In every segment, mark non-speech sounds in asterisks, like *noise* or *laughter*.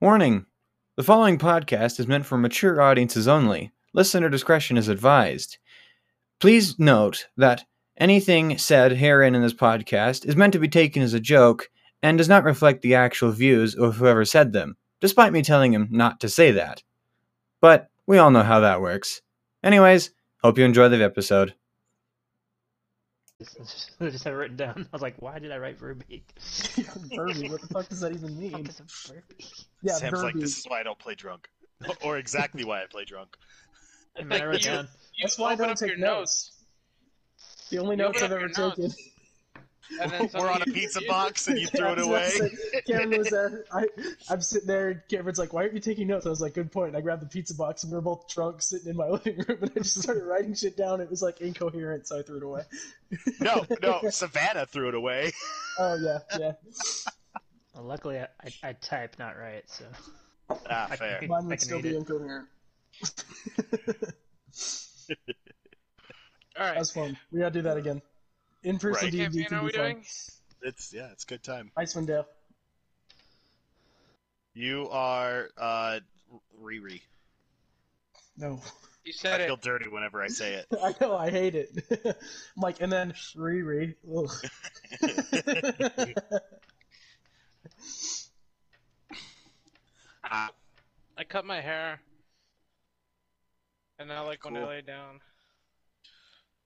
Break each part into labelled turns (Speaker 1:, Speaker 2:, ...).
Speaker 1: Warning The following podcast is meant for mature audiences only. Listener discretion is advised. Please note that anything said herein in this podcast is meant to be taken as a joke and does not reflect the actual views of whoever said them, despite me telling him not to say that. But we all know how that works. Anyways, hope you enjoy the episode.
Speaker 2: I just *laughs* have it written down. *laughs* I was like, why did I write verbeek?
Speaker 3: *laughs* Burby, what the fuck does that even
Speaker 2: Fuck *laughs*
Speaker 3: mean?
Speaker 2: is a verbeek?
Speaker 3: Yeah,
Speaker 4: Sam's like,
Speaker 3: Burby.
Speaker 4: this is why I don't play drunk. *laughs* or exactly why I play drunk.
Speaker 2: And then I wrote down.
Speaker 5: You
Speaker 3: That's why I
Speaker 5: open
Speaker 3: don't
Speaker 5: up
Speaker 3: take
Speaker 5: your
Speaker 3: notes. The only notes
Speaker 5: open
Speaker 3: I've
Speaker 5: up
Speaker 3: ever
Speaker 5: your
Speaker 3: taken. *laughs*
Speaker 5: and then
Speaker 4: We're on a
Speaker 5: somebody-
Speaker 4: pizza box *laughs* and you threw
Speaker 3: I *laughs*
Speaker 4: it
Speaker 3: was
Speaker 4: away.
Speaker 3: about to say, Cameron was there. I, I'm sitting there. Cameron's like, "Why aren't you taking notes?" I was like, "Good point." And I grabbed the pizza box, and we were both drunk, sitting in my *laughs* living room, and I just started writing shit down. It was like incoherent, so I threw it away.
Speaker 4: *laughs* no, no, Savannah threw it away.
Speaker 3: *laughs*
Speaker 4: *laughs*
Speaker 3: Oh yeah, yeah.
Speaker 2: Well, luckily, I, I, I type, not write, so.
Speaker 4: Ah,
Speaker 2: I
Speaker 4: fair. *laughs*
Speaker 2: can-
Speaker 3: Mine
Speaker 2: I
Speaker 3: would
Speaker 2: can
Speaker 3: still
Speaker 2: read
Speaker 3: be
Speaker 2: it.
Speaker 3: incoherent.
Speaker 5: All
Speaker 3: That
Speaker 5: right.
Speaker 3: was fun. We gotta do that again. In person
Speaker 4: Right.
Speaker 3: D
Speaker 5: Okay,
Speaker 3: and D
Speaker 5: Fiona,
Speaker 3: can
Speaker 5: are
Speaker 3: be
Speaker 5: we
Speaker 3: fun.
Speaker 5: doing?
Speaker 4: It's yeah, it's a good time.
Speaker 3: Icewind Dale.
Speaker 4: You are uh Riri.
Speaker 3: No,
Speaker 5: You
Speaker 4: I
Speaker 5: said
Speaker 4: feel
Speaker 5: it.
Speaker 4: dirty whenever I say it.
Speaker 3: *laughs* I know. I hate it. I'm like, and then Riri. Ugh.
Speaker 4: *laughs*
Speaker 3: *laughs*
Speaker 4: Ah,
Speaker 5: I cut my hair. And now, like, when I
Speaker 4: Cool.
Speaker 5: lay down,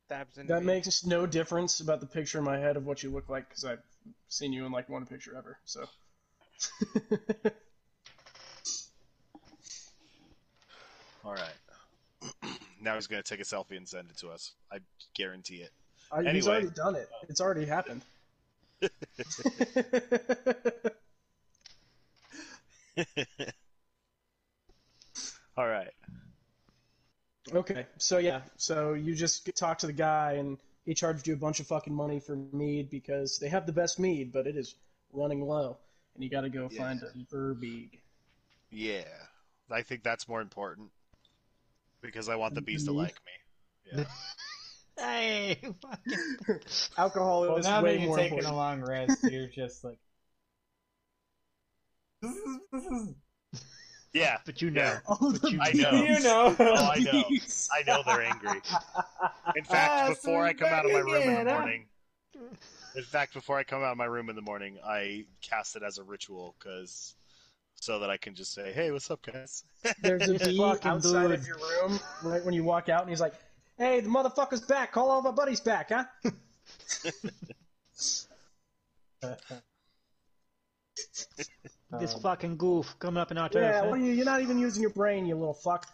Speaker 5: dabs
Speaker 4: *laughs*
Speaker 5: in.
Speaker 3: that makes no difference about the picture in my head of what you look like because I've seen you in like one picture ever. So
Speaker 4: all right. *clears throat* now he's gonna take a selfie and send it to us. I guarantee it.
Speaker 3: I, he's
Speaker 4: Anyway.
Speaker 3: already done it. It's already
Speaker 4: *laughs*
Speaker 3: happened. *laughs*
Speaker 4: All right.
Speaker 3: okay, so yeah, so you just talk to the guy and he charged you a bunch of fucking money for mead because they have the best mead, but it is running low, and you got to go
Speaker 4: Yeah.
Speaker 3: find a Verbeeg.
Speaker 4: Yeah. I think that's more important. Because I want the bees to
Speaker 3: Me?
Speaker 4: like me. Yeah.
Speaker 2: Hey! Fucking...
Speaker 3: Alcohol
Speaker 6: Well,
Speaker 3: is
Speaker 6: now
Speaker 3: way
Speaker 6: that you're
Speaker 3: more
Speaker 6: taking
Speaker 3: important.
Speaker 6: a long
Speaker 3: *laughs*
Speaker 6: rest, you're just like, this is, this is,
Speaker 4: yeah.
Speaker 2: *laughs* But you know. *laughs*
Speaker 4: Yeah.
Speaker 3: Oh, the
Speaker 2: you-
Speaker 4: I know.
Speaker 6: you know.
Speaker 4: Oh,
Speaker 3: *laughs*
Speaker 4: I know.
Speaker 3: bees.
Speaker 4: I know they're angry. In fact,
Speaker 6: Ah, so
Speaker 4: before I
Speaker 6: you're
Speaker 4: come out of my
Speaker 6: back
Speaker 4: room in
Speaker 6: again,
Speaker 4: the
Speaker 6: huh?
Speaker 4: morning, in fact, before I come out of my room in the morning, I cast it as a ritual because so that I can just say, "Hey, what's up, guys?"
Speaker 3: There's a bee
Speaker 2: Fucking
Speaker 3: outside of
Speaker 2: dude.
Speaker 3: your room right when you walk out, and he's like, "Hey, the motherfucker's back. Call all my buddies back, huh?"
Speaker 2: This
Speaker 6: Um,
Speaker 2: fucking goof coming up in our turf.
Speaker 3: Yeah,
Speaker 2: huh?
Speaker 3: what are you? You're not even using your brain, you little fuck.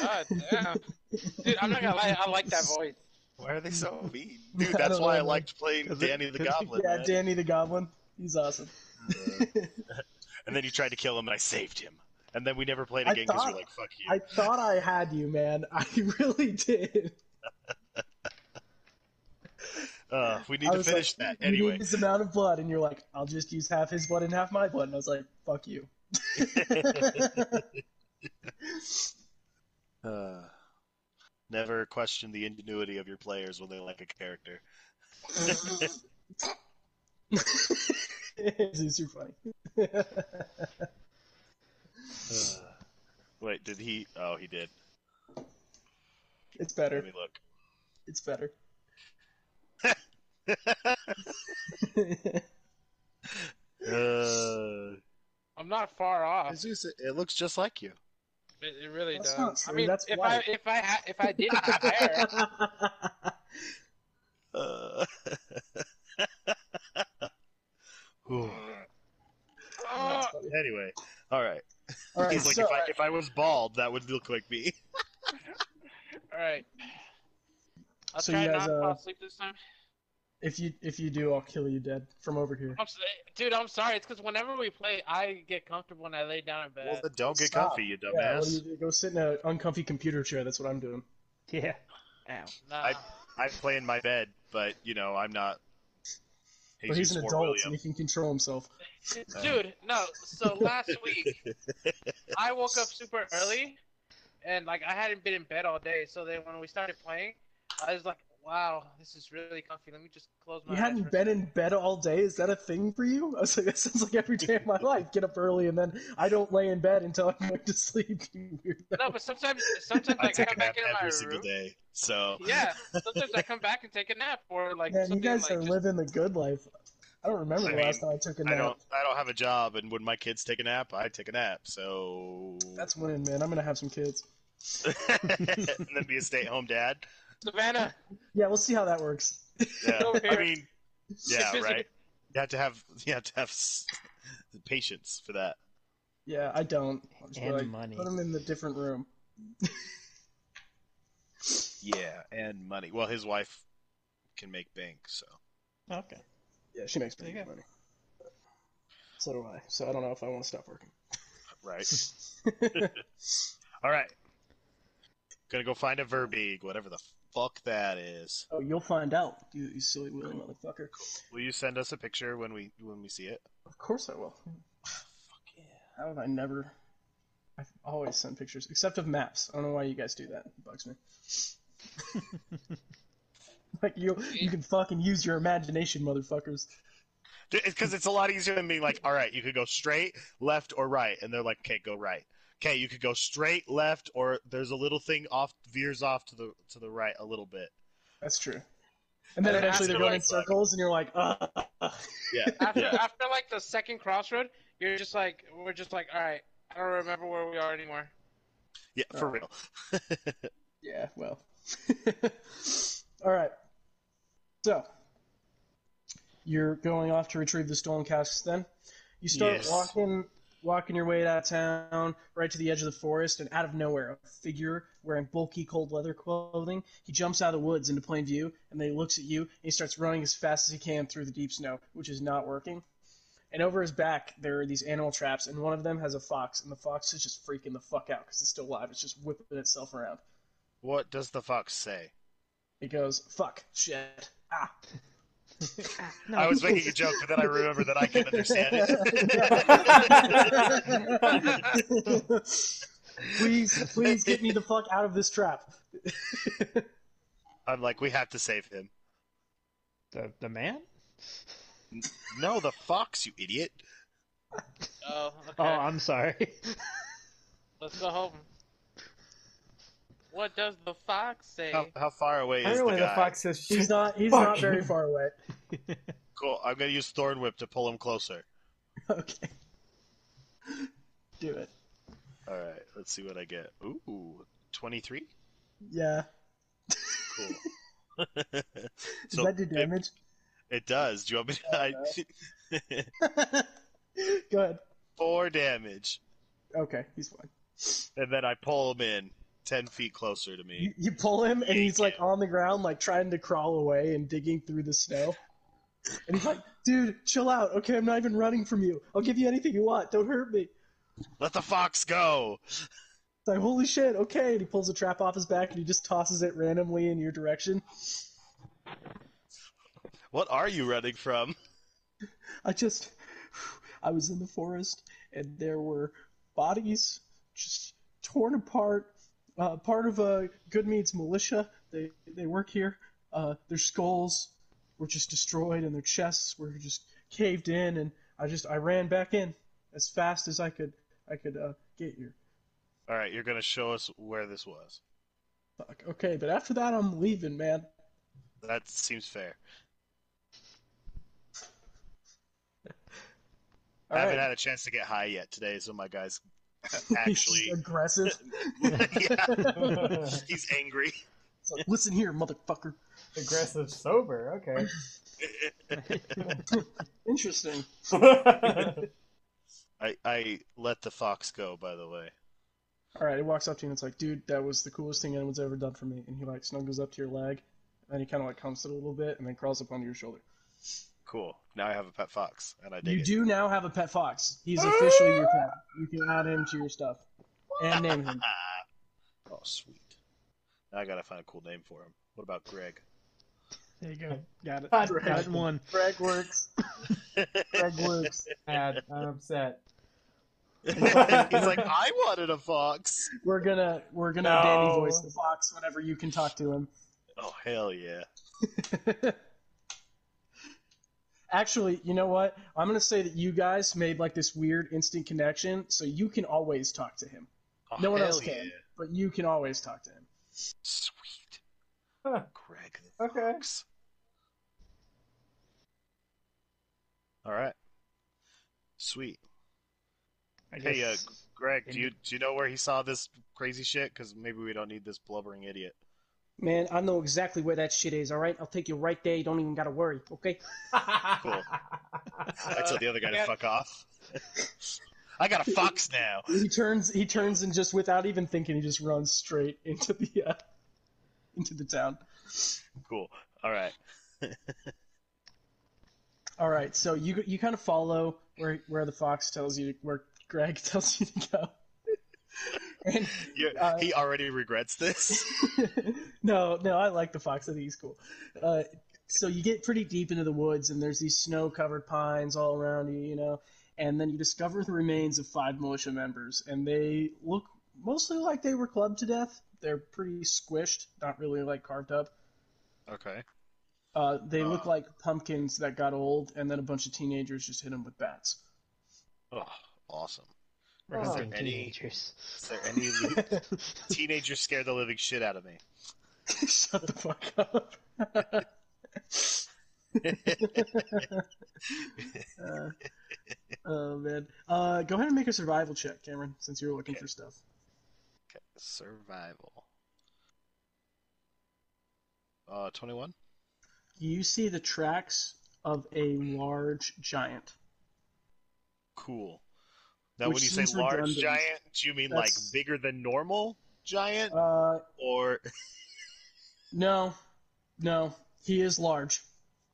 Speaker 5: God damn. Dude, I'm not gonna lie. I
Speaker 3: *laughs*
Speaker 5: like that voice.
Speaker 4: Why are they so mean, dude?
Speaker 3: I
Speaker 4: That's
Speaker 3: don't
Speaker 4: why I
Speaker 3: know.
Speaker 4: liked playing
Speaker 2: 'Cause it-
Speaker 4: Danny the
Speaker 2: 'cause-
Speaker 4: Goblin.
Speaker 3: yeah,
Speaker 4: man.
Speaker 3: Danny the Goblin. He's awesome.
Speaker 4: *laughs* and then you tried to kill him, and I saved him. And then we never played
Speaker 3: I
Speaker 4: again because
Speaker 3: thought-
Speaker 4: you're like, "Fuck you."
Speaker 3: I thought I had you, man. *laughs* I really did.
Speaker 4: uh, we need
Speaker 3: I
Speaker 4: to
Speaker 3: was
Speaker 4: finish
Speaker 3: like,
Speaker 4: that
Speaker 3: "You need
Speaker 4: anyway.
Speaker 3: this amount of blood, and you're like, I'll just use half his blood and half my blood, and I was like, fuck
Speaker 4: *laughs*
Speaker 3: you. *laughs*
Speaker 4: Uh, never question the ingenuity of your players when they like a character.
Speaker 3: it's super funny. *laughs*
Speaker 4: *sighs* Wait, did he? Oh, he did.
Speaker 3: it's
Speaker 4: Let
Speaker 3: better.
Speaker 4: me look.
Speaker 3: It's
Speaker 4: *laughs*
Speaker 3: better.
Speaker 4: Uh,
Speaker 5: I'm not far off. It,
Speaker 4: Jesus, it- it looks just like you.
Speaker 5: it really
Speaker 3: That's
Speaker 5: does.
Speaker 3: not true,
Speaker 5: I mean,
Speaker 3: that's
Speaker 5: if
Speaker 3: white.
Speaker 5: I if I ha- if I did
Speaker 3: *laughs*
Speaker 5: have hair, *laughs*
Speaker 4: *sighs* Uh. *laughs*
Speaker 5: oh,
Speaker 4: anyway, all right.
Speaker 3: All right,
Speaker 4: He's like,
Speaker 3: so
Speaker 4: if, I, if I was bald, that would look like me.
Speaker 5: all right. I'll
Speaker 3: So
Speaker 5: try
Speaker 3: you
Speaker 5: not
Speaker 3: guys,
Speaker 5: to fall
Speaker 3: uh,
Speaker 5: asleep this time.
Speaker 3: if you if you do, I'll kill you dead from over here.
Speaker 5: I'm, s- dude, I'm sorry. It's because whenever we play, I get comfortable when I lay down in bed.
Speaker 4: *laughs* Well, then don't get
Speaker 3: Stop.
Speaker 4: comfy, you
Speaker 3: Yeah, what do
Speaker 4: Oh, dumbass.
Speaker 3: you do? go sit in an uncomfy computer chair. That's what I'm doing.
Speaker 2: Yeah.
Speaker 5: Ow. Nah.
Speaker 4: I- I play in my bed, but you know I'm not.
Speaker 3: But he's
Speaker 4: Jesus
Speaker 3: an
Speaker 4: or
Speaker 3: adult
Speaker 4: William.
Speaker 3: and he can control himself.
Speaker 5: *laughs* Dude, no. So last week, I woke up super early, and like I hadn't been in bed all day. So then when we started playing, I was like, wow, this is really comfy. Let me just close my
Speaker 3: You
Speaker 5: eyes. for
Speaker 3: hadn't
Speaker 5: a
Speaker 3: been
Speaker 5: second.
Speaker 3: in bed all day? Is that a thing for you? *laughs* I was like, that sounds like every day
Speaker 4: *laughs*
Speaker 3: of my life. Get up early and then I don't lay in bed until I'm going to *laughs* sleep. You weirdo.
Speaker 5: No, but sometimes sometimes
Speaker 4: *laughs* I
Speaker 5: I,
Speaker 4: take
Speaker 5: come
Speaker 4: a
Speaker 5: back
Speaker 4: nap
Speaker 5: into my
Speaker 4: every
Speaker 5: room.
Speaker 4: single day. So
Speaker 5: *laughs* Yeah, sometimes I come back and take a nap or like
Speaker 3: Man, you
Speaker 5: something
Speaker 3: guys
Speaker 5: like
Speaker 3: are
Speaker 5: just-
Speaker 3: living the good life. I don't remember
Speaker 4: I
Speaker 3: the
Speaker 4: mean,
Speaker 3: last time I took a
Speaker 4: I don't.
Speaker 3: nap.
Speaker 4: I don't have a job, and when my kids take a nap, I take a nap. So
Speaker 3: That's winning, man. I'm going to have some kids.
Speaker 4: and then be a stay-at-home dad.
Speaker 5: Savannah.
Speaker 3: Yeah, we'll see how that works.
Speaker 4: Yeah.
Speaker 5: Over
Speaker 4: I
Speaker 5: here.
Speaker 4: mean, *laughs* yeah,
Speaker 5: *laughs* Sit
Speaker 4: right. You have to have you have to have s- patience for that.
Speaker 3: Yeah, I don't. I'll just be
Speaker 2: And
Speaker 3: like,
Speaker 2: money.
Speaker 3: Put them in the different room.
Speaker 4: Yeah, and money. Well, his wife can make bank, so
Speaker 2: Okay.
Speaker 3: Yeah, she makes
Speaker 2: There
Speaker 3: pretty
Speaker 2: you
Speaker 3: good
Speaker 2: go.
Speaker 3: money. So do I. So I don't know if I want to stop working. *laughs*
Speaker 4: right. *laughs* All right. Gonna go find a Verbeeg, whatever the fuck that is.
Speaker 3: Oh, you'll find out, you, you silly willy motherfucker.
Speaker 4: Will you send us a picture when we when we see it?
Speaker 3: Of course I will. How have I never? I have always send pictures, except of maps. I don't know why you guys do that. It bugs *laughs* me. like you, you can fucking use your imagination, motherfuckers.
Speaker 4: Because it's a lot easier than being like, all right, you could go straight, left, or right, and they're like, okay, go right. Okay, you could go straight, left, or there's a little thing off veers off to the to the right a little bit.
Speaker 3: That's true. And then
Speaker 5: And
Speaker 3: eventually they're going in
Speaker 5: afterwards-
Speaker 3: circles, and you're like, ah.
Speaker 4: Yeah,
Speaker 5: After after like the second crossroad, you're just like we're just like all right. I don't remember where we are anymore.
Speaker 4: yeah,
Speaker 6: Oh.
Speaker 4: for real.
Speaker 3: Yeah, well. *laughs* All right. So, you're going off to retrieve the stolen casks then? You start
Speaker 4: Yes.
Speaker 3: walking walking your way out of town, right to the edge of the forest, and out of nowhere, a figure wearing bulky cold leather clothing, he jumps out of the woods into plain view, and then he looks at you, and he starts running as fast as he can through the deep snow, which is not working. And over his back, there are these animal traps, and one of them has a fox, and the fox is just freaking the fuck out because it's still alive. It's just whipping itself around.
Speaker 4: What does the fox say?
Speaker 3: It goes, fuck, shit, *laughs* ah.
Speaker 4: I was making a joke, but then I remembered that I can't understand
Speaker 3: *laughs*
Speaker 4: it.
Speaker 3: please, please get me the fuck out of this trap.
Speaker 4: I'm like, we have to save him.
Speaker 2: The the man?
Speaker 4: No, the fox, you idiot.
Speaker 5: Oh, okay.
Speaker 2: Oh, I'm sorry.
Speaker 5: Let's go home. What does the fox say?
Speaker 4: How, how far away
Speaker 6: I
Speaker 4: is
Speaker 6: don't
Speaker 4: the
Speaker 6: know
Speaker 4: guy?
Speaker 6: why the fox says
Speaker 3: He's
Speaker 6: shit.
Speaker 3: not. He's
Speaker 6: Fuck.
Speaker 3: not very far away.
Speaker 4: Cool. I'm gonna use Thorn Whip to pull him closer.
Speaker 3: *laughs* Okay. Do it.
Speaker 4: All right, let's see what I get. Ooh, 23.
Speaker 3: Yeah.
Speaker 4: Cool.
Speaker 3: *laughs*
Speaker 4: *laughs*
Speaker 3: Does that do
Speaker 4: it-
Speaker 3: damage? *laughs*
Speaker 4: It, does. Do you want me to? I,
Speaker 3: Go ahead.
Speaker 4: *laughs* four damage,
Speaker 3: Okay, he's fine.
Speaker 4: and then I pull him in 10 feet closer to
Speaker 3: You,
Speaker 4: me.
Speaker 3: you pull him, and he's like on the ground, like trying to crawl away and digging through the snow. And he's like, "Dude, chill out. Okay, I'm not even running from you. I'll give you anything you want. Don't hurt me."
Speaker 4: Let the fox go.
Speaker 3: It's like, holy shit, okay. And he pulls a trap off his back and he just tosses it randomly in your direction.
Speaker 4: What are you running from? *laughs*
Speaker 3: I just. I was in the forest and there were bodies just torn apart. Uh, part of uh, Goodmead's militia, they, they work here. Uh, their skulls were just destroyed and their chests were just caved in. And I just. I ran back in as fast as I could. I could uh, get here.
Speaker 4: All right, you're gonna show us where this was.
Speaker 3: Fuck. Okay, but after that, I'm leaving, man.
Speaker 4: That seems fair.
Speaker 3: All
Speaker 4: I haven't
Speaker 3: right.
Speaker 4: had a chance to get high yet today, so
Speaker 3: *laughs*
Speaker 4: my guy's actually *laughs*
Speaker 3: aggressive. *laughs*
Speaker 4: Yeah. he's angry. *laughs*
Speaker 3: It's like, Listen here, motherfucker.
Speaker 6: Aggressive sober, okay.
Speaker 3: Interesting.
Speaker 4: I I let the fox go. By the way,
Speaker 3: All right, he walks up to you and it's like, dude, that was the coolest thing anyone's ever done for me. And he like snuggles up to your leg, and then he kind of like humps it a little bit, and then crawls up onto your shoulder.
Speaker 4: cool. Now I have a pet fox, and I dig
Speaker 3: You
Speaker 4: it.
Speaker 3: do now have a pet fox. He's officially your pet. You can add him to your stuff and name him.
Speaker 4: Oh, sweet. Now I gotta find a cool name for him. What about Greg?
Speaker 2: there *laughs* you go. Got it.
Speaker 6: God,
Speaker 2: Got it in one.
Speaker 3: Greg works. Greg *laughs* works.
Speaker 6: Mad. I'm upset.
Speaker 4: *laughs* he's like, I wanted a fox.
Speaker 3: We're gonna we're gonna
Speaker 6: No.
Speaker 3: Danny voice the fox whenever you can talk to him.
Speaker 4: Oh hell yeah!
Speaker 3: Actually, you know what? I'm gonna say that you guys made like this weird instant connection, so you can always talk to him.
Speaker 4: Oh,
Speaker 3: No one
Speaker 4: hell
Speaker 3: else
Speaker 4: yeah.
Speaker 3: can, but you can always talk to him.
Speaker 4: Sweet.
Speaker 6: Huh.
Speaker 4: Greg.
Speaker 6: Okay.
Speaker 4: Fox. All right. Sweet.
Speaker 2: I
Speaker 4: Hey, uh,
Speaker 2: guess-
Speaker 4: Greg, do
Speaker 2: Indi-
Speaker 4: you do you know where he saw this crazy shit? Because maybe we don't need this blubbering idiot.
Speaker 3: Man, I know exactly where that shit is. All right, I'll take you right there. You don't even gotta worry. Okay.
Speaker 4: Cool. I
Speaker 5: Uh,
Speaker 4: told the other guy to
Speaker 5: yeah.
Speaker 4: fuck off. *laughs* I got a fox now.
Speaker 3: He turns. He turns and just without even thinking, he just runs straight into the uh, into the town.
Speaker 4: Cool. All right.
Speaker 3: All right, so you you kind of follow where where the fox tells you to, where Greg *laughs* tells you to go. and
Speaker 4: You,
Speaker 3: Uh,
Speaker 4: he already regrets this. *laughs*
Speaker 3: *laughs* no, no, I like the fox. I think he's cool. Uh, so you get pretty deep into the woods, and there's these snow-covered pines all around you, you know. And then you discover the remains of five militia members, and they look mostly like they were clubbed to death. They're pretty squished, not really like carved up.
Speaker 4: Okay.
Speaker 3: Uh, they look
Speaker 4: Ah.
Speaker 3: like pumpkins that got old, and then a bunch of teenagers just hit them with bats. *laughs*
Speaker 4: Oh, awesome.
Speaker 2: Rousing *laughs*
Speaker 4: any-
Speaker 2: teenagers.
Speaker 4: Is there any *laughs* teenagers scare the living shit out *laughs* of me?
Speaker 3: Shut the fuck up. *laughs* Uh, oh man. Uh, go ahead and make a survival check, Cameron, since you're looking
Speaker 4: Okay.
Speaker 3: for stuff.
Speaker 4: Okay, survival. Uh, twenty-one.
Speaker 3: You see the tracks of a large giant.
Speaker 4: Cool. Now,
Speaker 3: Which
Speaker 4: when you say
Speaker 3: seems
Speaker 4: large
Speaker 3: redundant.
Speaker 4: giant, do you mean
Speaker 3: That's-
Speaker 4: like bigger than normal giant,
Speaker 3: Uh,
Speaker 4: or *laughs*
Speaker 3: no, no, he is large.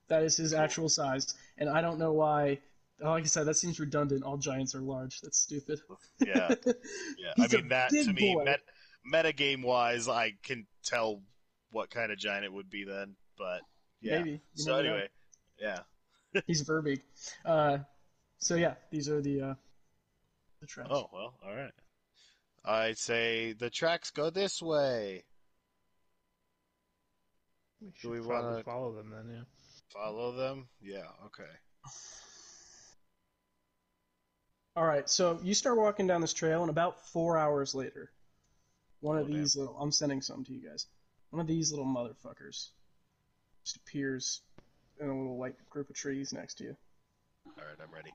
Speaker 3: That is his actual size, and I don't know why. Oh, Like I said, that seems redundant. All giants are large. That's stupid.
Speaker 4: yeah,
Speaker 3: *laughs*
Speaker 4: yeah? I
Speaker 3: He's a
Speaker 4: mean that
Speaker 3: big
Speaker 4: to me,
Speaker 3: boy.
Speaker 4: met, meta game wise, I can tell what kind of giant it would be then. But yeah.
Speaker 3: Maybe. You
Speaker 4: So
Speaker 3: never know.
Speaker 4: anyway, yeah.
Speaker 3: he's Verbig. Uh, so yeah, these are the uh, the tracks.
Speaker 4: Oh well, all right. I'd say the tracks go this way.
Speaker 2: We should
Speaker 4: we
Speaker 2: probably
Speaker 4: wanna-
Speaker 2: follow them then? Yeah.
Speaker 4: Follow them. Yeah. Okay.
Speaker 3: All right, so you start walking down this trail, and about four hours later, one of
Speaker 4: Oh, damn.
Speaker 3: these little, I'm sending some to you guys. One of these little motherfuckers just appears in a little like group of trees next to you.
Speaker 4: All right. I'm ready.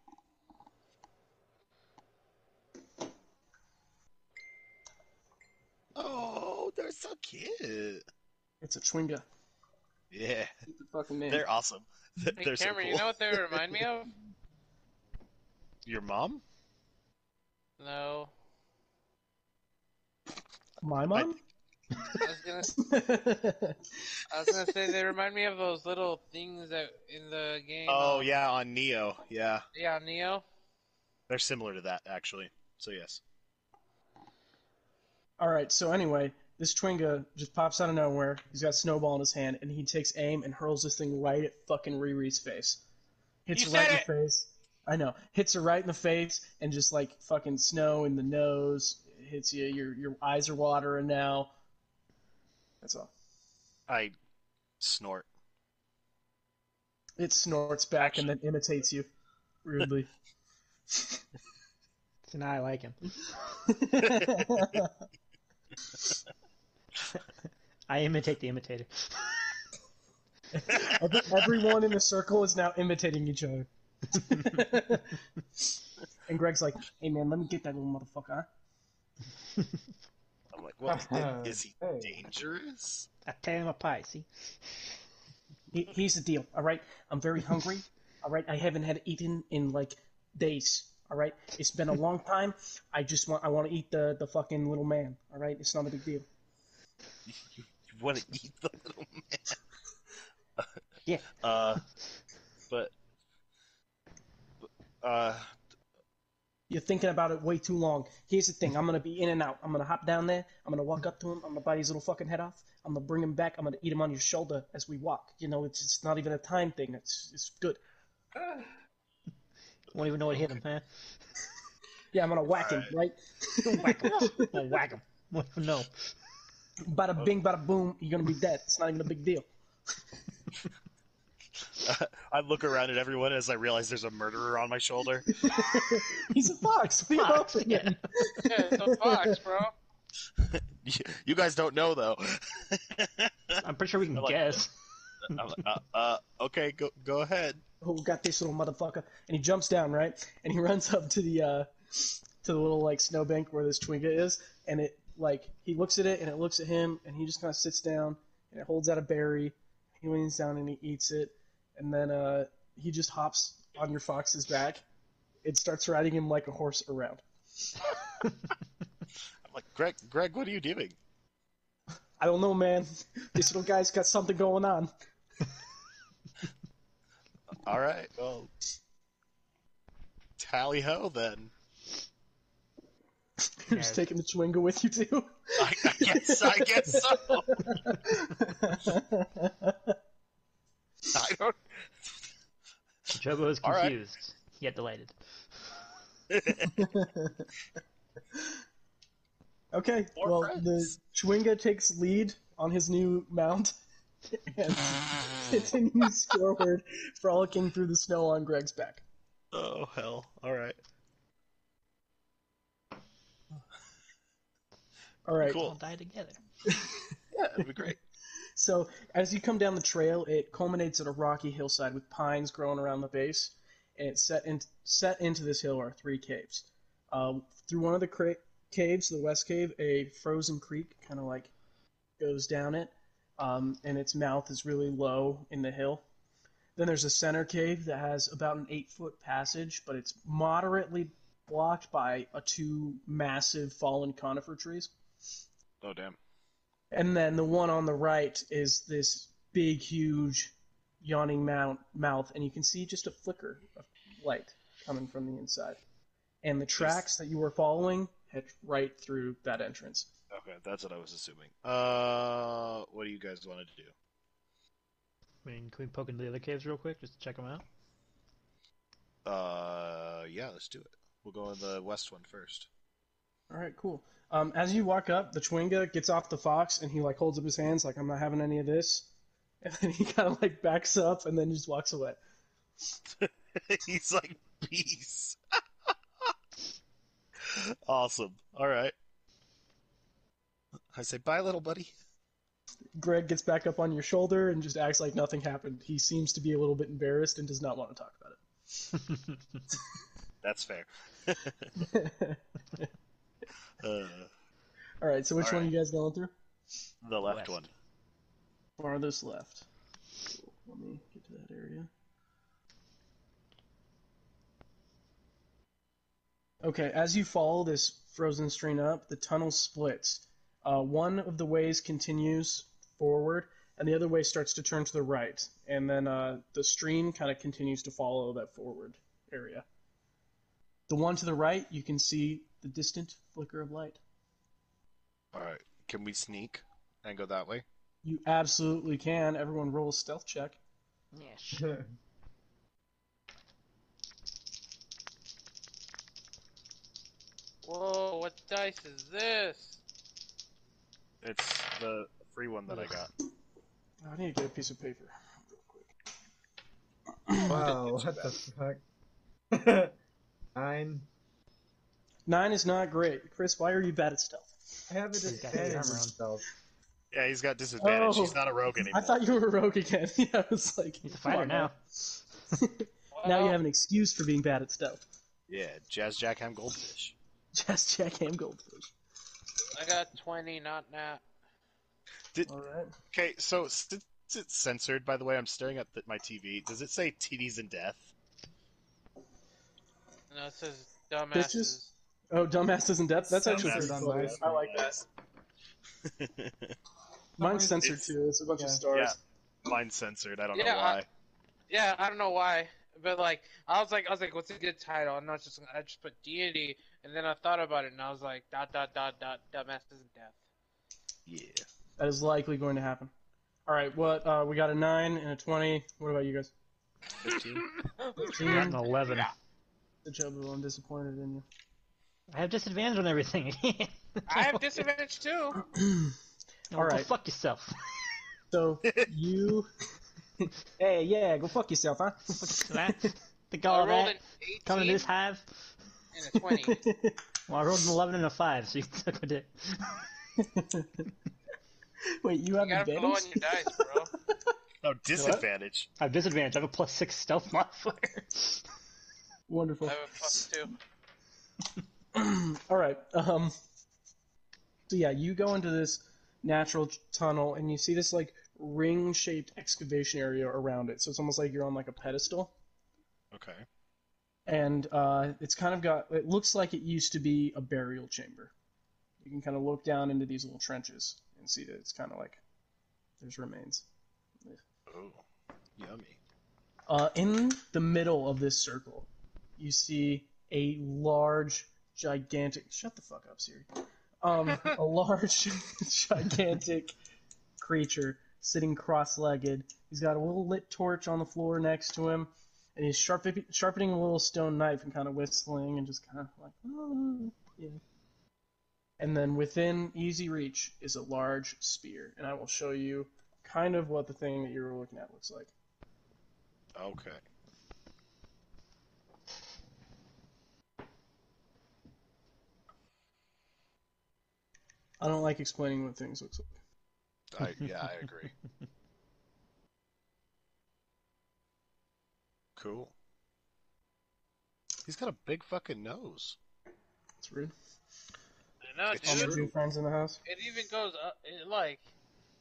Speaker 4: Oh, they're so cute.
Speaker 3: It's a Twinga.
Speaker 5: *laughs*
Speaker 4: Yeah,
Speaker 3: Get the fucking name.
Speaker 4: they're awesome. *laughs*
Speaker 5: Hey,
Speaker 4: They're so
Speaker 5: Cameron,
Speaker 4: cool.
Speaker 5: you know
Speaker 4: *laughs*
Speaker 5: what they remind me of?
Speaker 4: Your mom?
Speaker 5: No.
Speaker 3: My mom?
Speaker 5: I was gonna,
Speaker 3: *laughs*
Speaker 4: *laughs*
Speaker 5: I was gonna say they remind me of those little things that in the game.
Speaker 4: Oh
Speaker 5: uh,
Speaker 4: yeah, on Neo. Yeah,
Speaker 5: yeah, Neo. *laughs*
Speaker 4: they're similar to that actually. So yes.
Speaker 3: All right, so anyway, this Twinga just pops out of nowhere. He's got a snowball in his hand, and he takes aim and hurls this thing right at fucking Riri's face. Hits
Speaker 5: You
Speaker 3: her right
Speaker 5: said
Speaker 3: in the face. I know. Hits her right in the face, and just like fucking snow in the nose hits you. Your your eyes are watering now. That's all.
Speaker 4: I snort. *laughs*
Speaker 3: It snorts back and then imitates you
Speaker 5: *laughs*
Speaker 3: rudely. *laughs*
Speaker 2: So now I like him. I imitate the imitator.
Speaker 3: Every- Everyone in the circle is now imitating each other. and Greg's like, "Hey man, let me get that little motherfucker." huh?"
Speaker 4: I'm like, what? Is he
Speaker 6: Hey.
Speaker 4: dangerous?
Speaker 2: I tear him apart. See,
Speaker 3: He- Here's the deal, all right? I'm very hungry, all right? I haven't had eaten in like days, all right? It's been a long time. I just want I want to eat the the fucking little man, all right? It's not a big deal.
Speaker 4: You want to *laughs* eat the little man?
Speaker 2: Yeah.
Speaker 4: Uh, but, but, uh, *laughs*
Speaker 3: You're thinking about it way too long. Here's the thing: I'm gonna be in and out. I'm gonna hop down there. I'm gonna walk up to him. I'm gonna bite his little fucking head off. I'm gonna bring him back. I'm gonna eat him on your shoulder as we walk. You know, it's it's not even a time thing. It's it's good.
Speaker 2: won't even know what hit him, huh?
Speaker 3: Yeah, I'm gonna whack him, right?
Speaker 2: *laughs* whack him. *laughs* Well, whack him. *laughs* Won't even know. *laughs*
Speaker 3: Bada bing, bada boom. You're gonna be dead. It's not even a big deal.
Speaker 4: I look around at everyone as I realize there's a murderer on my shoulder.
Speaker 3: He's a fox. *laughs* What do you
Speaker 2: Fox,
Speaker 3: want?
Speaker 2: yeah.
Speaker 5: Yeah, it's a fox, bro.
Speaker 4: You guys don't know though. *laughs*
Speaker 2: I'm pretty sure we can
Speaker 4: I like
Speaker 2: guess.
Speaker 4: I'm like, uh, uh, okay, go go ahead.
Speaker 3: who Oh, got this little motherfucker and he jumps down right and he *laughs* runs up to the uh to the little like snowbank where this twinga is and it like he looks at it and it looks at him and he just kind of sits down and it holds out a berry he leans down and he eats it and then uh he just hops on your fox's back it starts riding him like a horse around
Speaker 4: I'm like Greg. Greg, what are you doing?
Speaker 3: i don't know man *laughs* this little guy's got something going on
Speaker 4: All right. Well, tally ho then.
Speaker 3: you're just
Speaker 2: Yeah.
Speaker 3: taking the twinga with you too *laughs*
Speaker 4: I, I guess. I guess so. *laughs* I don't. *laughs*
Speaker 2: Jobo was
Speaker 4: All right.
Speaker 2: confused, yet delighted.
Speaker 3: Okay,
Speaker 4: More
Speaker 3: well,
Speaker 4: friends.
Speaker 3: the Chewinga takes lead on his new mount and *laughs* continues forward, frolicking through the snow on Greg's back.
Speaker 4: Oh hell! All right.
Speaker 3: All right,
Speaker 2: We'll
Speaker 4: Cool.
Speaker 2: die together.
Speaker 4: Yeah, that'd be great.
Speaker 3: so as you come down the trail, it culminates at a rocky hillside with pines growing around the base, and it's set, in, set into this hill are three caves. Um, through one of the cra- caves, the west cave, a frozen creek kind of like goes down it, um, and its mouth is really low in the hill. Then there's a center cave that has about an eight foot passage, but it's moderately blocked by a two massive fallen conifer trees.
Speaker 4: Oh damn.
Speaker 3: And then the one on the right is this big, huge, yawning mount, mouth, and you can see just a flicker of light coming from the inside. And the tracks that you were following head right through that entrance.
Speaker 4: Okay, that's what I was assuming. Uh, what do you guys want to do?
Speaker 2: I mean, can we poke into the other caves real quick just to check them out?
Speaker 4: Uh, yeah, let's do it. We'll go in the west one first.
Speaker 3: All right, cool. Um, as you walk up, the Chwinga gets off the fox, and he like holds up his hands, like I'm not having any of this. *laughs* And then he kind of like backs up, and then just walks away.
Speaker 4: *laughs* He's like, peace. *laughs* awesome. All right. I say, bye, little buddy.
Speaker 3: Greg gets back up on your shoulder and just acts like nothing happened. He seems to be a little bit embarrassed and does not want to talk about it.
Speaker 4: That's fair.
Speaker 3: *laughs*
Speaker 4: Uh,
Speaker 3: All right, so which
Speaker 4: All
Speaker 3: one
Speaker 4: right.
Speaker 3: are you guys going through?
Speaker 4: the left
Speaker 2: West.
Speaker 4: one.
Speaker 3: Farthest left. Cool. Let me get to that area. Okay, as you follow this frozen stream up, the tunnel splits. Uh, one of the ways continues forward, and the other way starts to turn to the right. And then uh, the stream kind of continues to follow that forward area. The one to the right, you can see the distant flicker of light.
Speaker 4: All right. Can we sneak and go that way?
Speaker 3: You absolutely can. Everyone roll a stealth check.
Speaker 2: *laughs* Yeah,
Speaker 5: Whoa, what dice is this?
Speaker 4: It's the free one that I got.
Speaker 3: I need to get a piece of paper. real
Speaker 2: *laughs*
Speaker 3: quick.
Speaker 6: wow, what the fuck? *laughs* Nine.
Speaker 3: Nine is not great. Chris, why are you bad at stealth?
Speaker 6: I have a
Speaker 2: He's got his
Speaker 6: disadvantage.
Speaker 2: armor on.
Speaker 6: myself.
Speaker 4: Yeah, he's got disadvantage.
Speaker 3: Oh.
Speaker 4: He's not a rogue anymore.
Speaker 3: I thought you were a rogue again. *laughs* yeah, I was like,
Speaker 2: He's a
Speaker 3: come
Speaker 2: fighter
Speaker 3: on,
Speaker 2: now.
Speaker 3: man. *laughs* now you
Speaker 5: Well,
Speaker 3: have an excuse for being bad at stealth.
Speaker 4: Yeah, Jazz Jackham Goldfish.
Speaker 3: *laughs* Just check him goldfish.
Speaker 5: I got 20, not nat.
Speaker 3: All right.
Speaker 4: Okay, so since it's censored, by the way, I'm staring at the, my TV. Does it say titties and *laughs* death?
Speaker 5: No, it says dumbasses.
Speaker 3: Oh, dumbasses in depth. That's
Speaker 4: Dumbasses
Speaker 3: actually pretty
Speaker 4: in
Speaker 3: cool.
Speaker 6: Depth.
Speaker 3: I like that. Mine's censored
Speaker 4: It's-
Speaker 3: too. It's a bunch of
Speaker 6: yeah.
Speaker 3: stars.
Speaker 4: Mine's censored. I don't know
Speaker 5: Yeah,
Speaker 4: why.
Speaker 5: Yeah, I don't know why, but like, I was like, I was like, what's a good title? And I was just, I just put deity, and then I thought about it, and I was like, dot dot dot dot dumbasses and death.
Speaker 4: Yeah.
Speaker 3: That is likely going to happen. All right. What? Uh, we got a nine and a twenty. What about you *clears throat* guys?
Speaker 4: 15.
Speaker 2: got an
Speaker 3: Fifteen.
Speaker 2: 11.
Speaker 3: The Jobu, I'm disappointed in
Speaker 2: I have disadvantage on everything. *laughs*
Speaker 5: I have disadvantage too.
Speaker 3: you. *clears throat*
Speaker 2: All right.
Speaker 3: right. *laughs*
Speaker 2: fuck yourself.
Speaker 3: So you Hey, yeah, go fuck yourself, *laughs* huh?
Speaker 2: That, think
Speaker 5: I
Speaker 2: all
Speaker 5: rolled
Speaker 2: that
Speaker 5: an
Speaker 2: coming to
Speaker 5: 18
Speaker 2: this hive.
Speaker 5: and
Speaker 2: *laughs*
Speaker 5: a 20.
Speaker 3: *laughs*
Speaker 2: Well, I rolled an eleven and a five, so you *laughs* took a dick.
Speaker 3: *laughs* Wait, you have
Speaker 5: You gotta blow on
Speaker 3: advantage?
Speaker 5: your dice, bro.
Speaker 4: No Oh, disadvantage.
Speaker 2: I have disadvantage. I have a plus six stealth modifier. *laughs*
Speaker 5: I
Speaker 3: *laughs* Wonderful.
Speaker 5: have a plus two.
Speaker 3: *clears throat* All right. Um. So yeah, you go into this natural t- tunnel and you see this like ring-shaped excavation area around it. So it's almost like you're on like a pedestal,
Speaker 4: Okay.
Speaker 3: and uh, it's kind of got. It looks like it used to be a burial chamber. You can kind of look down into these little trenches and see that it's kind of like there's remains.
Speaker 4: Oh, yummy.
Speaker 3: Uh, in the middle of this circle, you see a large, gigantic. Shut the fuck up, Siri. Um, a large, *laughs* gigantic creature sitting cross-legged. He's got a little lit torch on the floor next to him, and he's sharpen- sharpening a little stone knife and kind of whistling and just kind of like, "Ah," yeah. And then within easy reach is a large spear, and I will show you kind of what the thing that you were looking at looks like.
Speaker 4: Okay.
Speaker 3: I don't like explaining what things looks like.
Speaker 4: I, yeah, I agree. cool. He's got a big fucking nose.
Speaker 3: It's rude.
Speaker 5: No,
Speaker 4: It's
Speaker 3: All my
Speaker 5: dude.
Speaker 4: true.
Speaker 3: new friends in the house.
Speaker 5: It even goes up. It, like,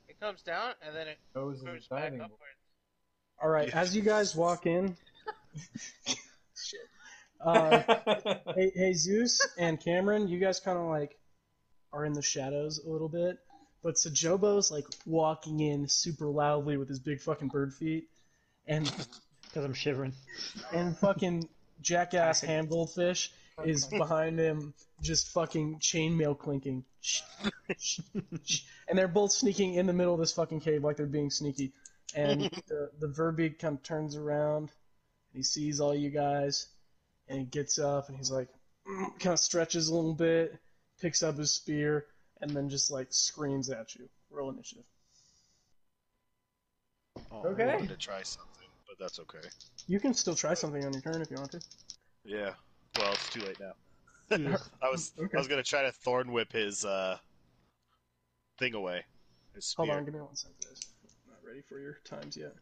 Speaker 5: it comes down and then it
Speaker 6: Those are
Speaker 5: moves back
Speaker 6: diving.
Speaker 5: upwards.
Speaker 3: All right,
Speaker 4: Yeah.
Speaker 3: as you guys walk in, uh, hey, hey Zeus and Cameron, you guys kind of like are in the shadows a little bit, but Sajobo's like walking in super loudly with his big fucking bird feet, and
Speaker 2: Because I'm shivering.
Speaker 3: and fucking jackass hand goldfish is behind him, just fucking chainmail clinking. and they're both sneaking in the middle of this fucking cave like they're being sneaky. And the, the Verbeek kind of turns around, and he sees all you guys, and he gets up and he's like, kind of stretches a little bit, picks up his spear, and then just like screams at you. Roll initiative.
Speaker 4: Oh,
Speaker 6: Okay.
Speaker 4: I wanted to try something, but that's okay.
Speaker 3: You can still try something on your turn if you want to.
Speaker 4: Yeah. Well, it's too late now.
Speaker 2: Yeah.
Speaker 4: *laughs* I was
Speaker 3: Okay.
Speaker 4: I was gonna try to thorn whip his uh thing away. His
Speaker 3: Hold
Speaker 4: spear.
Speaker 3: on, give me one second. guys. I'm not ready for your times yet.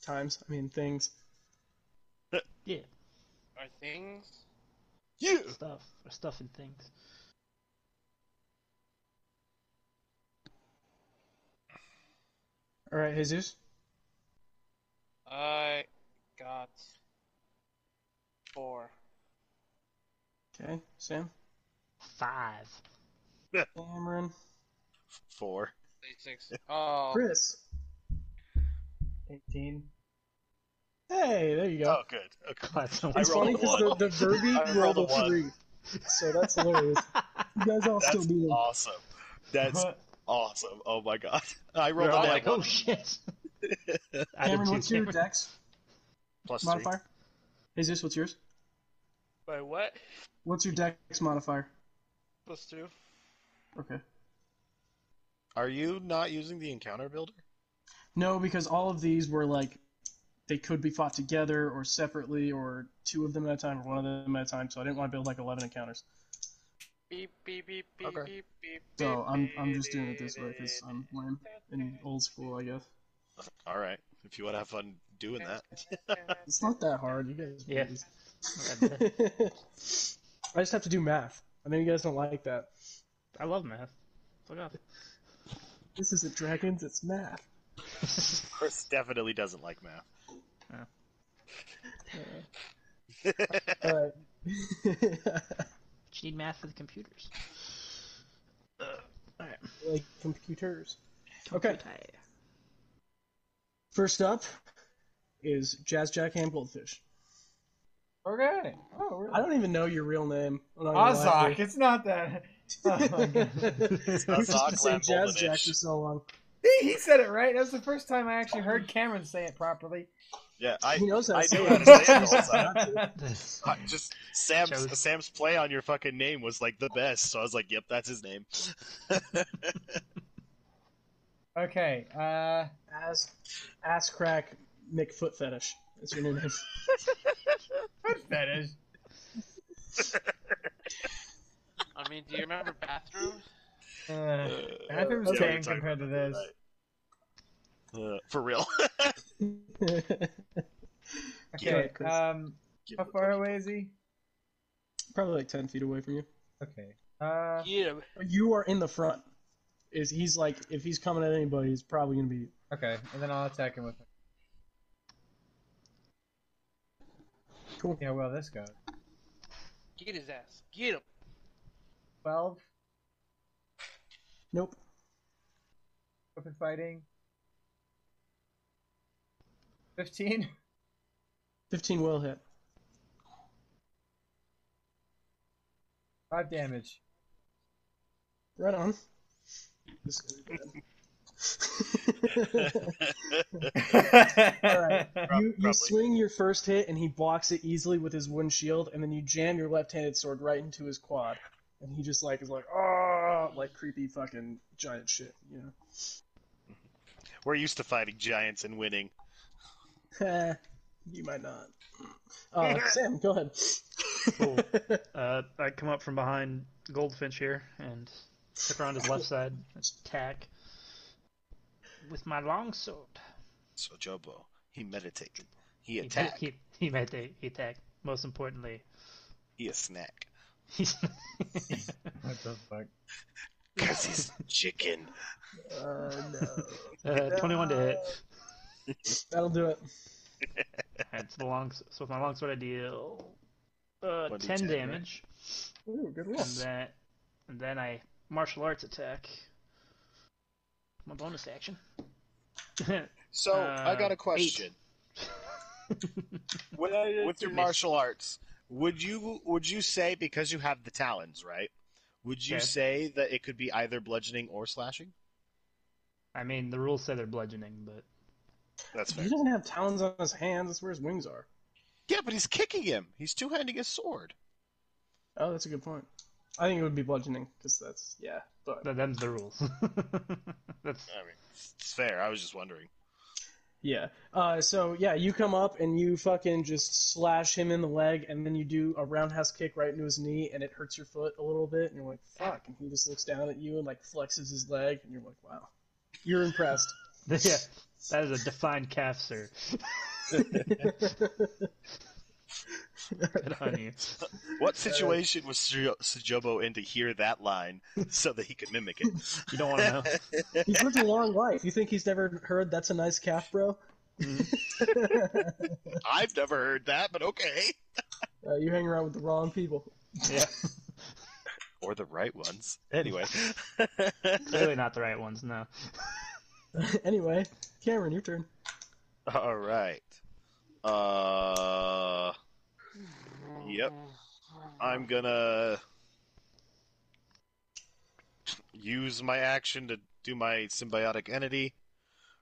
Speaker 3: Times, I mean things.
Speaker 2: yeah.
Speaker 5: Are things?
Speaker 4: Yeah.
Speaker 2: Stuff. Or stuff and things.
Speaker 3: All right, Jesus.
Speaker 5: I got four.
Speaker 3: Okay, Sam,
Speaker 2: Five.
Speaker 3: Cameron,
Speaker 4: Four.
Speaker 5: Eight, six. Oh,
Speaker 3: Chris. Eighteen. Hey, there you go.
Speaker 4: Oh, good. Okay.
Speaker 2: God, so
Speaker 4: I
Speaker 3: it's
Speaker 4: rolled
Speaker 3: funny
Speaker 4: a
Speaker 3: because the,
Speaker 4: one.
Speaker 3: the
Speaker 4: *laughs* I
Speaker 3: Verbeek
Speaker 4: rolled
Speaker 3: rolled
Speaker 4: a
Speaker 3: a
Speaker 4: one.
Speaker 3: three, so that's hilarious.
Speaker 2: *laughs*
Speaker 3: You guys all still
Speaker 4: That's
Speaker 3: do that.
Speaker 4: awesome.
Speaker 3: *laughs*
Speaker 4: That's awesome. Oh my god. *laughs* I rolled
Speaker 2: We're
Speaker 4: a
Speaker 2: all
Speaker 5: that
Speaker 2: like,
Speaker 4: one.
Speaker 2: oh *laughs* shit. I did
Speaker 3: Cameron,
Speaker 2: too,
Speaker 3: what's your
Speaker 2: Cameron.
Speaker 3: dex
Speaker 4: Plus three.
Speaker 3: modifier? Jesus, what's yours?
Speaker 5: by what?
Speaker 3: What's your dex modifier?
Speaker 5: Plus two.
Speaker 3: Okay.
Speaker 4: Are you not using the encounter builder?
Speaker 3: No, because all of these were like they could be fought together or separately or two of them at a time or one of them at a time. So I didn't want to build like eleven encounters.
Speaker 5: Beep beep beep beep
Speaker 4: Okay.
Speaker 5: beep beep.
Speaker 3: So
Speaker 5: beep,
Speaker 3: I'm I'm
Speaker 5: beep,
Speaker 3: just doing it this way
Speaker 5: beep,
Speaker 3: because *laughs* I'm lame and old school, I guess.
Speaker 4: All right. If you want to have fun doing that.
Speaker 3: It's not that hard. You guys.
Speaker 2: Yeah.
Speaker 3: *laughs* I just have to do math. I know you guys don't like that.
Speaker 2: I love math. Fuck *laughs* off.
Speaker 3: This isn't dragons. It's math. *laughs*
Speaker 4: Chris definitely doesn't like math.
Speaker 3: All right.
Speaker 2: She need math for the computers.
Speaker 3: *laughs* like computers. Okay.
Speaker 4: *laughs*
Speaker 3: First up is Jazz Jack Ham Goldfish.
Speaker 6: okay. Oh, really?
Speaker 3: I don't even know your real name. I'm not gonna lie to you.
Speaker 6: Ozok, it's
Speaker 3: *laughs*
Speaker 6: not that. Oh my god.
Speaker 3: You've
Speaker 4: That's
Speaker 3: just
Speaker 4: not
Speaker 3: been saying
Speaker 4: Glenn
Speaker 3: Jazz Jack for
Speaker 4: Boldenich.
Speaker 3: so long.
Speaker 6: See, he said it right. That was the first time I actually heard Cameron say it properly.
Speaker 4: Yeah, I,
Speaker 3: He knows how to
Speaker 4: I
Speaker 3: say
Speaker 4: knew
Speaker 3: it.
Speaker 4: how to
Speaker 3: *laughs*
Speaker 4: say it. the whole time.
Speaker 6: That's
Speaker 4: Uh, just Sam's
Speaker 2: Chose.
Speaker 4: Sam's play on your fucking name was like the best, so I was like, "Yep, that's his name."
Speaker 6: Okay. Uh,
Speaker 3: Ass, ass crack McFoot fetish. That's your new name.
Speaker 6: foot fetish.
Speaker 5: I mean, do you remember bathrooms?
Speaker 6: Uh,
Speaker 4: Yeah,
Speaker 6: bathroom's
Speaker 4: we
Speaker 6: tame
Speaker 4: were talking
Speaker 6: compared to this.
Speaker 4: Uh,
Speaker 2: *laughs*
Speaker 4: for real.
Speaker 3: *laughs* Yeah.
Speaker 6: Okay.
Speaker 3: Chris.
Speaker 6: Um,
Speaker 4: Give
Speaker 6: how
Speaker 4: it a
Speaker 6: far
Speaker 4: push.
Speaker 6: away is he?
Speaker 3: Probably like ten feet away from you.
Speaker 6: Okay. Uh,
Speaker 5: Yeah.
Speaker 3: You are in the front. Is he's like if he's coming at anybody, it's probably gonna be you.
Speaker 6: okay, and then I'll attack him with it.
Speaker 3: Cool.
Speaker 6: Yeah, well, this goes.
Speaker 5: Get his ass. Get him.
Speaker 6: 12,
Speaker 3: Nope.
Speaker 6: open fighting. 15?
Speaker 3: Fifteen will hit.
Speaker 6: 5 *laughs* damage.
Speaker 3: Right on. This is gonna
Speaker 4: *laughs*
Speaker 3: be bad. *laughs* Alright. you, you
Speaker 4: Probably.
Speaker 3: swing your first hit and he blocks it easily with his wooden shield, and then you jam your left-handed sword right into his quad, and he just like is like oh like creepy fucking giant shit, you know.
Speaker 4: We're used to fighting giants and winning.
Speaker 3: Eh, you might *laughs* not. Uh, Sam, go ahead.
Speaker 2: Cool. Uh, I come up from behind Goldfinch here and step around his left side, attack with my long sword.
Speaker 4: So Jobo, he meditated. He
Speaker 2: He-
Speaker 4: attacked.
Speaker 2: He, he made the he attack. Most importantly, *laughs*
Speaker 4: He a snack.
Speaker 2: he's
Speaker 6: What the fuck?
Speaker 4: Cause
Speaker 2: *laughs*
Speaker 4: he's chicken.
Speaker 3: *laughs* Uh, no.
Speaker 2: uh, twenty-one to hit.
Speaker 3: That'll do it.
Speaker 2: That's the long. So with my long sword, I deal uh,
Speaker 4: 1d10,
Speaker 2: ten
Speaker 4: right?
Speaker 2: damage,
Speaker 3: Ooh, good roll.
Speaker 2: and then and then I martial arts attack. My bonus action. *laughs*
Speaker 4: So I got
Speaker 2: Uh,
Speaker 4: a question. With, with your martial arts, would you would you say because you have the talons, right? Would you
Speaker 2: Okay.
Speaker 4: say that it could be either bludgeoning or slashing?
Speaker 2: I mean, the rules say they're bludgeoning, but
Speaker 4: That's fair.
Speaker 3: He doesn't have talons on his hands. That's where his wings are.
Speaker 4: Yeah, but he's kicking him. He's two handing his sword.
Speaker 3: Oh, that's a good point. I think it would be bludgeoning because that's yeah. But
Speaker 2: th- them's the rules. *laughs* That's
Speaker 4: I mean, it's it's fair. I was just wondering.
Speaker 3: Yeah. Uh, so yeah, you come up and you fucking just slash him in the leg, and then you do a roundhouse kick right into his knee, and it hurts your foot a little bit, and you're like, "Fuck!" And he just looks down at you and like flexes his leg, and you're like, "Wow, you're *laughs* impressed."
Speaker 2: yeah, that is a defined calf, sir. Good on
Speaker 4: *laughs*
Speaker 2: you.
Speaker 4: What
Speaker 2: Uh,
Speaker 4: situation was Sjo- Sejobo in to hear that line so that he could mimic it?
Speaker 2: You don't want to know.
Speaker 3: he's lived a long life. You think he's never heard "That's a nice calf, bro"?
Speaker 4: *laughs*
Speaker 3: Mm-hmm.
Speaker 4: I've never heard that, but okay.
Speaker 3: *laughs* Uh, you hang around with the wrong people. *laughs*
Speaker 2: Yeah,
Speaker 4: Or the right ones. Anyway. *laughs*
Speaker 2: clearly not the right ones. No.
Speaker 3: anyway, Cameron, your turn.
Speaker 4: All right. Uh, Yep. I'm gonna use my action to do my symbiotic entity,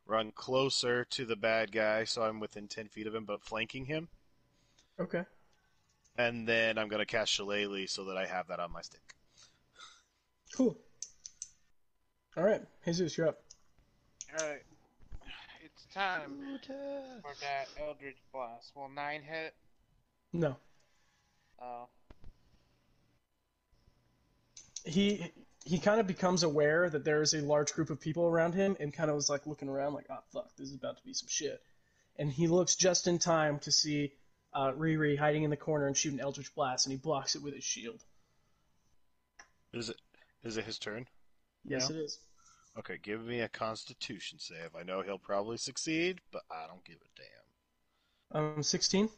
Speaker 4: run closer to the bad guy, so I'm within ten feet of him, but flanking him,
Speaker 3: Okay.
Speaker 4: and then I'm gonna cast Shillelagh so that I have that on my stick.
Speaker 3: Cool. All right, Jesus, you're up.
Speaker 5: Alright. It's time for that Eldritch Blast. Well, 9 hit.
Speaker 3: No.
Speaker 5: Oh.
Speaker 3: he he kind of becomes aware that there is a large group of people around him and kind of was like looking around like oh fuck this is about to be some shit and he looks just in time to see uh, Riri hiding in the corner and shoot an eldritch blast and he blocks it with his shield
Speaker 4: Is it? Is it his turn?
Speaker 3: yes
Speaker 4: Yeah.
Speaker 3: it is
Speaker 4: Okay, give me a Constitution save. I know he'll probably succeed, but I don't give a damn.
Speaker 3: um 16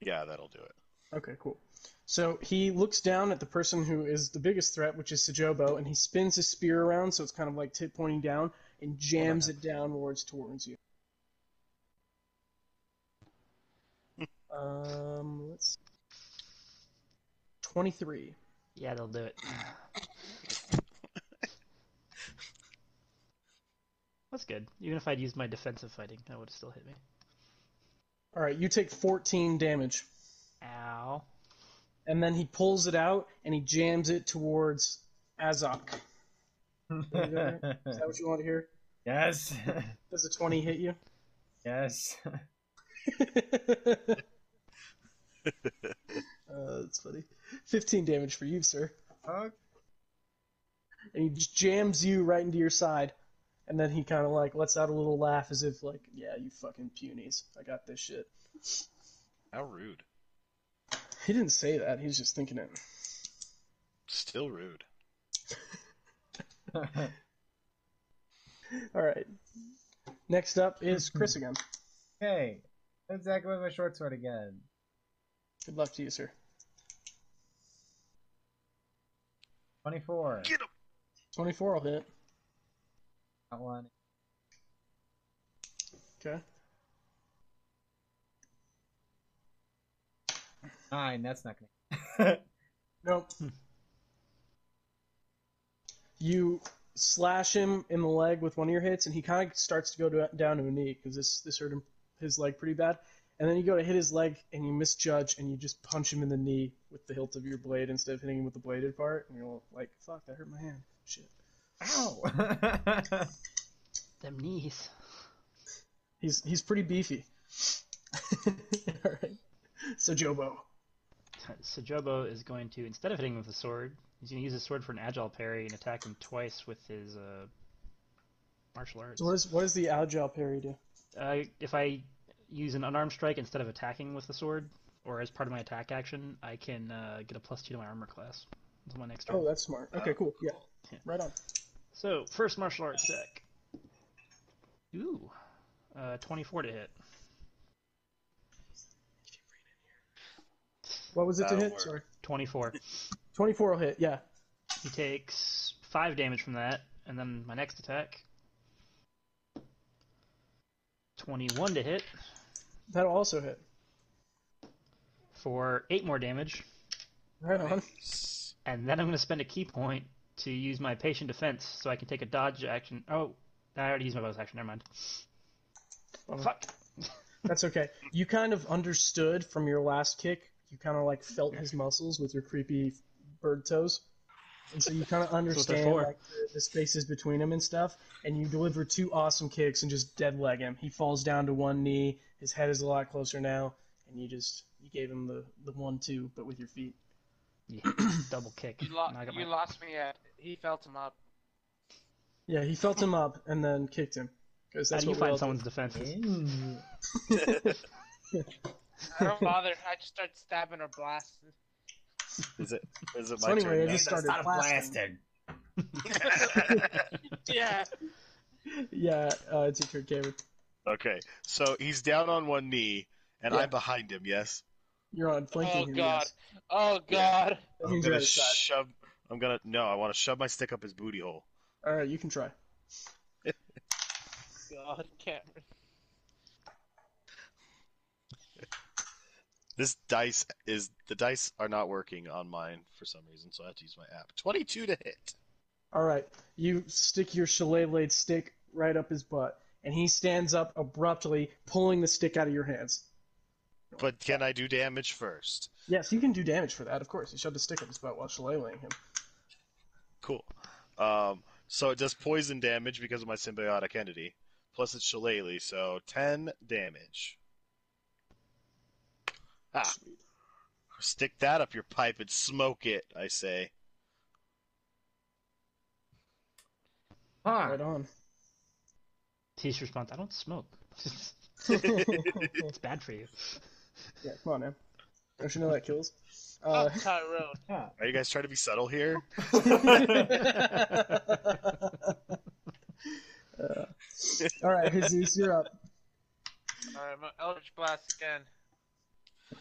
Speaker 4: Yeah, that'll do it.
Speaker 3: okay cool so he looks down at the person who is the biggest threat which is Sajobo and he spins his spear around so it's kind of like tip pointing down and jams it downwards towards you um let's see. 23
Speaker 2: Yeah, they'll do it. That's good. Even if I'd used my defensive fighting, that would have still hit me.
Speaker 3: All right, you take 14 damage.
Speaker 2: Ow.
Speaker 3: And then he pulls it out and he jams it towards Azok. Is that what you want to hear?
Speaker 6: Yes.
Speaker 3: Does a 20 hit you?
Speaker 6: yes.
Speaker 3: *laughs* uh, that's funny. 15 damage for you, sir.
Speaker 6: Oh,
Speaker 3: And he just jams you right into your side. And then he kind of like lets out a little laugh as if, like, yeah, you fucking punies. I got this shit.
Speaker 4: How rude.
Speaker 3: He didn't say that. He was just thinking it.
Speaker 4: Still rude.
Speaker 3: All right. Next up is Chris again.
Speaker 6: okay. Let's attack with my short sword again.
Speaker 3: Good luck to you, sir.
Speaker 6: 24.
Speaker 3: 24 will hit.
Speaker 6: That one.
Speaker 3: Okay.
Speaker 6: Nine. That's not gonna.
Speaker 3: Nope. you slash him in the leg with one of your hits, and he kind of starts to go to, down to a knee because this this hurt him his leg pretty bad. And then you go to hit his leg, and you misjudge, and you just punch him in the knee with the hilt of your blade instead of hitting him with the bladed part. And you're like, "Fuck, that hurt my hand." Shit.
Speaker 6: Ow.
Speaker 2: Them knees.
Speaker 3: He's he's pretty beefy. *laughs* All right. So Jobo.
Speaker 2: Sajobo is going to, instead of hitting with the sword, he's going to use his sword for an agile parry and attack him twice with his uh, martial arts.
Speaker 3: So what does what does the agile parry do?
Speaker 2: Uh, if I use an unarmed strike instead of attacking with the sword, or as part of my attack action, I can uh, get a plus two to my armor class. Until my next turn.
Speaker 3: Oh, that's smart. Okay, cool. Yeah.
Speaker 2: Yeah.
Speaker 3: Right on.
Speaker 2: So, first martial arts check. Ooh. Uh, 24 to hit.
Speaker 3: What was it to
Speaker 4: That'll
Speaker 3: hit?
Speaker 4: work.
Speaker 3: Sorry.
Speaker 2: 24.
Speaker 3: 24 will hit. Yeah.
Speaker 2: he takes 5 damage from that, and then my next attack. 21 to hit
Speaker 3: That'll also hit.
Speaker 2: for 8 more damage,
Speaker 3: Right on.
Speaker 2: and then I'm going to spend a key point to use my patient defense so I can take a dodge action. Oh, I already used my bonus action, never mind.
Speaker 3: Bummer.
Speaker 2: Fuck!
Speaker 3: *laughs* That's okay. You kind of understood from your last kick. You kind of like felt his muscles with your creepy bird toes, and so you
Speaker 2: *laughs*
Speaker 3: kind of understand
Speaker 2: for.
Speaker 3: like, the, the spaces between him and stuff. And you deliver two awesome kicks and just dead leg him. He falls down to one knee. His head is a lot closer now, and you just you gave him the the one two, but with your feet.
Speaker 2: Yeah,
Speaker 3: *coughs*
Speaker 2: double kick.
Speaker 5: You, lo-
Speaker 2: and I got
Speaker 5: you
Speaker 2: my-
Speaker 5: lost me at. He felt him up.
Speaker 3: Yeah, he felt him up and then kicked him. 'Cause
Speaker 2: How
Speaker 3: that's
Speaker 2: do you
Speaker 3: what we all
Speaker 2: find
Speaker 3: do.
Speaker 2: someone's defenses?
Speaker 5: I don't bother. I just start stabbing or blasting. *laughs*
Speaker 4: Is it? Is it
Speaker 3: So
Speaker 4: my
Speaker 3: anyway,
Speaker 4: turn?
Speaker 3: I
Speaker 4: now?
Speaker 3: just started blasting.
Speaker 5: Yeah.
Speaker 3: *laughs* Yeah, uh, it's a trick, David.
Speaker 4: *laughs* okay, so he's down on one knee, and
Speaker 3: Yeah.
Speaker 4: I'm behind him. Yes.
Speaker 3: You're on flanking
Speaker 5: Oh
Speaker 3: him.
Speaker 5: god.
Speaker 3: yes.
Speaker 5: Oh god.
Speaker 3: That
Speaker 4: I'm
Speaker 3: means you're
Speaker 4: gonna
Speaker 3: out of sight.
Speaker 4: shove. I'm gonna no. I want to shove my stick up his booty hole.
Speaker 3: All right, you can try.
Speaker 5: God, Cameron.
Speaker 4: This dice is the dice are not working on mine for some reason, so I have to use my app. Twenty-two to hit.
Speaker 3: All right, you stick your shillelagh stick right up his butt, and he stands up abruptly, pulling the stick out of your hands.
Speaker 4: But can I do damage first?
Speaker 3: Yes, you can do damage for that, of course. You shoved a stick up his butt while shillelaghing him.
Speaker 4: Cool. Um, so it does poison damage because of my symbiotic entity. Plus it's shillelagh, so ten damage. Ah.
Speaker 3: Sweet.
Speaker 4: Stick that up your pipe and smoke it,
Speaker 3: *laughs*
Speaker 4: I say.
Speaker 6: Huh.
Speaker 3: Right on.
Speaker 2: Tease response, I don't smoke. *laughs* it's
Speaker 3: yeah,
Speaker 2: bad for you.
Speaker 3: come on, man. Don't you know that kills? Uh,
Speaker 5: Fuck Tyrone.
Speaker 4: Are you guys trying to be subtle here?
Speaker 3: Uh, *laughs* all right, Jesus, you're up.
Speaker 5: Alright, my Eldritch Blast again.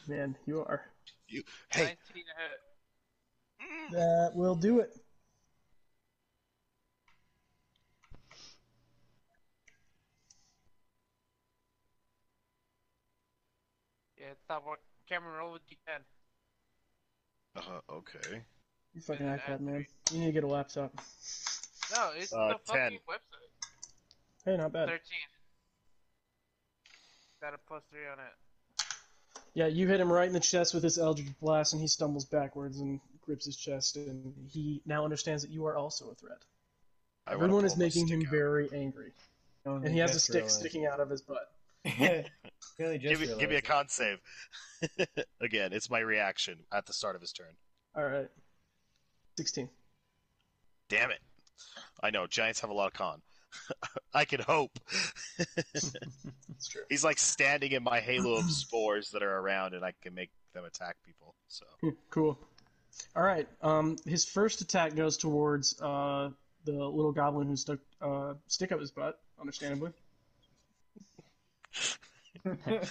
Speaker 3: Man, you are.
Speaker 4: Hey,
Speaker 5: 19 to hit.
Speaker 3: That will do it.
Speaker 5: Yeah, it's not working. Cameron, roll with D10.
Speaker 4: uh, okay.
Speaker 3: You fucking
Speaker 5: Yeah,
Speaker 3: iPad,
Speaker 5: that's
Speaker 3: man. You need to get a laptop.
Speaker 5: No, it's
Speaker 4: Uh,
Speaker 5: the
Speaker 4: 10.
Speaker 5: fucking website.
Speaker 3: Hey, not bad.
Speaker 5: 13. Got a plus 3 on it.
Speaker 3: Yeah, you hit him right in the chest with this Eldritch Blast, and he stumbles backwards and grips his chest, and he now understands that you are also a threat.
Speaker 4: I wanna
Speaker 3: Everyone is
Speaker 4: pull my
Speaker 3: making
Speaker 4: stick
Speaker 3: him
Speaker 4: out.
Speaker 3: very angry. and he has a stick sticking out of his butt.
Speaker 6: *laughs* really just
Speaker 4: Give me, give me a
Speaker 6: realized.
Speaker 4: con save. *laughs* Again, it's my reaction at the start of his turn.
Speaker 3: All right, sixteen.
Speaker 4: Damn it. I know, Giants have a lot of con. *laughs* I can hope. *laughs*
Speaker 3: That's true.
Speaker 4: He's like standing in my halo of spores that are around and I can make them attack people. So
Speaker 3: Hmm, Cool. All right. Um, his first attack goes towards uh, the little goblin who stuck uh, stick up his butt. Understandably.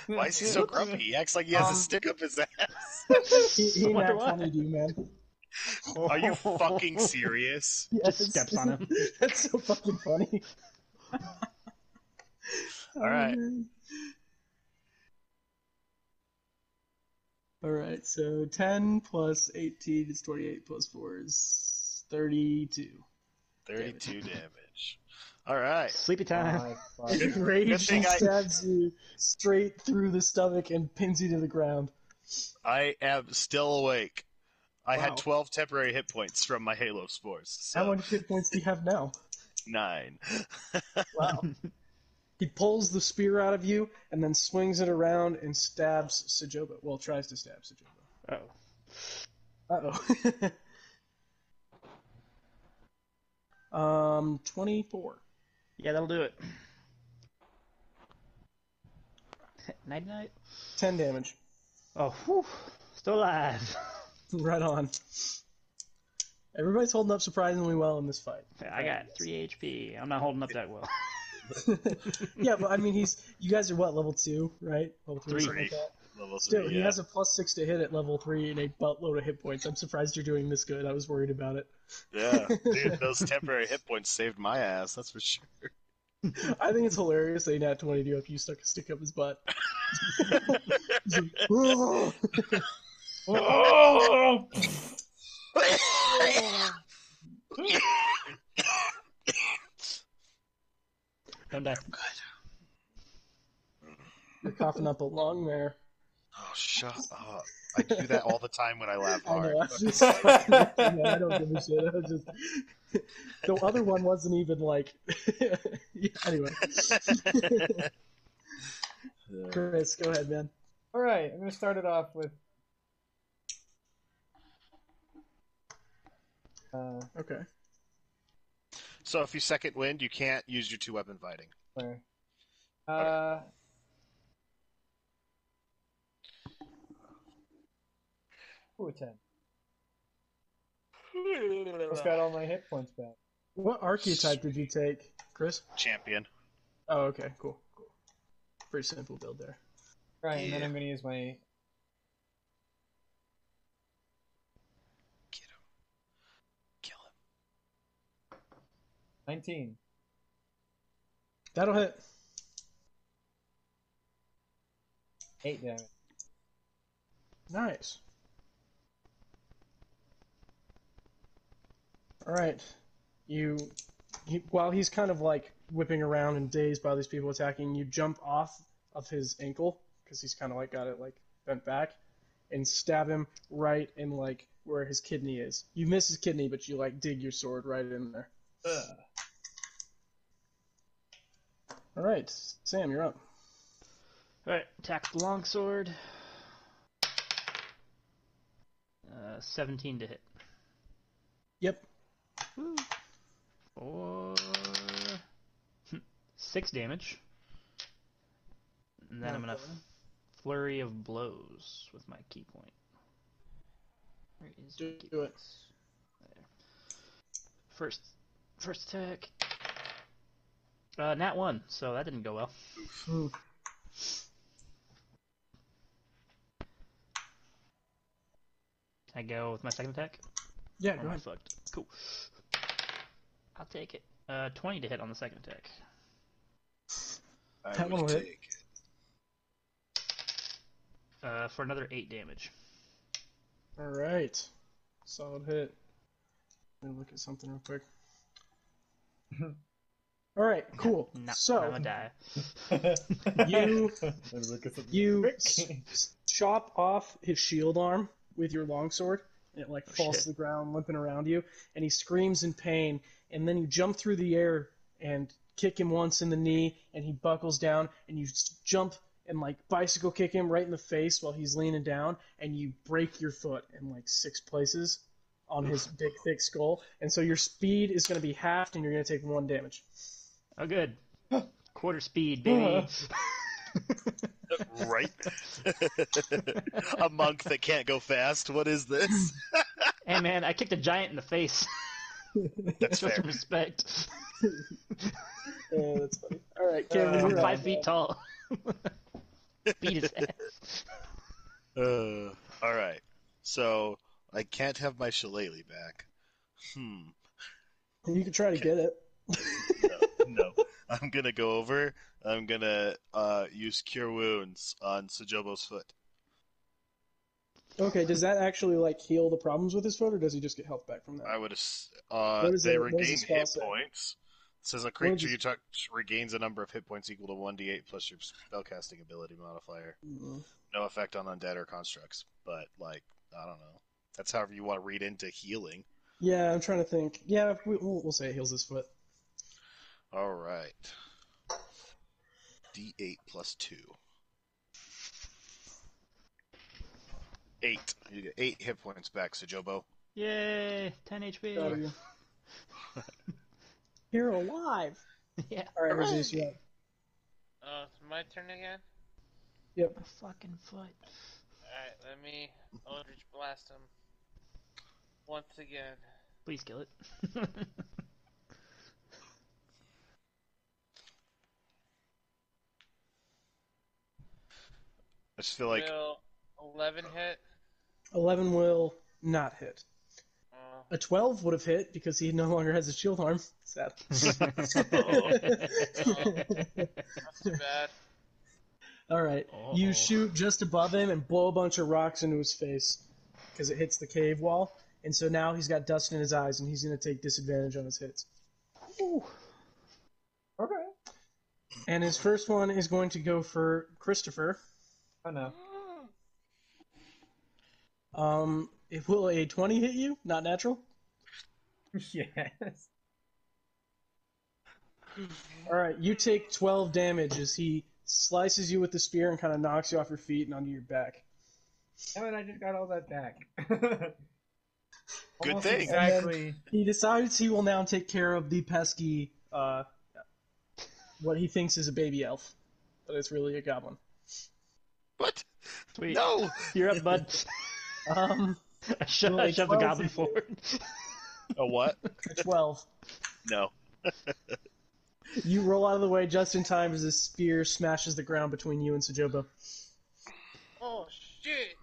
Speaker 4: why is he so grumpy? He acts like he has
Speaker 3: Um,
Speaker 4: a stick up
Speaker 3: *laughs*
Speaker 4: his ass.
Speaker 2: *laughs*
Speaker 3: He, he
Speaker 2: I wonder
Speaker 3: nat
Speaker 2: why.
Speaker 3: 20 do, man.
Speaker 4: Are
Speaker 6: *laughs*
Speaker 4: you
Speaker 6: Oh
Speaker 3: *laughs*
Speaker 4: fucking serious?
Speaker 3: Yes.
Speaker 2: Just steps on him.
Speaker 3: *laughs* That's so
Speaker 2: *laughs*
Speaker 3: fucking funny.
Speaker 4: All right.
Speaker 3: All right. So 10 plus 18 is 28 plus 4 is 32.
Speaker 4: 32 damage. All right.
Speaker 2: Sleepy
Speaker 4: *laughs*
Speaker 2: time.
Speaker 6: Five, five.
Speaker 3: Rage
Speaker 4: thing I-
Speaker 3: stabs you straight through the stomach and pins you to the ground.
Speaker 4: I am still awake. I
Speaker 3: Wow.
Speaker 4: had 12 temporary hit points from my halo of spores.
Speaker 3: How
Speaker 4: So
Speaker 3: many hit points do you have now?
Speaker 4: 9.
Speaker 3: Wow. he pulls the spear out of you and then swings it around and stabs Sajoba. Well, tries to stab Sajoba.
Speaker 2: Oh,
Speaker 3: Uh oh. *laughs* um, 24.
Speaker 2: yeah, that'll do it. *laughs* Night night.
Speaker 3: 10 damage. *laughs*
Speaker 2: Oh, whew. still alive. *laughs*
Speaker 3: Right on. Everybody's holding up surprisingly well in this fight. *laughs*
Speaker 2: I got three HP. I'm not holding up that well.
Speaker 3: yeah, but I mean, he's. You guys are what, level 2, right? Level 3. or something Like
Speaker 4: Three.
Speaker 3: that?
Speaker 4: Level
Speaker 3: Still,
Speaker 4: three,
Speaker 3: he
Speaker 4: yeah.
Speaker 3: has a plus 6 to hit at level 3 and a buttload of hit points. I'm surprised you're doing this good. I was worried about
Speaker 4: *laughs*
Speaker 3: it.
Speaker 4: Yeah, dude, those temporary hit points saved my ass. That's for
Speaker 3: *laughs*
Speaker 4: sure.
Speaker 3: I think it's hilarious that he nat 20 do if you stuck a stick up his
Speaker 4: *laughs*
Speaker 3: butt. He's like, "Whoa."
Speaker 6: Oh!
Speaker 2: *laughs*
Speaker 4: Oh,
Speaker 2: Don't die.
Speaker 3: You're coughing up a lung there.
Speaker 4: Oh, shut up! I do that all the time when I laugh
Speaker 3: I
Speaker 4: hard.
Speaker 3: know. I was just, *laughs* I know, I don't give a shit. I was just, *laughs* the other one wasn't even like. *laughs* Yeah, anyway, Chris, go ahead, man.
Speaker 6: All right, I'm gonna start it off with. Uh,
Speaker 3: Okay.
Speaker 4: so if you second wind, you can't use your two weapon fighting.
Speaker 6: where? Uh, ooh, a ten. Just got all my hit points back.
Speaker 3: What archetype did you take, Chris?
Speaker 4: Champion.
Speaker 3: Oh, okay, cool, cool. Pretty simple build there.
Speaker 6: Right, and then
Speaker 4: Yeah.
Speaker 6: I'm gonna use my
Speaker 4: Get him. Kill him.
Speaker 6: 19.
Speaker 3: That'll hit.
Speaker 6: Eight damage.
Speaker 3: Nice. All right, you. He, while he's kind of like whipping around and dazed by these people attacking, you jump off of his ankle because he's kind of like got it like bent back, and stab him right in like where his kidney is. You miss his kidney, but you like dig your sword right in there.
Speaker 6: Ugh.
Speaker 3: All right, Sam, you're up.
Speaker 2: Alright, attack with longsword. Uh, 17 to hit.
Speaker 3: Yep.
Speaker 2: Woo. Four. Hm, Six damage. And then I'm gonna
Speaker 3: Okay.
Speaker 2: flurry of blows with my key point. Where is
Speaker 3: Do-
Speaker 2: my key
Speaker 3: do it.
Speaker 2: points? There. First, first attack. Uh, nat one, so that didn't go well.
Speaker 3: Oof.
Speaker 2: Can I go with my second attack?
Speaker 3: Yeah,
Speaker 2: Oh,
Speaker 3: go
Speaker 2: I
Speaker 3: ahead.
Speaker 2: fucked. Cool. I'll take it. Uh, 20 to hit on the second attack.
Speaker 4: I
Speaker 3: That
Speaker 4: will
Speaker 3: one will hit.
Speaker 4: take it.
Speaker 2: Uh, for another 8 damage.
Speaker 3: All right, solid hit. Let me look at something real quick. All right, cool.
Speaker 2: Mm-hmm. No, I'm
Speaker 3: so
Speaker 2: gonna die.
Speaker 3: You-
Speaker 6: *laughs* Let me look at something.
Speaker 3: you *laughs*
Speaker 6: Rick.
Speaker 3: s- s- chop off his shield arm with your longsword, and it like
Speaker 2: Oh,
Speaker 3: falls
Speaker 2: shit.
Speaker 3: to the ground, limping around you, and he screams in pain. And then you jump through the air and kick him once in the knee, and he buckles down, and you s- jump and like bicycle kick him right in the face while he's leaning down, and you break your foot in like six places on his big thick skull, and so your speed is going to be halved, and you're going to take one damage.
Speaker 2: Oh, good. Quarter speed, baby.
Speaker 4: right? *laughs* a monk that can't go fast. What is this?
Speaker 2: *laughs* hey, man, I kicked a giant in the
Speaker 3: *laughs*
Speaker 2: face. *laughs*
Speaker 4: That's
Speaker 2: Show
Speaker 4: fair.
Speaker 2: some respect.
Speaker 3: Uh, that's funny. All right, Cameron,
Speaker 2: I'm
Speaker 3: you're
Speaker 2: Uh, five
Speaker 3: up.
Speaker 2: feet tall.
Speaker 3: *laughs*
Speaker 2: Beat his ass.
Speaker 4: *laughs* Uh, all right. So I can't have my shillelagh back. Hmm.
Speaker 3: You can try to get it. *laughs*
Speaker 4: no. *laughs* I'm gonna go over. I'm gonna uh, use cure wounds on Sajobo's foot.
Speaker 3: Okay, does that actually like heal the problems with his foot, or does he just get health back from that?
Speaker 4: I would. ass- Uh,
Speaker 3: What is
Speaker 4: they
Speaker 3: it- what does
Speaker 4: regain
Speaker 3: the spell
Speaker 4: hit
Speaker 3: say?
Speaker 4: points. It says a
Speaker 3: does
Speaker 4: creature
Speaker 3: it-
Speaker 4: you touch regains a number of hit points equal to one d8 plus your spellcasting ability modifier.
Speaker 3: Mm.
Speaker 4: No effect on undead or constructs, but like I don't know. That's however you want to read into healing.
Speaker 3: Yeah, I'm trying to think. Yeah, we, we'll, we'll say it heals his foot.
Speaker 4: All right. D8 plus two. Eight. You get eight hit points back, Sajobo.
Speaker 2: Yay! 10 HP.
Speaker 3: Out of you. You're alive.
Speaker 2: yeah.
Speaker 3: All right, Resist, you up.
Speaker 5: Uh, it's my turn again.
Speaker 3: Yep.
Speaker 2: My fucking foot.
Speaker 5: Alright, let me Eldritch Blast him. Once again.
Speaker 2: Please kill it. *laughs*
Speaker 4: I just feel like
Speaker 5: Will 11 hit?
Speaker 3: Eleven will not hit.
Speaker 5: Uh,
Speaker 3: A twelve would have hit because he no longer has a shield arm. *laughs* Sad.
Speaker 5: that's too bad.
Speaker 3: All right. You
Speaker 2: Uh-oh.
Speaker 3: shoot just above him and blow a bunch of rocks into his face because it hits the cave wall, and so now he's got dust in his eyes, and he's going to take disadvantage on his hits. Okay. And his first one is going to go for Christopher.
Speaker 6: *laughs* Oh no. *laughs*
Speaker 3: Um, if will a twenty hit you? Not natural.
Speaker 6: yes.
Speaker 3: All right, you take twelve damage as he slices you with the spear and kind of knocks you off your feet and onto your back.
Speaker 6: Damn it, I just got all that back. *laughs* Almost
Speaker 4: thing.
Speaker 6: Exactly.
Speaker 3: He decides he will now take care of the pesky, uh, what he thinks is a baby elf, but it's really a goblin.
Speaker 4: what?
Speaker 2: Sweet.
Speaker 4: No.
Speaker 2: You're up,
Speaker 3: *laughs*
Speaker 2: bud. *laughs*
Speaker 3: Um, *laughs*
Speaker 2: I sho-
Speaker 3: Well,
Speaker 2: I
Speaker 3: like
Speaker 2: shoved the
Speaker 3: 12
Speaker 2: goblin
Speaker 3: is-
Speaker 2: forward.
Speaker 4: A what?
Speaker 3: a twelve.
Speaker 4: *laughs* No.
Speaker 3: You roll out of the way just in time as this spear smashes the ground between you and Sajoba.
Speaker 5: Oh, shit!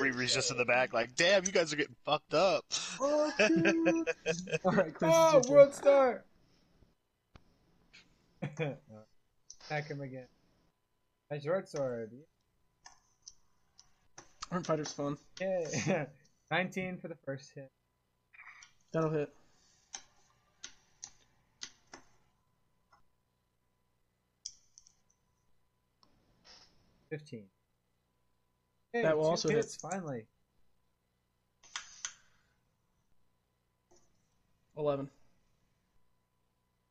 Speaker 4: Riri's just in the back, like, damn, you guys are getting fucked up.
Speaker 6: Oh, shoot.
Speaker 3: All right, Chris. it's
Speaker 6: oh
Speaker 3: your turn.
Speaker 6: world *laughs* star. Attack him again. My short sword.
Speaker 3: Aren't fighters fun?
Speaker 6: Yay. *laughs* 19 for the first hit.
Speaker 3: That'll hit.
Speaker 6: Fifteen. Hey,
Speaker 3: That will
Speaker 6: two
Speaker 3: also hit.
Speaker 6: hits, Finally,
Speaker 3: Eleven.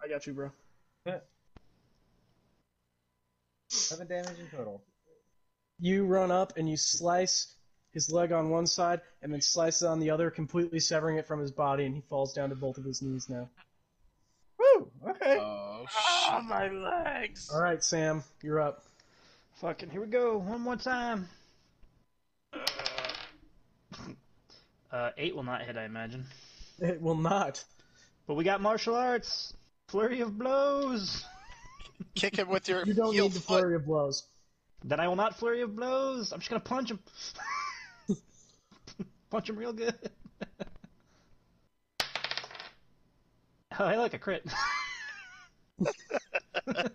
Speaker 3: I got you, bro.
Speaker 6: seven damage in total.
Speaker 3: You run up and you slice his leg on one side and then slice it on the other, completely severing it from his body, and he falls down to both of his knees now.
Speaker 6: Woo! Okay.
Speaker 4: *laughs* Oh,
Speaker 5: Ah, my legs!
Speaker 3: All right, Sam, you're up.
Speaker 2: Fucking, here we go. One more time. Uh, eight will not hit, I imagine.
Speaker 3: It will not.
Speaker 2: But we got martial arts. Flurry of blows.
Speaker 4: Kick him with your
Speaker 3: You don't
Speaker 4: heel
Speaker 3: need the
Speaker 4: foot.
Speaker 3: flurry of blows. *laughs*
Speaker 2: Then I will not flurry of blows. I'm just gonna punch him. *laughs* punch him real good. *laughs* oh, I like a crit. *laughs*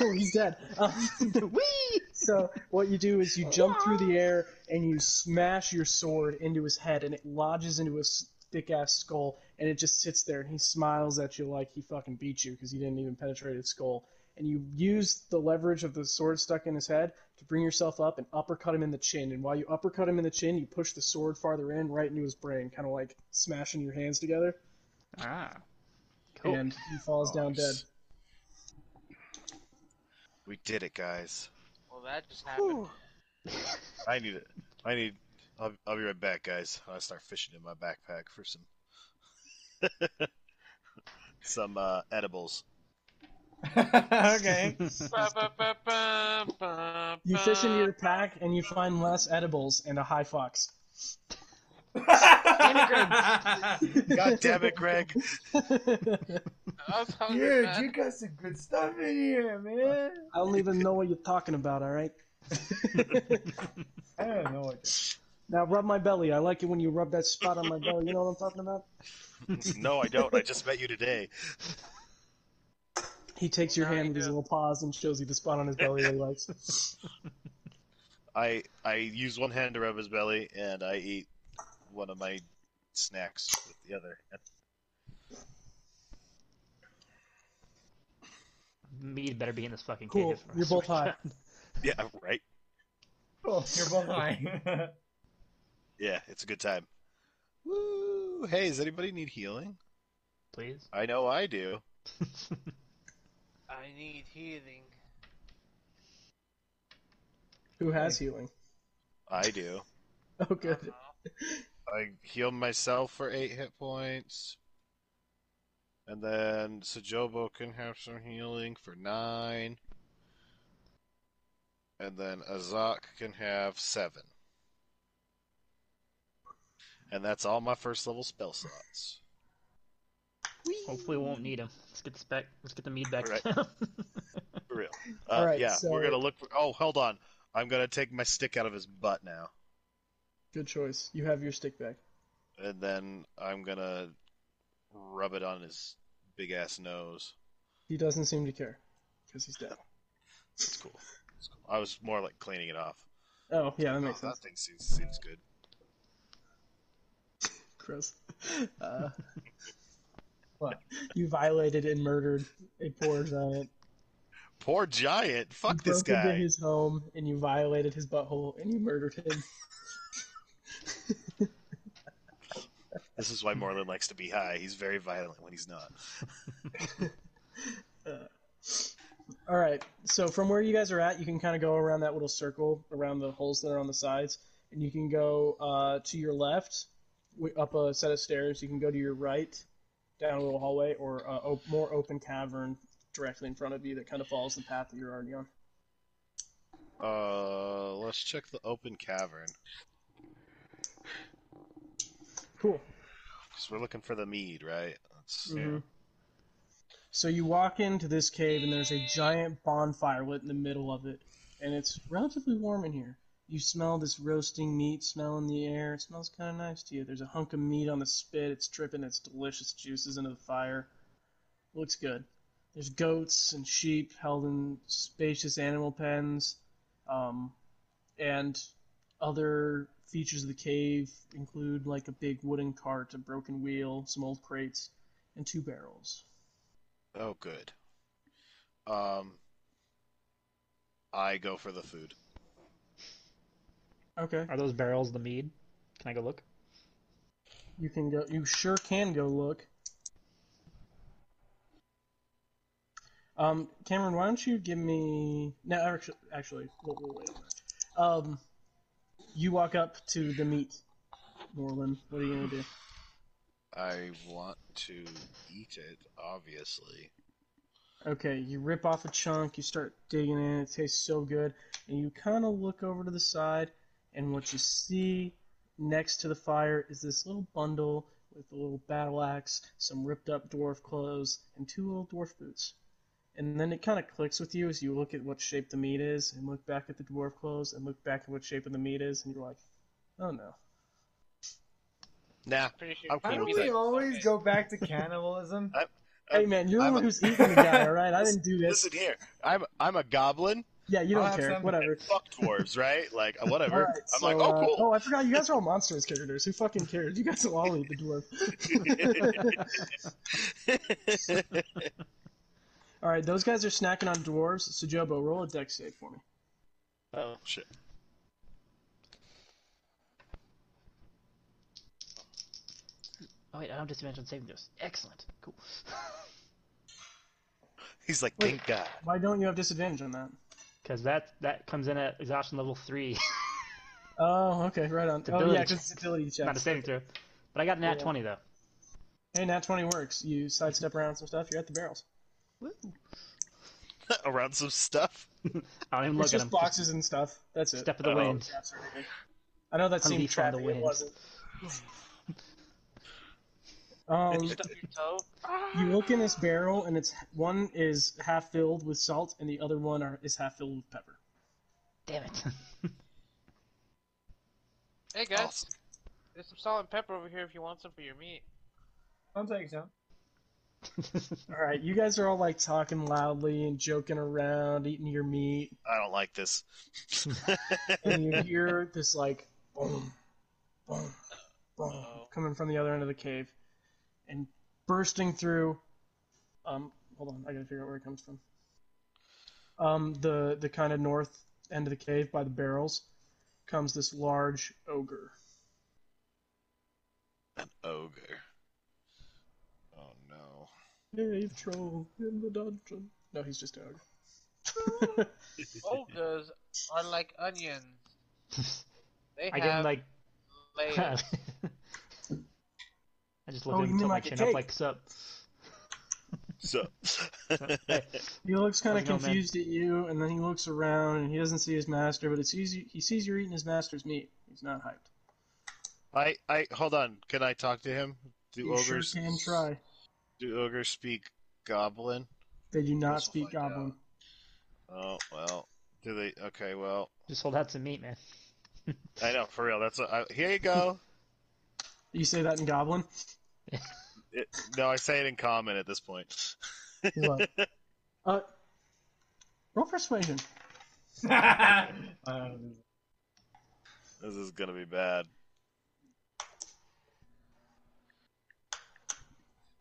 Speaker 3: Oh, he's dead. Um,
Speaker 2: *laughs* Whee!
Speaker 3: so what you do is you jump through the air and you smash your sword into his head, and it lodges into his thick ass skull, and it just sits there, and he smiles at you like he fucking beat you because you didn't even penetrate his skull. and you use the leverage of the sword stuck in his head to bring yourself up and uppercut him in the chin. And while you uppercut him in the chin, you push the sword farther in, right into his brain, kind of like smashing your hands together.
Speaker 2: Ah, cool.
Speaker 3: And he falls down dead.
Speaker 4: Nice. We did it, guys.
Speaker 5: Well, that just happened.
Speaker 4: I need it. I need. I'll, I'll be right back, guys. I start fishing in my backpack for some *laughs* some uh, edibles.
Speaker 6: *laughs* *laughs* okay.
Speaker 3: You fish
Speaker 5: Uh,
Speaker 3: into your pack and you find less edibles and a high fox. *laughs*
Speaker 6: *laughs*
Speaker 4: God damn it, Greg!
Speaker 5: I was hungry,
Speaker 6: Dude,
Speaker 5: man.
Speaker 6: you got some good stuff in here, man.
Speaker 3: I don't even know what you're talking about, alright?
Speaker 6: *laughs* I don't know what.
Speaker 3: now rub my belly. I like it when you rub that spot on my belly. You know what I'm talking about?
Speaker 4: No, I don't. I just met you today.
Speaker 3: He takes your
Speaker 5: Now
Speaker 3: hand
Speaker 5: you
Speaker 3: with his
Speaker 5: do.
Speaker 3: little paws and shows you the spot on his belly that he
Speaker 5: *laughs*
Speaker 3: likes.
Speaker 4: I I use one hand to rub his belly, and I eat one of my snacks with the other.
Speaker 2: Mead better be in this fucking
Speaker 3: Cool.
Speaker 2: cave. or
Speaker 3: You're both
Speaker 2: I
Speaker 3: high.
Speaker 2: *laughs*
Speaker 5: *laughs*
Speaker 2: swear
Speaker 4: Yeah, right.
Speaker 6: Oh, you're behind.
Speaker 2: *laughs*
Speaker 4: Yeah, it's a good time. Woo! Hey, does anybody need healing?
Speaker 2: to God,
Speaker 4: I know I do.
Speaker 2: Please.
Speaker 5: I need healing.
Speaker 3: Who has healing?
Speaker 4: I do.
Speaker 3: Oh, good.
Speaker 4: I heal myself for eight hit points. And then Sajobo can have some healing for nine. And then Azak can have seven. And that's all my first level spell
Speaker 3: *laughs*
Speaker 4: slots.
Speaker 2: Hopefully, we won't need him. Let's get the spec. Let's get the mead back
Speaker 4: Right.
Speaker 2: down. *laughs*
Speaker 4: For real. Uh,
Speaker 3: All right,
Speaker 4: yeah,
Speaker 3: so-
Speaker 4: we're gonna look for. Oh, hold on. I'm gonna take my stick out of his butt now.
Speaker 3: Good choice. You have your stick back.
Speaker 4: And then I'm gonna rub it on his big ass nose.
Speaker 3: He doesn't seem to care because he's dead.
Speaker 4: It's cool. It's cool. I was more like cleaning it off.
Speaker 3: Oh, yeah, that
Speaker 4: Oh,
Speaker 3: makes
Speaker 4: that
Speaker 3: sense.
Speaker 4: thing seems, seems good.
Speaker 3: *laughs* Chris. Uh, what? You violated and murdered a poor giant.
Speaker 4: Poor giant. Fuck
Speaker 3: you
Speaker 4: this
Speaker 3: broke into
Speaker 4: guy.
Speaker 3: his home and you violated his butthole and you murdered him.
Speaker 4: This is why Moreland likes to be high. He's very violent when he's not.
Speaker 3: All right. So from where you guys are at, you can kind of go around that little circle around the holes that are on the sides, and you can go uh, to your left, w- up a set of stairs. You can go to your right, down a little hallway, or a op- more open cavern directly in front of you that kind of follows the path that you're already on.
Speaker 4: Uh, let's check the open cavern
Speaker 3: Cool.
Speaker 4: because we're looking for the mead, right? That's
Speaker 3: Mhm. So you walk into this cave, and there's a giant bonfire lit in the middle of it, and it's relatively warm in here. You smell this roasting meat smell in the air. It smells kind of nice to you. There's a hunk of meat on the spit. It's dripping its delicious juices into the fire. Looks good. There's goats and sheep held in spacious animal pens, um, and other features of the cave include like a big wooden cart, a broken wheel, some old crates, and two barrels. Mm-hmm.
Speaker 4: oh good. Um, I go for the food.
Speaker 3: Okay.
Speaker 2: Are those barrels the mead? Can I go look?
Speaker 3: You can go. You sure can go look. Um, Cameron, why don't you give me? No, actually, actually, we'll, we'll wait on that. Um, you walk up to the meat, Norlin. What are you gonna do?
Speaker 4: I want to eat it, obviously.
Speaker 3: Okay, you rip off a chunk. You start digging in. It tastes so good, and you kind of look over to the side, and what you see next to the fire is this little bundle with a little battle axe, some ripped up dwarf clothes, and two little dwarf boots. And then it kind of clicks with you as you look at what shape the meat is, and look back at the dwarf clothes, and look back at what shape of the meat is, and you're like, oh no.
Speaker 4: Nah,
Speaker 5: Pretty sure
Speaker 4: I'm
Speaker 6: How
Speaker 4: cool
Speaker 6: do
Speaker 4: with
Speaker 6: we
Speaker 4: that.
Speaker 6: always go back *laughs* to cannibalism?
Speaker 3: hey man, you're the
Speaker 4: I'm
Speaker 3: one
Speaker 4: a-
Speaker 3: who's eating the guy, alright? I didn't do this.
Speaker 4: Listen here, I'm I'm a goblin.
Speaker 3: Yeah, you
Speaker 6: I'll
Speaker 3: don't
Speaker 6: have
Speaker 3: care.
Speaker 6: some-
Speaker 3: Whatever.
Speaker 4: and Fuck dwarves, right? Like uh,
Speaker 3: All
Speaker 4: whatever.
Speaker 3: right,
Speaker 4: I'm
Speaker 3: so,
Speaker 4: like, oh
Speaker 3: uh,
Speaker 4: cool.
Speaker 3: oh, I forgot you guys are all monsters characters. Who fucking cares? You guys will all uh, *laughs* eat the dwarf. All right, those guys are snacking on dwarves. So Jobo, roll a dex save for me.
Speaker 4: Oh shit.
Speaker 2: Oh wait, I don't disadvantage on saving throws. Excellent. Cool.
Speaker 4: *laughs*
Speaker 2: *laughs*
Speaker 4: He's like,
Speaker 3: Wait.
Speaker 4: thank God. *laughs*
Speaker 3: Why don't you have disadvantage on that?
Speaker 2: Because that that comes in at exhaustion level three, *laughs*
Speaker 3: Oh, okay, right on.
Speaker 2: It's
Speaker 3: Oh
Speaker 2: ability
Speaker 3: yeah, 'cause
Speaker 2: check.
Speaker 3: it's ability check.
Speaker 2: not a saving throw. But I got an at
Speaker 3: Yeah.
Speaker 2: twenty though.
Speaker 3: Hey, nat twenty works. You sidestep around some stuff. You're at the barrels.
Speaker 4: Around some stuff.
Speaker 2: I don't even
Speaker 3: It's
Speaker 2: look at
Speaker 3: just
Speaker 2: him.
Speaker 3: boxes and stuff. That's it.
Speaker 2: Step of the *laughs*
Speaker 4: Oh.
Speaker 2: wind.
Speaker 3: Traps or anything. I know that seemed
Speaker 2: Unleash on the
Speaker 3: trappy. It
Speaker 2: wind. *laughs*
Speaker 3: wasn't. Um,
Speaker 5: Stuff your toe.
Speaker 3: you
Speaker 5: Ah,
Speaker 3: look in this barrel, and it's one is half filled with salt, and the other one are, is half filled with pepper.
Speaker 2: Damn it.
Speaker 5: Hey guys,
Speaker 4: Awesome.
Speaker 5: there's some salt and pepper over here if you want some for your meat.
Speaker 6: I'll take some.
Speaker 3: All right, you guys are all like talking loudly and joking around, eating your meat,
Speaker 4: I don't like
Speaker 3: *laughs*
Speaker 4: this. *laughs*
Speaker 3: and you hear this like boom, boom, boom
Speaker 5: Uh-oh.
Speaker 3: coming from the other end of the cave, and bursting through. Um, hold on, I gotta figure out where it comes from. Um, the the kind of north end of the cave by the barrels comes this large ogre.
Speaker 4: An ogre. Oh no.
Speaker 3: Cave troll in the dungeon. No, he's just an *laughs* ogre.
Speaker 5: Ogres are like onions. They
Speaker 2: I
Speaker 5: have
Speaker 2: didn't like. I *laughs*
Speaker 5: layers.
Speaker 2: just looked
Speaker 3: Oh,
Speaker 2: at him,
Speaker 3: you mean
Speaker 2: tilt my
Speaker 3: like a
Speaker 2: chin
Speaker 3: cake?
Speaker 2: up like sup.
Speaker 3: *laughs*
Speaker 4: So *laughs*
Speaker 2: Hey,
Speaker 3: he looks kind
Speaker 2: How's
Speaker 3: of
Speaker 2: it going, man?
Speaker 3: confused at you, and then he looks around and he doesn't see his master, but it sees you, he sees you're eating his master's meat. He's not hyped.
Speaker 4: I I hold on. Can I talk to him? Do
Speaker 3: You sure
Speaker 4: ogres
Speaker 3: can try.
Speaker 4: do ogres speak goblin?
Speaker 3: They do not
Speaker 4: Guess we'll
Speaker 3: speak
Speaker 4: find
Speaker 3: goblin.
Speaker 4: Oh well. Do they? Okay, well,
Speaker 2: just hold out some meat, man.
Speaker 4: I know for real. That's what I, here you go.
Speaker 3: You say that in goblin?
Speaker 4: It, no, I say it in common at this point.
Speaker 3: He's like, uh, roll persuasion.
Speaker 6: Um,
Speaker 4: This is gonna be bad.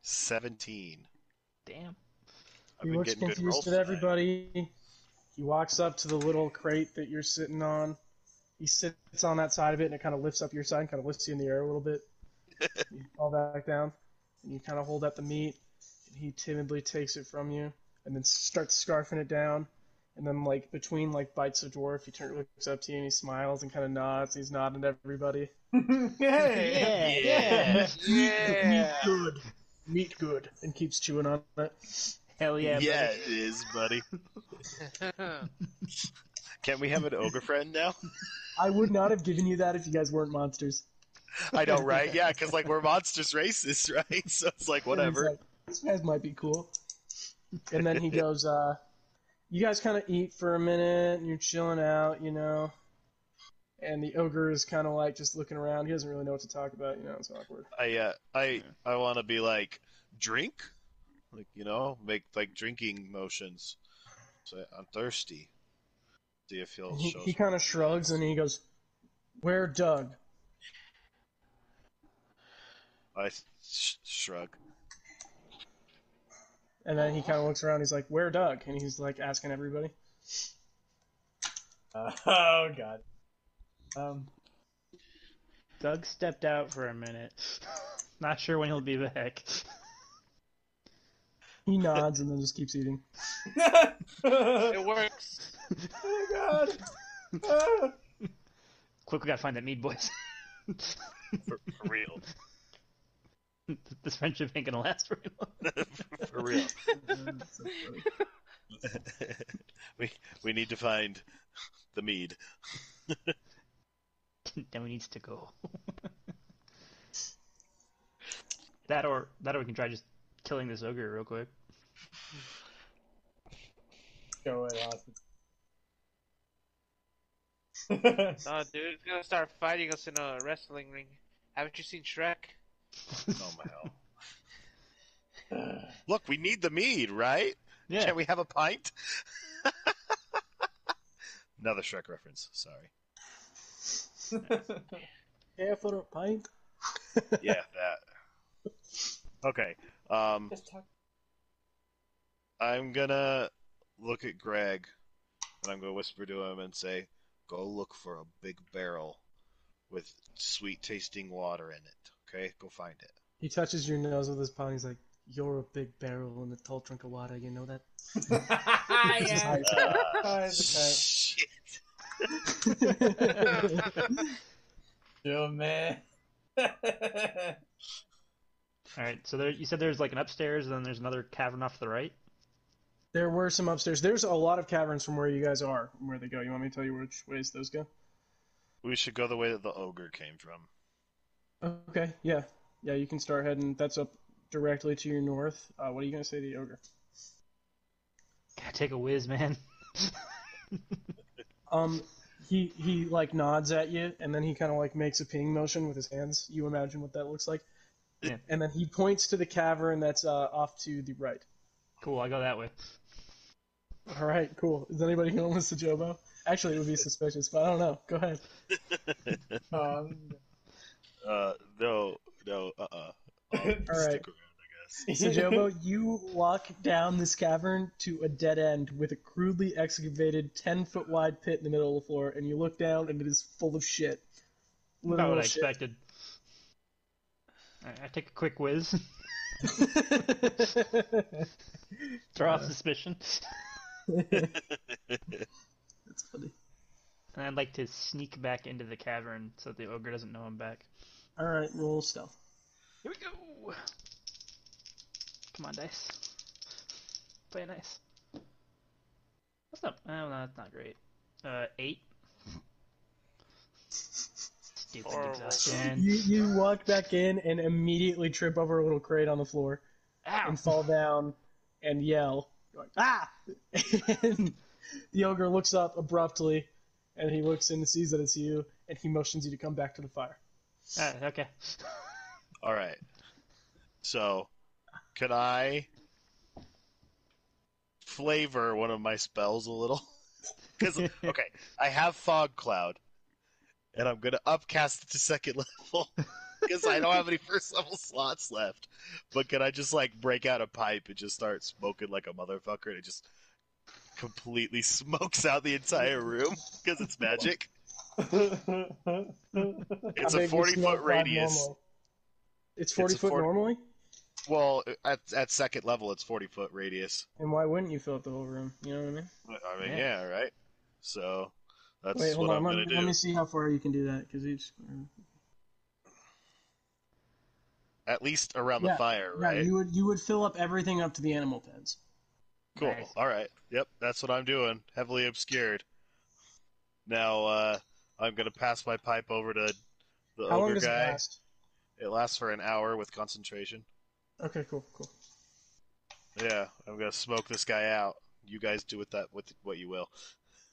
Speaker 4: Seventeen.
Speaker 2: *laughs* Damn.
Speaker 4: I've
Speaker 3: He
Speaker 4: been
Speaker 3: looks
Speaker 4: getting good rolls
Speaker 3: confused at
Speaker 4: tonight.
Speaker 3: everybody. He walks up to the little crate that you're sitting on. He sits on that side of it, and it kind of lifts up your side, and kind of lifts you in the air a little
Speaker 4: *laughs*
Speaker 3: bit. you fall back down, and you kind of hold up the meat, and he timidly takes it from you, and then starts scarfing it down. And then, like between like bites of dwarf, he turns, looks up to you, and he smiles and kind of nods. He's nodding to everybody.
Speaker 2: *laughs*
Speaker 6: hey.
Speaker 5: *laughs*
Speaker 4: Yeah.
Speaker 5: Yeah.
Speaker 3: good, meat good, and keeps chewing on it.
Speaker 2: Hell yeah.
Speaker 4: Yeah,
Speaker 2: buddy.
Speaker 4: it is, buddy.
Speaker 5: That's
Speaker 4: Can we have an ogre friend now?
Speaker 3: I would not have given you that if you guys weren't monsters.
Speaker 4: I know, right? Yeah, because like we're monsters racist, *laughs* right? So it's like
Speaker 3: And he's
Speaker 4: whatever.
Speaker 3: like, this guys might be cool. And
Speaker 6: *laughs*
Speaker 3: then he goes, uh, you guys kind of eat for a minute, and you're chilling out, you know. And the ogre is kind of like just looking around. He doesn't really know what to talk about, you know. It's awkward.
Speaker 4: I uh, I I want to be like drink, like you know, make like drinking motions. Say I'm thirsty. See if
Speaker 6: Oh,
Speaker 4: he'll
Speaker 3: He,
Speaker 4: show.
Speaker 3: he kind of shrugs and he goes, "Where Doug?"
Speaker 4: I sh- shrug.
Speaker 3: And then he kind of looks around. He's like, "Where Doug?" And he's like asking everybody.
Speaker 6: *laughs* oh god. Um,
Speaker 2: Doug stepped out for a minute. *laughs* Not sure when he'll be back.
Speaker 3: He nods and then just keeps eating.
Speaker 6: *laughs* oh
Speaker 5: *laughs* it works.
Speaker 6: god.
Speaker 3: *laughs*
Speaker 6: *laughs* Ah.
Speaker 2: Quick, we gotta find that mead, boys. *laughs*
Speaker 4: For, for real.
Speaker 2: this friendship ain't gonna last very long.
Speaker 4: For real. *laughs* we we need to find the mead.
Speaker 2: *laughs* then we needs to go. that or that or we can try just killing this ogre real quick.
Speaker 6: Go it off.
Speaker 3: *laughs*
Speaker 5: No, dude, it's gonna start fighting us in a wrestling ring. Haven't you seen Shrek?
Speaker 4: Oh my hell. Look, we need the mead, right?
Speaker 2: Yeah.
Speaker 4: Can we have a pint? *laughs* Another Shrek reference. Sorry.
Speaker 3: Yeah, for a pint.
Speaker 4: Yeah, that. Okay. Um,
Speaker 6: Just talk.
Speaker 4: I'm gonna look at Greg, and I'm gonna whisper to him and say, "Go look for a big barrel with sweet tasting water in it. Okay, go find it."
Speaker 3: He touches your nose with his paw. and He's like, "You're a big barrel and a tall drink of water. You know *laughs* that."
Speaker 6: yeah.
Speaker 4: Uh,
Speaker 6: That's
Speaker 4: shit.
Speaker 6: okay. Yo, man. *laughs*
Speaker 2: All right. So there, you said there's like an upstairs, and then there's another cavern off to the right.
Speaker 3: there were some upstairs. There's a lot of caverns from where you guys are, and where they go. You want me to tell you which ways those go?
Speaker 4: We should go the way that the ogre came from.
Speaker 3: Okay, yeah, yeah. You can start heading. That's up directly to your north. Uh, what are you gonna say to the ogre?
Speaker 2: God, take a whiz, man. *laughs*
Speaker 3: Um, he he like nods at you, and then he kind of like makes a ping motion with his hands. You imagine what that looks like.
Speaker 2: Yeah.
Speaker 3: And then he points to the cavern that's uh, off to the right.
Speaker 2: cool. I go that way.
Speaker 3: All right, cool. Is anybody going to listen to Jobo? Actually, it would be suspicious, but I don't know. Go ahead.
Speaker 6: Um,
Speaker 4: Uh, no, no, uh, uh I'll stick
Speaker 3: All right.
Speaker 4: around, I guess.
Speaker 3: So Jobo, you walk down this cavern to a dead end with a crudely excavated ten foot wide pit in the middle of the floor, and you look down and it is full of shit.
Speaker 2: Not
Speaker 3: Literal
Speaker 2: what I
Speaker 3: shit.
Speaker 2: expected. All right, I take a quick whiz. *laughs*
Speaker 3: *laughs*
Speaker 2: Draw off suspicion. *laughs*
Speaker 3: That's funny.
Speaker 2: And I'd like to sneak back into the cavern so that the ogre doesn't know I'm back.
Speaker 3: All right, roll stealth.
Speaker 2: Here we go. Come on, dice. Play nice. That's not. Oh, no, that's not great. Uh, eight. Stupid
Speaker 5: Horrible.
Speaker 2: exhaustion.
Speaker 6: *laughs*
Speaker 3: You you walk back in and immediately trip over a little crate on the floor
Speaker 2: Ow!
Speaker 3: and fall down and yell, like, ah! *laughs* and the ogre looks up abruptly and he looks in and sees that it's you and he motions you to come back to the fire.
Speaker 2: Ah, okay.
Speaker 4: All right. So, can I flavor one of my spells a little? *laughs* Because okay, I have fog cloud, and I'm gonna upcast it to second *laughs* level because I don't have any first level slots left. But can I just like break out a pipe and just start smoking like a motherfucker, and it just completely *laughs* smokes out the entire room because it's magic. It's
Speaker 3: How big
Speaker 4: a
Speaker 3: is
Speaker 4: forty
Speaker 3: snow
Speaker 4: foot
Speaker 3: cloud
Speaker 4: radius.
Speaker 3: normally? It's
Speaker 4: a
Speaker 3: 40 foot
Speaker 4: 40
Speaker 3: normally?
Speaker 4: Well, at at second level, it's forty foot radius.
Speaker 3: And why wouldn't you fill up the whole room? You know what I mean?
Speaker 4: I mean,
Speaker 2: Yeah.
Speaker 4: yeah, right. So that's
Speaker 3: Wait,
Speaker 4: what
Speaker 3: hold on.
Speaker 4: I'm
Speaker 3: Let
Speaker 4: gonna
Speaker 3: me, let
Speaker 4: do.
Speaker 3: me see how far you can do that because each.
Speaker 4: At least around
Speaker 3: Yeah,
Speaker 4: the fire, right?
Speaker 3: Yeah, you would you would fill up everything up to the animal pens.
Speaker 4: Cool.
Speaker 2: Nice.
Speaker 4: All right. Yep, that's what I'm doing. Heavily obscured. Now uh, I'm gonna pass my pipe over to the
Speaker 3: How long
Speaker 4: ogre
Speaker 3: does it
Speaker 4: guy.
Speaker 3: last?
Speaker 4: It lasts for an hour with concentration.
Speaker 3: Okay, cool, cool.
Speaker 4: Yeah, I'm gonna smoke this guy out. You guys do with that with what you will.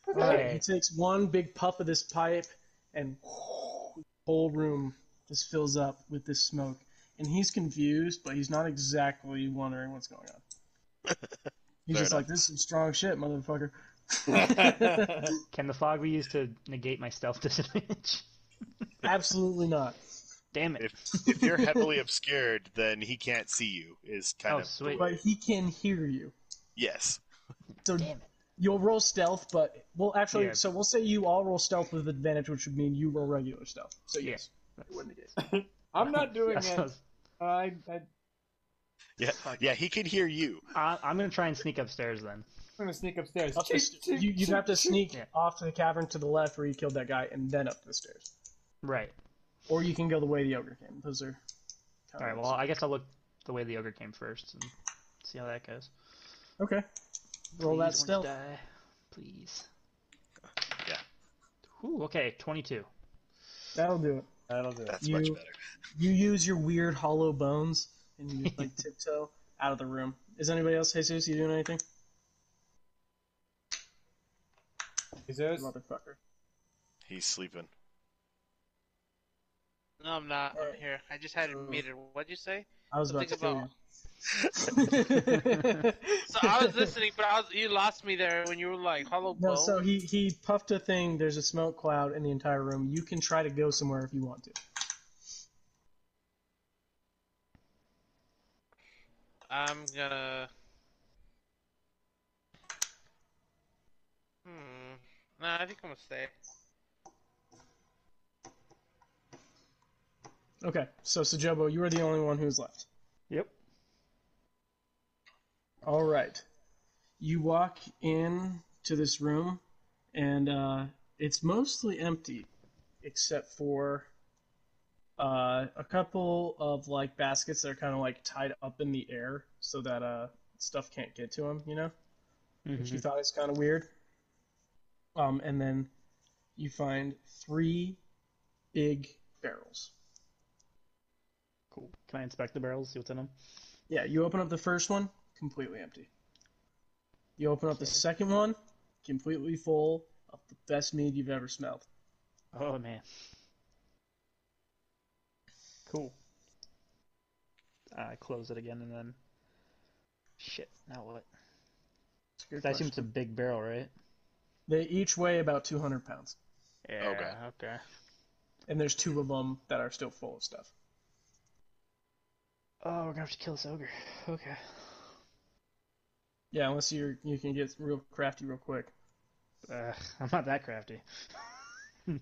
Speaker 3: All right,
Speaker 2: Okay.
Speaker 3: he takes one big puff of this pipe, and whole room just fills up with this smoke. And he's confused, but he's not exactly wondering what's going on.
Speaker 4: *laughs*
Speaker 3: He's
Speaker 4: Fair
Speaker 3: just
Speaker 4: enough.
Speaker 3: like, "This is some strong shit,
Speaker 4: *laughs*
Speaker 3: motherfucker."
Speaker 2: Can the fog be used to negate my stealth *laughs* disadvantage?
Speaker 3: Absolutely not.
Speaker 2: Damn it.
Speaker 4: If if
Speaker 3: *laughs*
Speaker 4: you're heavily obscured, then he can't see you. Is kind
Speaker 2: Oh,
Speaker 4: of the
Speaker 2: sweet.
Speaker 4: way-
Speaker 3: But he can hear you.
Speaker 4: yes.
Speaker 3: So
Speaker 2: Damn it.
Speaker 3: you'll roll stealth, but well, actually,
Speaker 2: Yeah.
Speaker 3: so we'll say you all roll stealth with advantage, which would mean you roll regular stealth. So
Speaker 2: Yeah.
Speaker 3: yes,
Speaker 6: I'm not doing
Speaker 2: That's what I
Speaker 6: it. Uh,
Speaker 2: was-
Speaker 6: I, I,
Speaker 4: Yeah, yeah, he can hear you.
Speaker 2: I, I'm gonna try and sneak upstairs then.
Speaker 6: I'm gonna sneak upstairs.
Speaker 3: Up the st- you you have to sneak
Speaker 2: Yeah.
Speaker 3: off to the cavern to the left where you killed that guy, and then up the stairs.
Speaker 2: Right.
Speaker 3: Or you can go the way the ogre came. Those are.
Speaker 2: All right. Well, I guess I'll look the way the ogre came first and see how that goes.
Speaker 3: okay. Roll
Speaker 2: Please,
Speaker 3: that
Speaker 2: orange
Speaker 3: stealth.
Speaker 2: die, please.
Speaker 4: Yeah.
Speaker 2: Ooh, okay, twenty-two.
Speaker 3: That'll do it.
Speaker 6: That'll do it.
Speaker 4: That's much
Speaker 3: You-
Speaker 4: better.
Speaker 3: You use your weird hollow bones, and
Speaker 2: *laughs*
Speaker 3: you just, like tiptoe out of the room. Is anybody else, Jesus? You doing anything?
Speaker 6: Jesus.
Speaker 3: Motherfucker.
Speaker 4: He's sleeping.
Speaker 5: No, I'm not. I'm
Speaker 3: Alright.
Speaker 5: here. I just had it
Speaker 6: Uh,
Speaker 3: So-
Speaker 5: muted. What'd you say?
Speaker 3: I was about to
Speaker 5: Think
Speaker 3: kill you.
Speaker 5: about- *laughs* So
Speaker 3: *laughs*
Speaker 5: I was listening, but I was you lost me there when you were like hollow
Speaker 3: No,
Speaker 5: bone."
Speaker 3: so he, he puffed a thing. There's a smoke cloud in the entire room. You can try to go somewhere if you want to.
Speaker 5: I'm gonna Hmm. Nah, I think I'm gonna stay.
Speaker 3: Okay, so Sajobo, you are the only one who's left.
Speaker 2: Yep.
Speaker 3: All right. You walk in to this room, and uh, it's mostly empty, except for uh, a couple of like baskets that are kind of like tied up in the air so that uh, stuff can't get to them. You know,
Speaker 2: Mm-hmm.
Speaker 3: which you thought is kind of weird. Um, and then you find three big barrels.
Speaker 2: Cool. Can I inspect the barrels? See what's in them?
Speaker 3: Yeah, you open up the first one, completely empty. You open up the second one, completely full of the best mead you've ever smelled.
Speaker 2: Oh man. Cool. I close it again and then. Shit. Now what?
Speaker 3: It's a
Speaker 2: That
Speaker 3: good question.
Speaker 2: seems a big barrel, right?
Speaker 3: They each weigh about 200 pounds,
Speaker 2: Yeah. Okay.
Speaker 3: and there's two of them that are still full of stuff.
Speaker 2: Oh, we're gonna have to kill this ogre. Okay.
Speaker 3: Yeah, unless you are you can get real crafty real quick.
Speaker 2: Ugh, *laughs* I'm not that crafty. *laughs*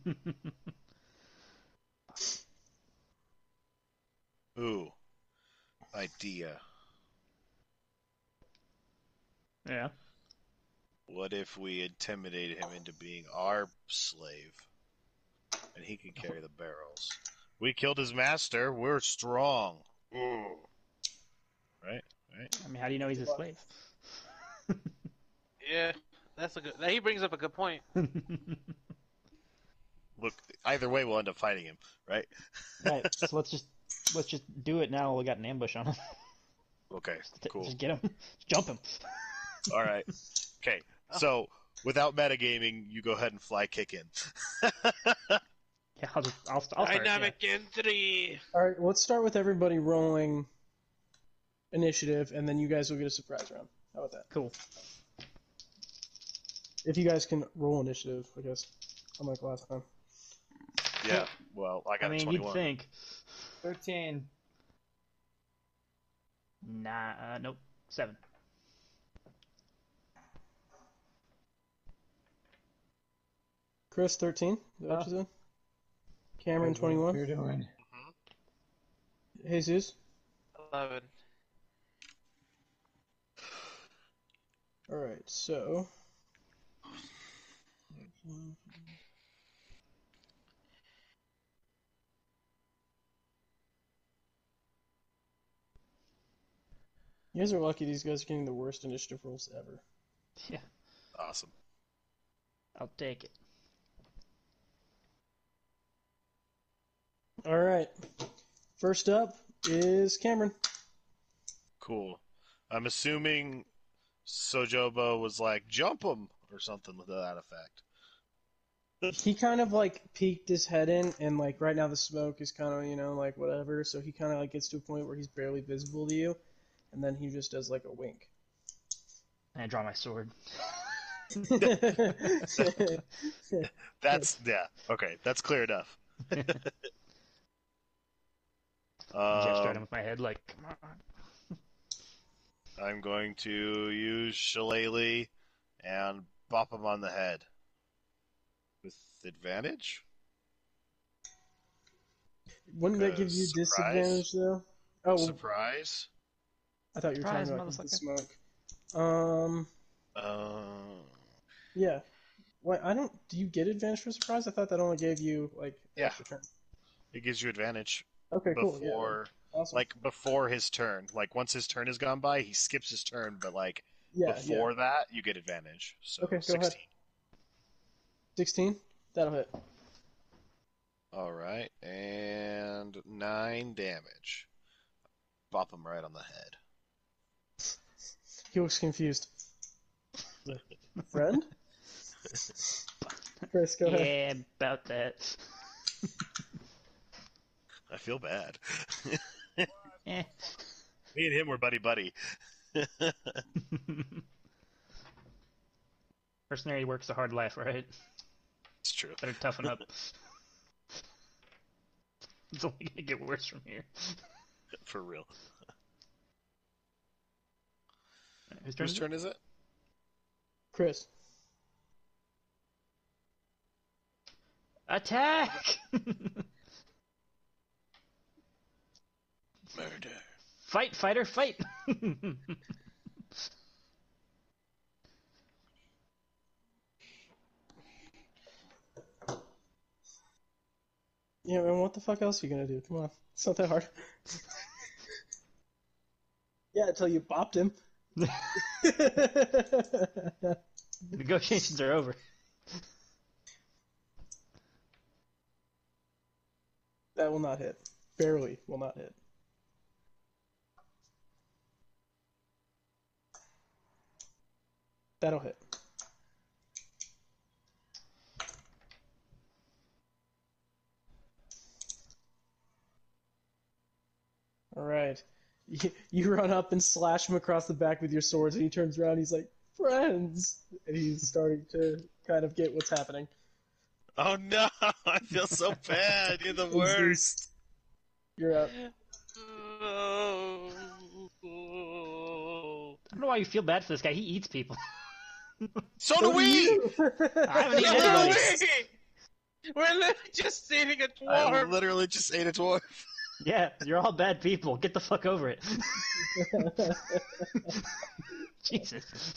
Speaker 4: Ooh, idea.
Speaker 2: yeah.
Speaker 4: What if we intimidate him into being our slave, and he can carry the barrels? We killed his master. We're strong. Ooh. Right, right.
Speaker 2: I mean, how do you know he's a slave? *laughs*
Speaker 5: Yeah, that's a good. He brings up a good point.
Speaker 4: Look, either way, we'll end up fighting him. Right.
Speaker 2: right. So let's just let's just do it now. while We got an ambush on him. *laughs*
Speaker 4: Okay.
Speaker 2: T-
Speaker 4: Cool.
Speaker 2: Just get him. *laughs* Jump him.
Speaker 4: All right. *laughs* Okay. So without metagaming, you go ahead and fly kick *laughs* in.
Speaker 2: Yeah, I'll just I'll, st- I'll start. Yeah.
Speaker 5: Dynamic entry.
Speaker 3: All right, let's start with everybody rolling initiative, and then you guys will get a surprise round. How about that?
Speaker 2: Cool.
Speaker 3: If you guys can roll initiative, I guess, unlike last time.
Speaker 4: Yeah. Well, I
Speaker 2: I
Speaker 4: got a
Speaker 2: mean, you'd
Speaker 4: twenty-one.
Speaker 2: think.
Speaker 6: Thirteen.
Speaker 2: Nah. Uh, nope. Seven.
Speaker 3: Chris, thirteen. Is that what you said? Cameron, twenty-one. Mm-hmm.
Speaker 6: You're doing.
Speaker 3: Jesus.
Speaker 5: Eleven.
Speaker 3: All right, so. You guys are lucky these guys are getting the worst initiative rolls ever.
Speaker 2: Yeah.
Speaker 4: Awesome.
Speaker 2: I'll take it.
Speaker 3: All right. First up is Cameron.
Speaker 4: Cool. I'm assuming Sojobo was like, jump him, or something to that effect.
Speaker 3: He kind of like peeked his head in, and like right now the smoke is kind of, you know, like whatever. So he kind of like gets to a point where he's barely visible to you, and then he just does like a wink. *laughs*
Speaker 2: And I draw my sword. *laughs*
Speaker 4: That's, yeah, okay, that's
Speaker 3: *laughs*
Speaker 4: clear enough.
Speaker 2: Gesture at him
Speaker 4: um,
Speaker 2: with my head, like, come on.
Speaker 4: I'm going to use Shillelagh and bop him on the head. With advantage?
Speaker 3: Wouldn't that give
Speaker 4: Because
Speaker 3: you
Speaker 4: surprise.
Speaker 3: disadvantage though? Oh, well,
Speaker 4: Surprise?
Speaker 3: I thought you were talking
Speaker 6: Surprise,
Speaker 3: about the smoke. Um,
Speaker 4: Um,
Speaker 3: yeah. Wait, I don't. Do you get advantage for surprise? I thought that only gave you like
Speaker 4: Yeah.
Speaker 3: extra turn.
Speaker 4: it gives you advantage
Speaker 3: Okay, cool. yeah,
Speaker 4: before.
Speaker 3: awesome.
Speaker 4: like before his turn. Like once his turn has gone by, he skips his turn, but like
Speaker 3: yeah,
Speaker 4: before that, you get advantage. So
Speaker 3: Okay, go ahead.
Speaker 4: 16.
Speaker 3: sixteen. That'll hit.
Speaker 4: All right, and nine damage. Bop him right on the head.
Speaker 3: He looks confused. Friend. Chris, go ahead.
Speaker 2: Yeah, about that. *laughs*
Speaker 4: I feel bad. *laughs*
Speaker 2: Eh.
Speaker 4: Me and him were buddy *laughs* buddy.
Speaker 2: Mercenary works a hard life, right?
Speaker 4: It's true.
Speaker 2: Better toughen up. it's only gonna get worse from here.
Speaker 4: For real.
Speaker 2: Whose turn?
Speaker 4: Whose
Speaker 2: is it?
Speaker 4: turn is it?
Speaker 3: Chris.
Speaker 2: Attack! *laughs*
Speaker 4: Murder.
Speaker 2: fight, fighter, fight! *laughs*
Speaker 3: Yeah, man, what the fuck else are you gonna do? Come on, it's not that hard. *laughs* yeah, until you bopped *laughs* him.
Speaker 2: Negotiations are over.
Speaker 3: that will not hit. Barely will not hit. That'll hit. All right. You, you run up and slash him across the back with your swords, and he turns around. he's like, "Friends," and he's starting to kind of get what's happening.
Speaker 4: Oh no! *laughs* I feel *laughs* so bad. You're the worst.
Speaker 3: You're up.
Speaker 5: Oh.
Speaker 2: I don't know why you feel bad for this guy. He eats people. *laughs*
Speaker 4: So do we. *laughs*
Speaker 2: I haven't eaten
Speaker 4: Yeah,
Speaker 2: anybody.
Speaker 5: We're literally just sitting at
Speaker 4: I
Speaker 5: war.
Speaker 4: literally just ate a *laughs* dwarf.
Speaker 2: Yeah, you're all bad people. Get the fuck over it. *laughs* Jesus.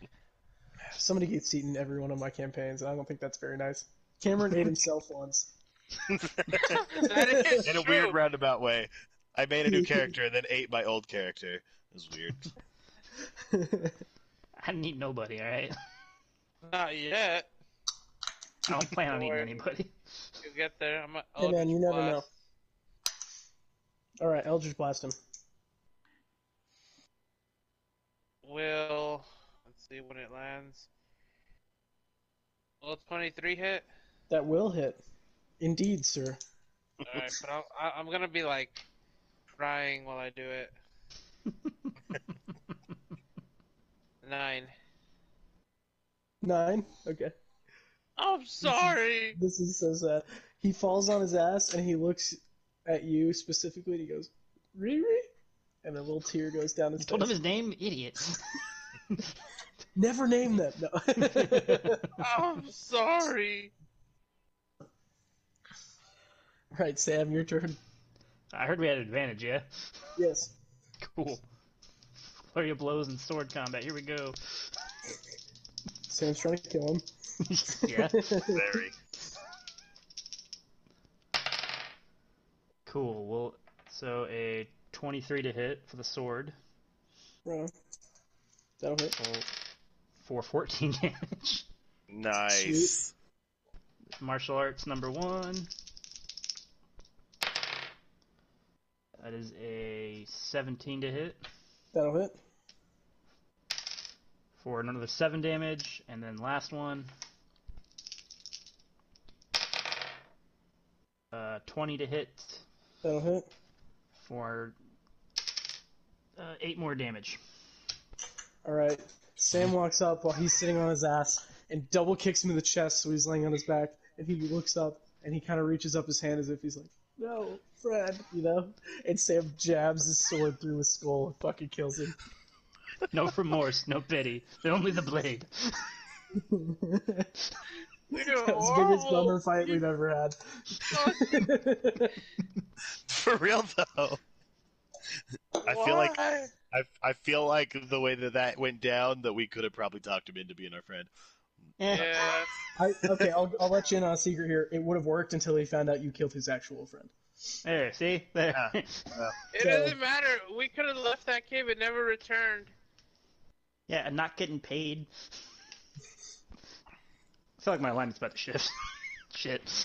Speaker 3: *laughs* Somebody gets eaten in every one of my campaigns, and I don't think that's very nice. Cameron ate himself *laughs* once.
Speaker 5: *laughs* that is
Speaker 4: In a
Speaker 5: true.
Speaker 4: weird roundabout way, I made a *laughs* new character and then ate my old character. It was weird.
Speaker 2: I didn't eat nobody, alright?
Speaker 5: Not yet.
Speaker 2: I don't plan on eating
Speaker 5: Or-
Speaker 2: anybody.
Speaker 5: You get there. I'm a
Speaker 3: Hey, man, you never
Speaker 5: Eldritch
Speaker 3: know. All right, Eldritch Blast him.
Speaker 5: Blast. Will let's see when it lands. Will 23 hit?
Speaker 3: That will hit. Indeed, sir.
Speaker 5: Alright, but I'll, I, I'm gonna be like crying while I do *laughs* it. Nine.
Speaker 3: Nine. Okay.
Speaker 5: I'm sorry.
Speaker 3: This is so sad. He falls on his ass and he looks at you specifically. and He goes, Riri, and a little tear goes down his
Speaker 2: You told him
Speaker 3: face.
Speaker 2: his name, *laughs* idiot.
Speaker 3: Never name them. No. *laughs*
Speaker 5: I'm sorry.
Speaker 3: right, Sam, your turn.
Speaker 2: I heard we had advantage, yeah?
Speaker 3: Yes.
Speaker 2: Cool. Flurry of blows and sword combat. Here we go.
Speaker 3: Sam's trying to kill him.
Speaker 2: yeah,
Speaker 4: Very.
Speaker 2: cool. Well, so a 23 to hit for the sword.
Speaker 3: Right. That'll hit.
Speaker 2: Well, for 14 *laughs* damage.
Speaker 4: Nice. *laughs*
Speaker 2: Martial arts number one. That is a 17 to hit
Speaker 3: That'll hit.
Speaker 2: for another 7 damage. And then last one. Uh, 20 to hit
Speaker 3: That'll hit.
Speaker 2: for uh, 8 more damage.
Speaker 3: All right. Sam walks up while he's sitting on his ass and double kicks him in the chest so he's laying on his back. And he looks up and he kind of reaches up his hand as if he's like, "No, Fred," you know. And Sam jabs his sword through his skull and fucking kills him. *laughs*
Speaker 2: No *laughs* remorse, no pity, only the blade.
Speaker 5: We
Speaker 3: that
Speaker 5: do
Speaker 3: was the biggest bummer fight we've
Speaker 5: You
Speaker 3: ever had. *laughs*
Speaker 5: suck.
Speaker 4: For real though. I feel like
Speaker 5: *laughs* Why?
Speaker 4: I, I feel like the way that that went down that we could have probably talked him into being our friend.
Speaker 5: Yeah.
Speaker 3: I, okay, I'll, I'll let you in on a secret here. It would have worked until he found out you killed his actual friend.
Speaker 2: There, see? There.
Speaker 4: Yeah.
Speaker 5: It doesn't matter. We could have left that cave and never returned.
Speaker 2: *laughs* Yeah, and not getting paid. I feel like my alignment's about to shift. *laughs* Shit.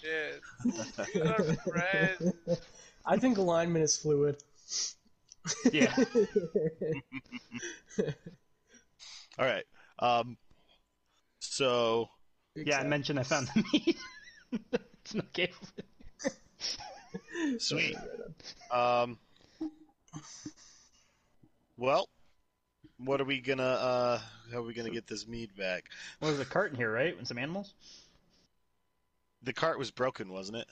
Speaker 5: Shit. You are friends.
Speaker 3: *laughs* I think alignment is fluid. *laughs*
Speaker 2: Yeah.
Speaker 4: All right. Um. So
Speaker 2: Yeah, I mentioned I found the meat. *laughs* it's not gave.
Speaker 4: sweet. Um. Well, what are we gonna? Uh, how are we gonna get this mead back?
Speaker 2: Well, there's a cart in here, right? And some animals?
Speaker 4: The cart was broken, wasn't it?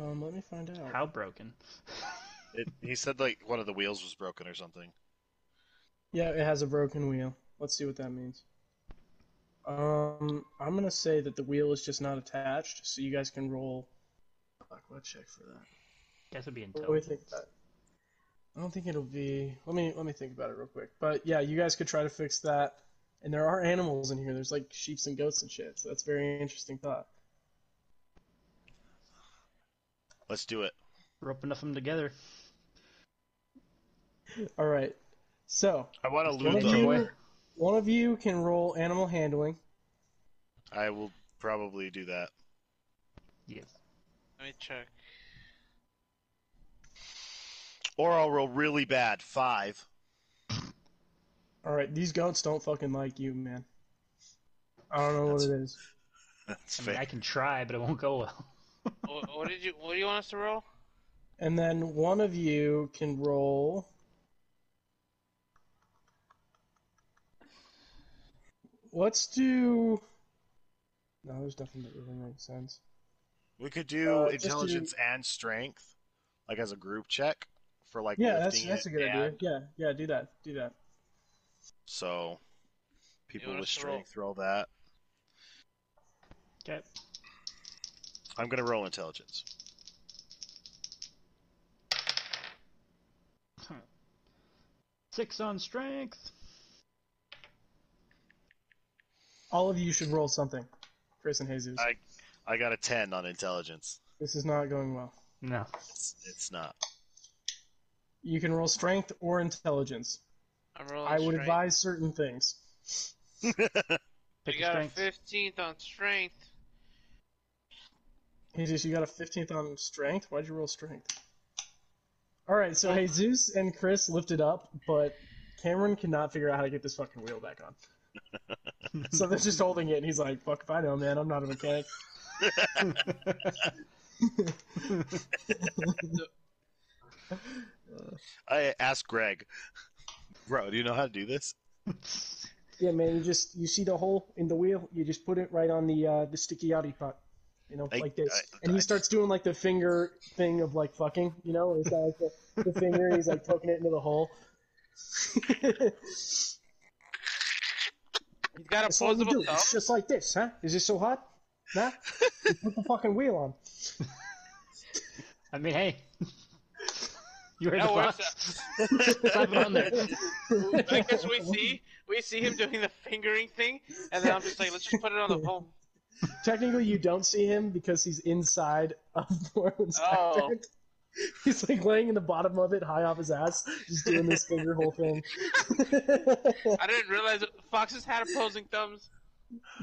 Speaker 3: Um, let me find out.
Speaker 2: How broken? *laughs*
Speaker 4: it he said like one of the wheels was broken or something.
Speaker 3: Yeah, it has a broken wheel. Let's see what that means. Um, I'm gonna say that the wheel is just not attached, so you guys can roll. Fuck, let's check for that.
Speaker 2: Guess would be
Speaker 3: What do we
Speaker 2: intelligence.
Speaker 3: think that? I don't think it'll be. Let me let me think about it real quick. But yeah, you guys could try to fix that. And there are animals in here. There's like sheep's and goats and shit. So that's a very interesting thought.
Speaker 4: Let's do it.
Speaker 2: Rope enough of them together.
Speaker 3: All right. So
Speaker 4: I want to
Speaker 3: one
Speaker 4: loot
Speaker 3: of
Speaker 4: them.
Speaker 3: you, one of you can roll animal handling.
Speaker 4: I will probably do that.
Speaker 2: Yes.
Speaker 5: Let me check.
Speaker 4: Or I'll roll really bad. Five.
Speaker 3: All right, these goats don't fucking like you, man. I don't know what it is.
Speaker 4: That's
Speaker 2: I mean, I
Speaker 4: fair.
Speaker 2: can try, but it won't go well. *laughs*
Speaker 5: what, what did you? What do you want us to roll?
Speaker 3: And then one of you can roll. Let's do. No, there's nothing that really makes sense.
Speaker 4: We could do
Speaker 3: Uh, just do-
Speaker 4: intelligence and strength, like as a group check for like
Speaker 3: yeah, that's
Speaker 4: lifting
Speaker 3: that's
Speaker 4: it
Speaker 3: a good idea.
Speaker 4: and-
Speaker 3: Yeah, yeah, do that, do that.
Speaker 4: So people
Speaker 5: want
Speaker 4: with
Speaker 5: us to roll?
Speaker 4: strength roll that.
Speaker 2: Okay.
Speaker 4: I'm gonna roll intelligence.
Speaker 2: Six on strength.
Speaker 3: All of you should roll something. Chris and Jesus,
Speaker 4: I I got a ten on intelligence.
Speaker 3: this is not going well.
Speaker 2: No.
Speaker 4: It's, it's not. *laughs*
Speaker 3: You can roll strength or intelligence.
Speaker 5: I'm rolling.
Speaker 3: I would
Speaker 5: strength.
Speaker 3: advise certain things.
Speaker 2: Pick
Speaker 5: We
Speaker 2: your
Speaker 5: got
Speaker 2: strength.
Speaker 5: a 15th on strength.
Speaker 3: Jesus, you got a 15th on strength? Why'd you roll strength? Alright, so Jesus and Chris lifted up, but Cameron cannot figure out how to get this fucking wheel back on.
Speaker 4: *laughs*
Speaker 3: so they're just holding it, and he's like, fuck if I know, man, I'm not a mechanic.
Speaker 4: I asked Greg, bro, do you know how to do this? *laughs*
Speaker 3: Yeah, man, you just, you see the hole in the wheel, you just put it right on the, uh, the sticky outy pot. You know,
Speaker 4: I-
Speaker 3: like this.
Speaker 4: I-
Speaker 3: and he
Speaker 4: I-
Speaker 3: starts doing, like, the finger thing of, like, fucking, you know? He's got, like, the, the finger, and he's, like, poking it into the hole. *laughs*
Speaker 5: He's got a
Speaker 3: That's all you do.
Speaker 5: posable thumb.
Speaker 3: It's
Speaker 5: *laughs*
Speaker 3: just like this, huh? Is this so hot? Nah. You put the fucking wheel on.
Speaker 2: *laughs* I mean, hey. *laughs* you heard
Speaker 5: That
Speaker 2: the
Speaker 5: works.
Speaker 2: boss. *laughs* Slap it on there.
Speaker 5: I guess we see we see him doing the fingering thing, and then I'm just like, let's just put it on the pole.
Speaker 3: Technically, you don't see him because he's inside of *laughs* Norland's
Speaker 5: Oh.
Speaker 3: backpack. He's like laying in the bottom of it, high off his ass, just doing this finger hole thing. *laughs*
Speaker 5: I didn't realize that foxes had opposing thumbs.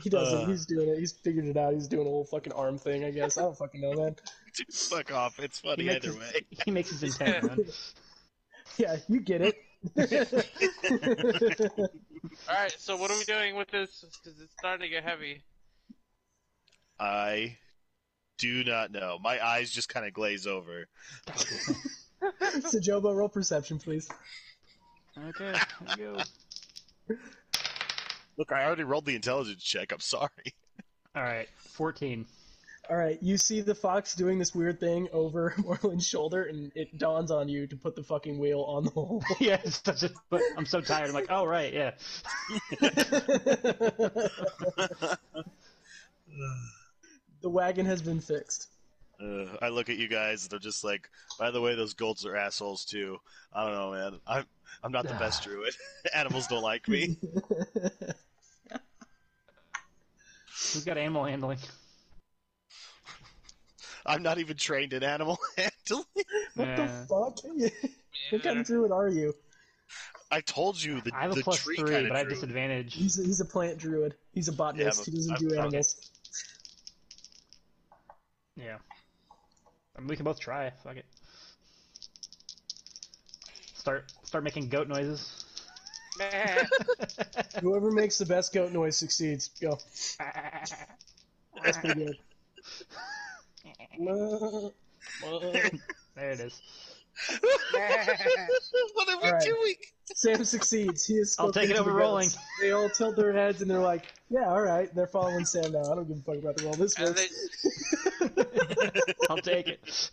Speaker 3: he doesn't.
Speaker 4: Uh.
Speaker 3: He's doing it. He's figured it out. He's doing a little fucking arm thing, I guess. I don't fucking know, man.
Speaker 4: Dude, fuck off. It's
Speaker 2: He
Speaker 4: funny
Speaker 2: makes,
Speaker 4: either
Speaker 2: his,
Speaker 4: way.
Speaker 2: he makes his intent known.
Speaker 3: Yeah, you get
Speaker 5: *laughs*
Speaker 3: it.
Speaker 5: All right, so what are we doing with this? Because it's starting to get heavy.
Speaker 4: I do not know. My eyes just kind of glaze over.
Speaker 3: *laughs* so, Jobo, roll perception, please.
Speaker 2: Okay, here you go.
Speaker 4: Look, I already rolled the intelligence check. I'm sorry.
Speaker 2: All right, 14.
Speaker 3: All right, you see the fox doing this weird thing over *laughs* Moreland's shoulder, and it dawns on you to put the fucking wheel on the hole.
Speaker 2: *laughs* yeah, it's such a, but I'm so tired. I'm like, oh, right, yeah.
Speaker 3: the wagon has been fixed.
Speaker 4: Uh, I look at you guys. They're just like, by the way, those golds are assholes too. I don't know, man. I'm I'm not the best druid. *laughs* Animals don't
Speaker 3: *laughs*
Speaker 4: like me.
Speaker 2: Who's got animal handling?
Speaker 4: I'm not even trained in animal *laughs* handling.
Speaker 3: What
Speaker 2: Yeah.
Speaker 3: the fuck? *laughs* what
Speaker 5: *laughs*
Speaker 3: kind of druid are you?
Speaker 4: I told you the,
Speaker 2: I have a
Speaker 4: the
Speaker 2: plus
Speaker 4: tree
Speaker 2: three,
Speaker 4: kind
Speaker 2: but I have
Speaker 4: of druid.
Speaker 2: disadvantage.
Speaker 3: He's a, he's a plant druid. He's a botanist.
Speaker 4: but
Speaker 3: he doesn't
Speaker 4: I'm-
Speaker 3: do
Speaker 4: I'm-
Speaker 3: animals.
Speaker 2: Yeah. I mean, we can both try. Fuck it. Start start making goat noises.
Speaker 5: Man,
Speaker 3: Whoever makes the best goat noise succeeds. Go. That's pretty good.
Speaker 2: there it
Speaker 4: *laughs*
Speaker 2: is.
Speaker 4: what are we
Speaker 3: All right.
Speaker 4: doing?
Speaker 3: Sam succeeds. He is.
Speaker 2: I'll take
Speaker 3: spoken
Speaker 2: it
Speaker 3: to
Speaker 2: over
Speaker 3: the
Speaker 2: rolling.
Speaker 3: goats. They all tilt their heads and they're like, "Yeah, all right." They're following Sam now. I don't give a fuck about the roll. This
Speaker 5: and
Speaker 3: works.
Speaker 5: they,
Speaker 2: I'll take it.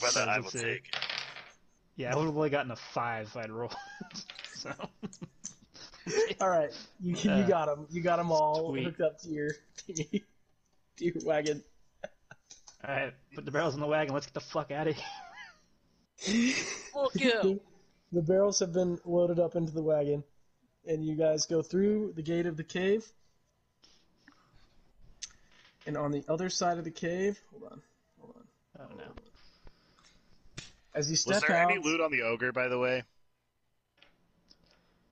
Speaker 4: Brother, I will
Speaker 2: Let's see.
Speaker 4: take it.
Speaker 2: *laughs* Yeah, I would have only gotten a five if I'd rolled. so
Speaker 3: *laughs* All right, you you
Speaker 2: Uh,
Speaker 3: got them. You got them all
Speaker 2: sweet.
Speaker 3: hooked up to your *laughs* to your wagon.
Speaker 2: All right, put the barrels in the wagon. Let's get the fuck out of here. *laughs*
Speaker 5: Fuck you.
Speaker 3: *laughs* the barrels have been loaded up into the wagon, and you guys go through the gate of the cave. And on the other side of the cave, hold on, hold on.
Speaker 2: Oh no.
Speaker 3: As you
Speaker 4: Was
Speaker 3: step
Speaker 4: there
Speaker 3: out,
Speaker 4: any loot on the ogre, by the way?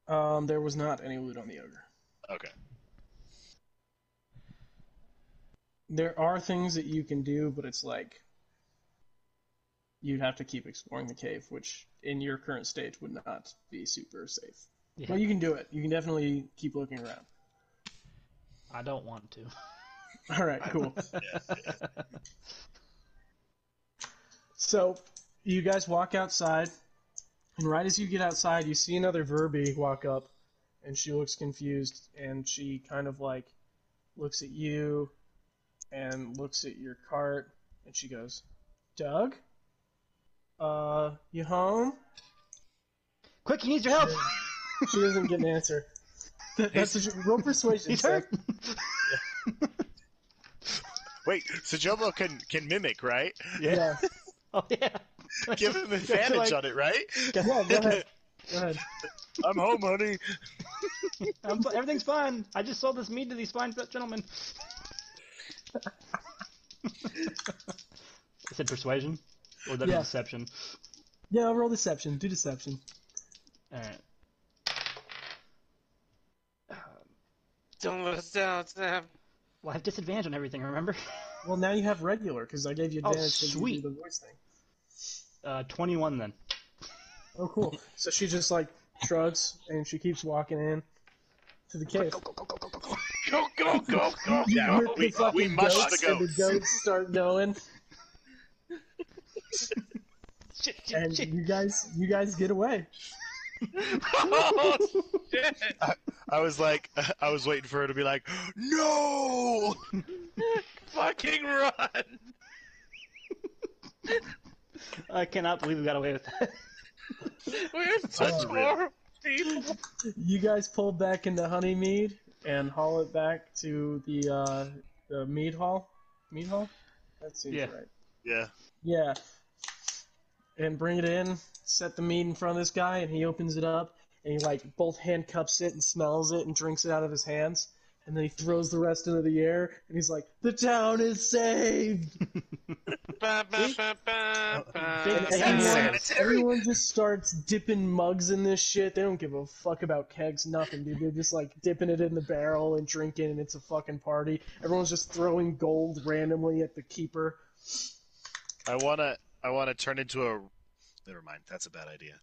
Speaker 3: um, there was not any loot on the ogre.
Speaker 4: Okay.
Speaker 3: There are things that you can do, but it's like you'd have to keep exploring the cave, which in your current stage would not be super safe.
Speaker 2: Yeah,
Speaker 3: But you can do it. You can definitely keep looking around. *laughs*
Speaker 2: I don't want to.
Speaker 3: All right, cool. So you guys walk outside, and right as you get outside, you see another Verby walk up, and she looks confused, and she kind of like looks at you and looks at your cart, and she goes, Doug? Uh, you home?
Speaker 2: *laughs* Quick, he needs your *laughs* help.
Speaker 3: She doesn't get an answer. That- That's a, roll persuasion.
Speaker 2: He's
Speaker 3: Seth.
Speaker 2: hurt.
Speaker 4: Wait, so Jobo can can mimic, right?
Speaker 2: Yeah. Oh yeah.
Speaker 4: Give him advantage
Speaker 2: like-
Speaker 4: on it, right?
Speaker 3: Yeah, go ahead. Go ahead.
Speaker 4: I'm home, honey.
Speaker 2: I'm, fi- everything's fine. I just sold this meat to these fine gentlemen. *laughs* I said persuasion, or was that
Speaker 3: Yeah.
Speaker 2: deception?
Speaker 3: Yeah, roll deception. Do deception.
Speaker 2: All right.
Speaker 5: Don't let us down, Sam.
Speaker 2: Well, I have disadvantage on everything. Remember, *laughs*
Speaker 3: Well, now you have regular because I gave you
Speaker 2: Oh,
Speaker 3: advantage because you
Speaker 2: sweet.
Speaker 3: did the voice thing.
Speaker 2: uh, twenty-one then.
Speaker 3: Oh, cool. *laughs* So she just like shrugs and she keeps walking in to the cave.
Speaker 4: Go, go, go, go. Yeah,
Speaker 3: You hear
Speaker 4: we,
Speaker 3: the fucking
Speaker 4: we mushed the
Speaker 3: goats
Speaker 4: goat.
Speaker 3: And the goats start
Speaker 4: *laughs*
Speaker 3: going,
Speaker 5: Shit, shit,
Speaker 3: and
Speaker 5: shit.
Speaker 3: you guys, you guys get away.
Speaker 5: *laughs* Oh, shit.
Speaker 4: I was like, *laughs* I was waiting for her to be like, no!
Speaker 5: *laughs* Fucking run.
Speaker 2: I cannot believe we got away with that.
Speaker 5: We're such
Speaker 4: Unreal.
Speaker 5: horrible people.
Speaker 3: You guys pull back into Honeymead and haul it back to the uh, the mead hall. Mead hall. That seems
Speaker 2: Yeah.
Speaker 3: right.
Speaker 4: Yeah.
Speaker 3: Yeah. And bring it in, set the meat in front of this guy, and he opens it up, and he like both handcuffs it and smells it and drinks it out of his hands, and then he throws the rest into the air, and he's like, "The town is saved!"
Speaker 5: Ba, ba, ba, ba,
Speaker 3: Oh,
Speaker 5: ba,
Speaker 2: Big
Speaker 5: ba.
Speaker 3: And
Speaker 4: Sounds
Speaker 3: everyone,
Speaker 4: sanitary.
Speaker 3: everyone just starts dipping mugs in this shit. They don't give a fuck about kegs, nothing, dude. They're just like dipping it in the barrel and drinking, and it's a fucking party. Everyone's just throwing gold randomly at the keeper.
Speaker 4: I wanna, I wanna turn into a. Never mind, that's a bad idea.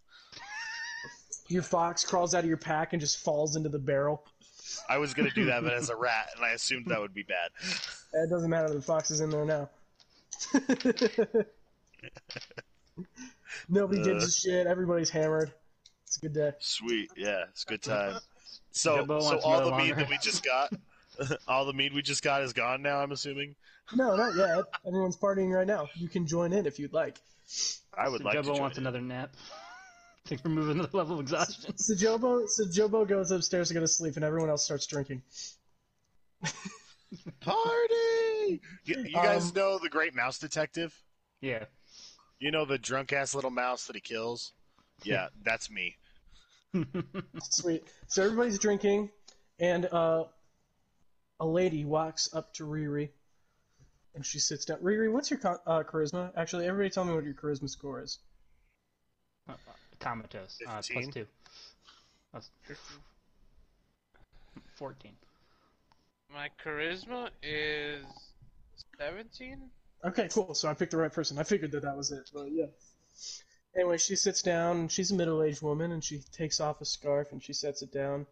Speaker 3: Your fox crawls out of your pack and just falls into the barrel.
Speaker 4: I was gonna do that, but as a rat, and I assumed that would be bad.
Speaker 3: It doesn't matter. The fox is in there now. *laughs* Nobody gives a shit. Everybody's hammered. It's a good day.
Speaker 4: Sweet, yeah, it's a good time. So,
Speaker 2: Jumbo
Speaker 4: so
Speaker 2: wants
Speaker 4: all the
Speaker 2: another
Speaker 4: meat
Speaker 2: longer.
Speaker 4: that we just got, *laughs* all the meat we just got is gone now. I'm assuming.
Speaker 3: No, not yet. Everyone's partying right now. You can join in if you'd like.
Speaker 4: I *laughs* would
Speaker 2: So
Speaker 4: like
Speaker 2: Jumbo
Speaker 4: to. Join
Speaker 2: wants
Speaker 4: in.
Speaker 2: another nap. *laughs* I think we're moving to the level of exhaustion. *laughs*
Speaker 3: So Jobo, so Jobo goes upstairs to go to sleep, and everyone else starts drinking.
Speaker 4: Party! You, you guys
Speaker 3: Um,
Speaker 4: know the great mouse detective?
Speaker 2: Yeah. *laughs*
Speaker 4: You know the drunk ass little mouse that he kills? Yeah, that's me.
Speaker 2: Uh,
Speaker 3: Sweet. So everybody's drinking, and uh, a lady walks up to Riri, and she sits down. Riri, what's your co- uh, charisma? Actually, everybody tell me what your charisma score is.
Speaker 2: Uh, comatose. Uh, plus
Speaker 4: 15?
Speaker 2: two. Plus- Fourteen.
Speaker 5: My charisma is 17?
Speaker 3: Okay, cool. So I picked the right person. I figured that that was it, but yeah. Anyway, she sits down. and She's a middle-aged woman, and she takes off a scarf and she sets it down.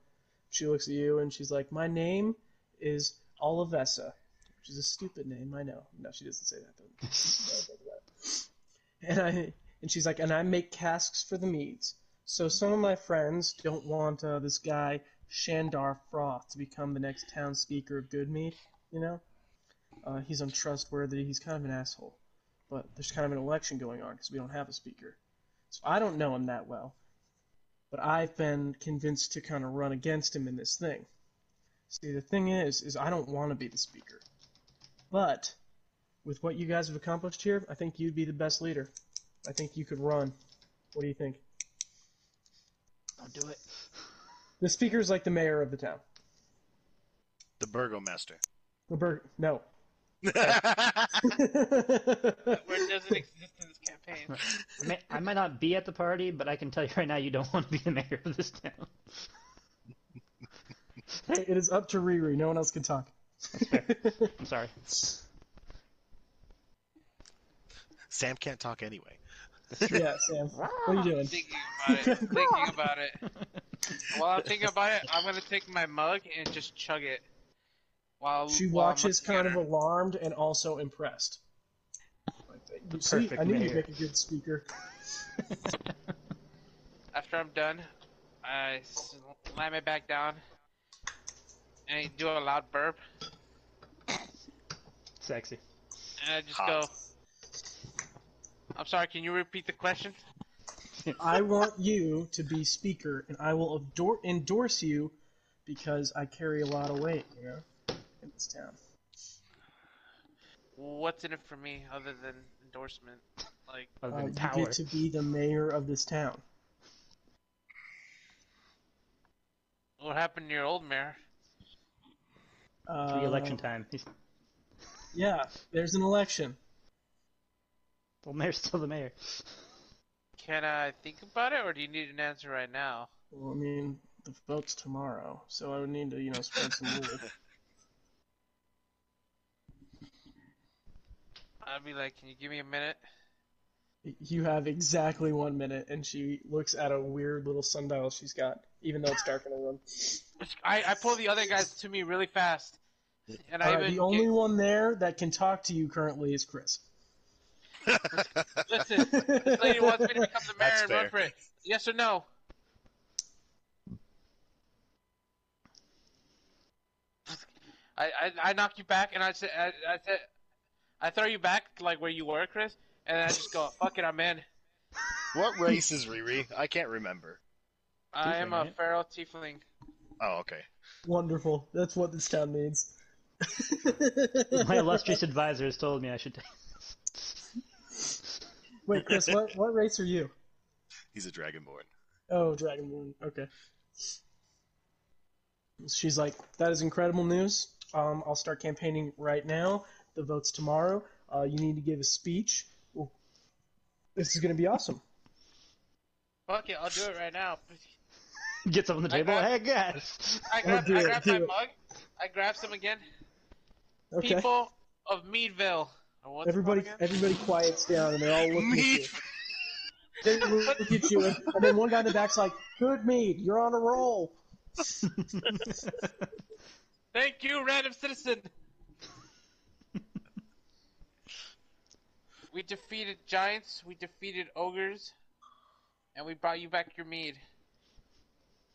Speaker 3: She looks at you and she's like, "My name is Olivessa," which is a stupid name, I know. No, she doesn't say that. But and I and she's like, "And I make casks for the meads. So some of my friends don't want uh, this guy Shandar Froth to become the next town speaker of Goodmead. You know." Uh, he's untrustworthy. He's kind of an asshole. But there's kind of an election going on because we don't have a speaker. So I don't know him that well. but I've been convinced to kind of run against him in this thing. See, the thing is, is I don't want to be the speaker, but with what you guys have accomplished here, I think you'd be the best leader. I think you could run. What do you think?
Speaker 2: I'll do it.
Speaker 3: The speaker's like the mayor of the town.
Speaker 4: The burgomaster.
Speaker 3: The bur- no. *laughs*
Speaker 5: Where it doesn't exist in this campaign.
Speaker 7: I may, I might not be at the party, but I can tell you right now, you don't want to be the mayor of this town.
Speaker 3: hey, it is up to Riri. No one else can talk. *laughs*
Speaker 7: I'm sorry.
Speaker 4: Sam can't talk anyway.
Speaker 3: yeah, Sam. What are you doing?
Speaker 5: Thinking about it. Thinking about it. While I'm thinking about it, I'm gonna take my mug and just chug it. While
Speaker 3: She
Speaker 5: while I'm
Speaker 3: watches
Speaker 5: looking at
Speaker 3: kind of
Speaker 5: her.
Speaker 3: alarmed and also impressed. You see,
Speaker 7: perfect
Speaker 3: I knew you'd
Speaker 7: mayor.
Speaker 3: make a good speaker.
Speaker 5: After I'm done, I s- slam it back down and I do a loud burp
Speaker 6: Sexy.
Speaker 5: and I just
Speaker 4: Hot.
Speaker 5: go. I'm sorry. Can you repeat the question?
Speaker 3: I want you to be speaker, and I will ador- endorse you because I carry a lot of weight, you know, in this town.
Speaker 5: What's in it for me other than endorsement? Like,
Speaker 7: Other
Speaker 3: Uh,
Speaker 7: than
Speaker 3: you
Speaker 7: power.
Speaker 3: get to be the mayor of this town.
Speaker 5: what happened to your old mayor?
Speaker 3: Uh,
Speaker 7: Re-election time. He's,
Speaker 3: Yeah, there's an election.
Speaker 7: well, mayor's still the mayor. *laughs*
Speaker 5: Can I think about it, or do you need an answer right now?
Speaker 3: Well, I mean, the vote's tomorrow, so I would need to, you know, spread some word.
Speaker 5: I'd be like, can you give me a minute?
Speaker 3: *laughs* You have exactly one minute, and she looks at a weird little sundial she's got, even though it's dark in the
Speaker 5: *laughs*
Speaker 3: room.
Speaker 5: I, I pull the other guys to me really fast, and I
Speaker 3: All right,
Speaker 5: even
Speaker 3: the only
Speaker 5: get-
Speaker 3: one there that can talk to you currently is
Speaker 5: *laughs*
Speaker 3: Chris.
Speaker 5: listen. This lady wants me to become the mayor
Speaker 4: That's
Speaker 5: and run
Speaker 4: fair.
Speaker 5: for it. Yes or no? I, I, I knock you back, and I say, I, I say, I throw you back like where you were, Chris, and I just
Speaker 3: *laughs*
Speaker 5: go, fuck it, I'm in.
Speaker 4: What race is Riri? I can't remember.
Speaker 5: I am a
Speaker 7: Tiefling, yeah.
Speaker 5: feral tiefling.
Speaker 4: Oh, okay.
Speaker 3: *laughs* Wonderful. That's what this town needs. *laughs*
Speaker 7: My illustrious advisor has told me I should. *laughs*
Speaker 3: Wait, Chris, what, what race are you?
Speaker 4: He's a dragonborn.
Speaker 3: Oh, Dragon Moon. Okay. She's like, that is incredible news. Um, I'll start campaigning right now. The vote's tomorrow. Uh, you need to give a speech. Well, This is going to be awesome.
Speaker 5: Fuck it, I'll do it right now.
Speaker 7: Gets up on the table.
Speaker 5: got-
Speaker 7: Hey, guys.
Speaker 5: I grab,
Speaker 3: do
Speaker 5: I
Speaker 3: it,
Speaker 5: grab
Speaker 3: do
Speaker 5: my
Speaker 3: it.
Speaker 5: mug. I grab some again.
Speaker 3: Okay.
Speaker 5: People of Meadville. Or what's it
Speaker 3: everybody,
Speaker 5: called again?
Speaker 3: everybody quiets down, and they're all looking at you.
Speaker 4: Meat.
Speaker 3: They look at you, and, and then one guy in the back's like, "Good mead, you're on a roll."
Speaker 5: Thank you, random citizen. *laughs* we defeated giants. We defeated ogres, and we brought you back your mead.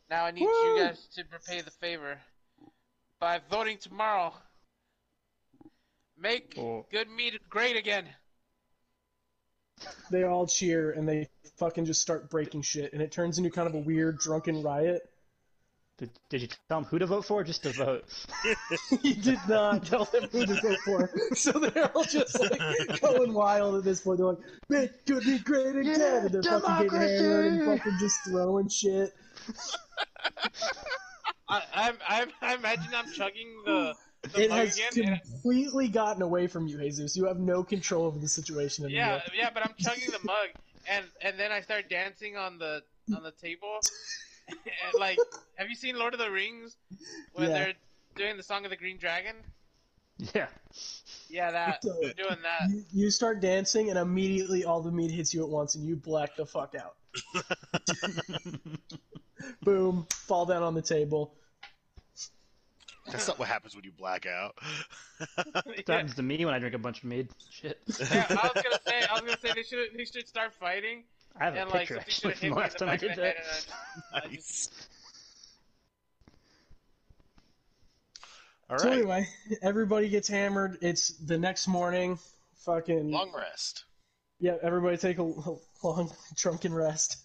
Speaker 5: Now I need
Speaker 3: Woo!
Speaker 5: you guys to repay the favor by voting tomorrow. Make
Speaker 7: Oh.
Speaker 5: good mead great again.
Speaker 3: They all cheer, and they fucking just start breaking shit, and it turns into kind of a weird drunken riot. *laughs*
Speaker 7: Did, did you tell him who to vote for? or Just to
Speaker 5: *laughs*
Speaker 7: vote.
Speaker 3: he did not tell *laughs* them who to vote for, so they're all just like going wild at this point. They're like, "Make good mead great again," and they're fucking getting hammered and fucking just throwing shit.
Speaker 5: I, I'm, I'm, I imagine I'm chugging the, the
Speaker 3: It
Speaker 5: mug
Speaker 3: has
Speaker 5: again. and-
Speaker 3: completely gotten away from you, Jesus. You have no control over the situation anymore.
Speaker 5: Yeah, yeah, but I'm chugging the mug, and and then I start dancing on the on the table. and like, have you seen Lord of the Rings when
Speaker 3: Yeah.
Speaker 5: they're doing the Song of the Green Dragon?
Speaker 7: yeah.
Speaker 5: Yeah, that
Speaker 3: So-
Speaker 5: they're doing that.
Speaker 3: You, you start dancing, and immediately all the meat hits you at once, and you black the fuck out. Boom, fall down on the table.
Speaker 4: That's not what happens when you black out. *laughs*
Speaker 5: *laughs*
Speaker 7: That happens to me when I drink a bunch of mead. Shit.
Speaker 5: Yeah, I was gonna say, I was gonna say they should they should start fighting,
Speaker 7: I have a
Speaker 5: and like
Speaker 7: picture
Speaker 5: something should
Speaker 7: actually
Speaker 5: have
Speaker 7: from
Speaker 5: hit
Speaker 7: the
Speaker 5: me in
Speaker 7: last
Speaker 5: the
Speaker 7: time I did
Speaker 5: back of the
Speaker 7: that.
Speaker 5: head. And
Speaker 4: nice. All
Speaker 3: So
Speaker 4: right.
Speaker 3: anyway, everybody gets hammered. It's the next morning. Fucking
Speaker 4: Long rest.
Speaker 3: *laughs* yeah, everybody take a, a long drunken rest.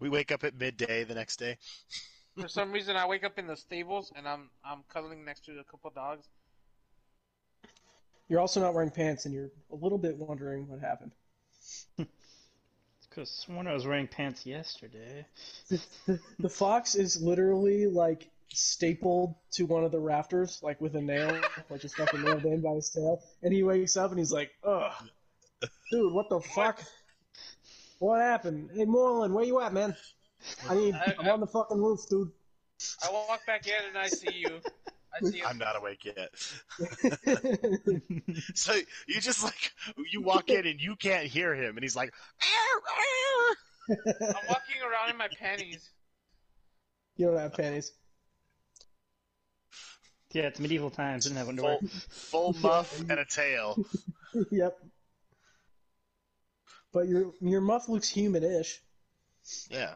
Speaker 4: We wake up at midday the next day.
Speaker 5: For some reason, I wake up in the stables and I'm I'm cuddling next to a couple dogs.
Speaker 3: You're also not wearing pants, and you're a little bit wondering what happened.
Speaker 2: Because Sworn I was wearing pants yesterday.
Speaker 3: The fox is literally like stapled to one of the rafters, like with a nail, like just fucking nailed in by his tail. And he wakes up and he's like, "Ugh, dude, what the fuck? What happened? Hey, Moreland, where you at, man? I need.
Speaker 5: I-
Speaker 3: I'm on the fucking roof, dude. *laughs*
Speaker 5: I walk back in and I see you. I see you.
Speaker 4: I'm not awake yet. *laughs* so you just like you walk in and you can't hear him, and he's like, "Arr,
Speaker 5: I'm walking around in my panties.
Speaker 3: you don't have panties. *laughs*
Speaker 7: Yeah, it's medieval times. Didn't have
Speaker 4: arr."
Speaker 7: underwear.
Speaker 4: full, full muff and a tail.
Speaker 3: yep. But your your muff looks human-ish.
Speaker 4: Yeah,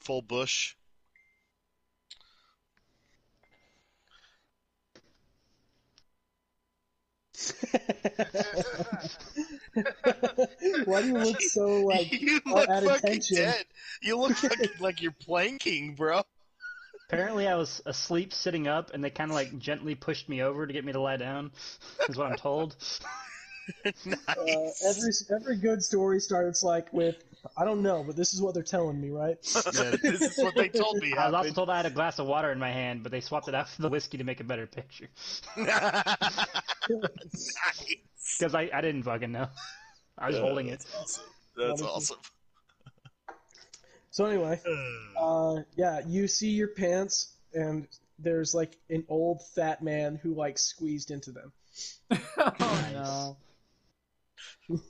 Speaker 4: full bush.
Speaker 3: *laughs* Why do you look so like?
Speaker 4: *laughs* you
Speaker 3: uh,
Speaker 4: look
Speaker 3: at
Speaker 4: fucking
Speaker 3: attention.
Speaker 4: dead.
Speaker 3: *laughs*
Speaker 4: You look like, like you're planking, bro. *laughs*
Speaker 7: Apparently, I was asleep sitting up, and they kind of like gently pushed me over to get me to lie down. Is what I'm told.
Speaker 3: Uh, every every good story starts like with I don't know, but this is what they're telling me, right?
Speaker 4: *laughs* this is what they told me.
Speaker 7: I was also
Speaker 4: happened.
Speaker 7: told I had a glass of water in my hand, but they swapped it out for the whiskey to make a better picture.
Speaker 4: *laughs* nice.
Speaker 7: Because I, I didn't fucking know. *laughs* I was holding it.
Speaker 4: That's
Speaker 3: Honestly.
Speaker 4: awesome.
Speaker 3: So anyway, uh, yeah, you see your pants, and there's like an old fat man who like squeezed into them.
Speaker 6: oh no.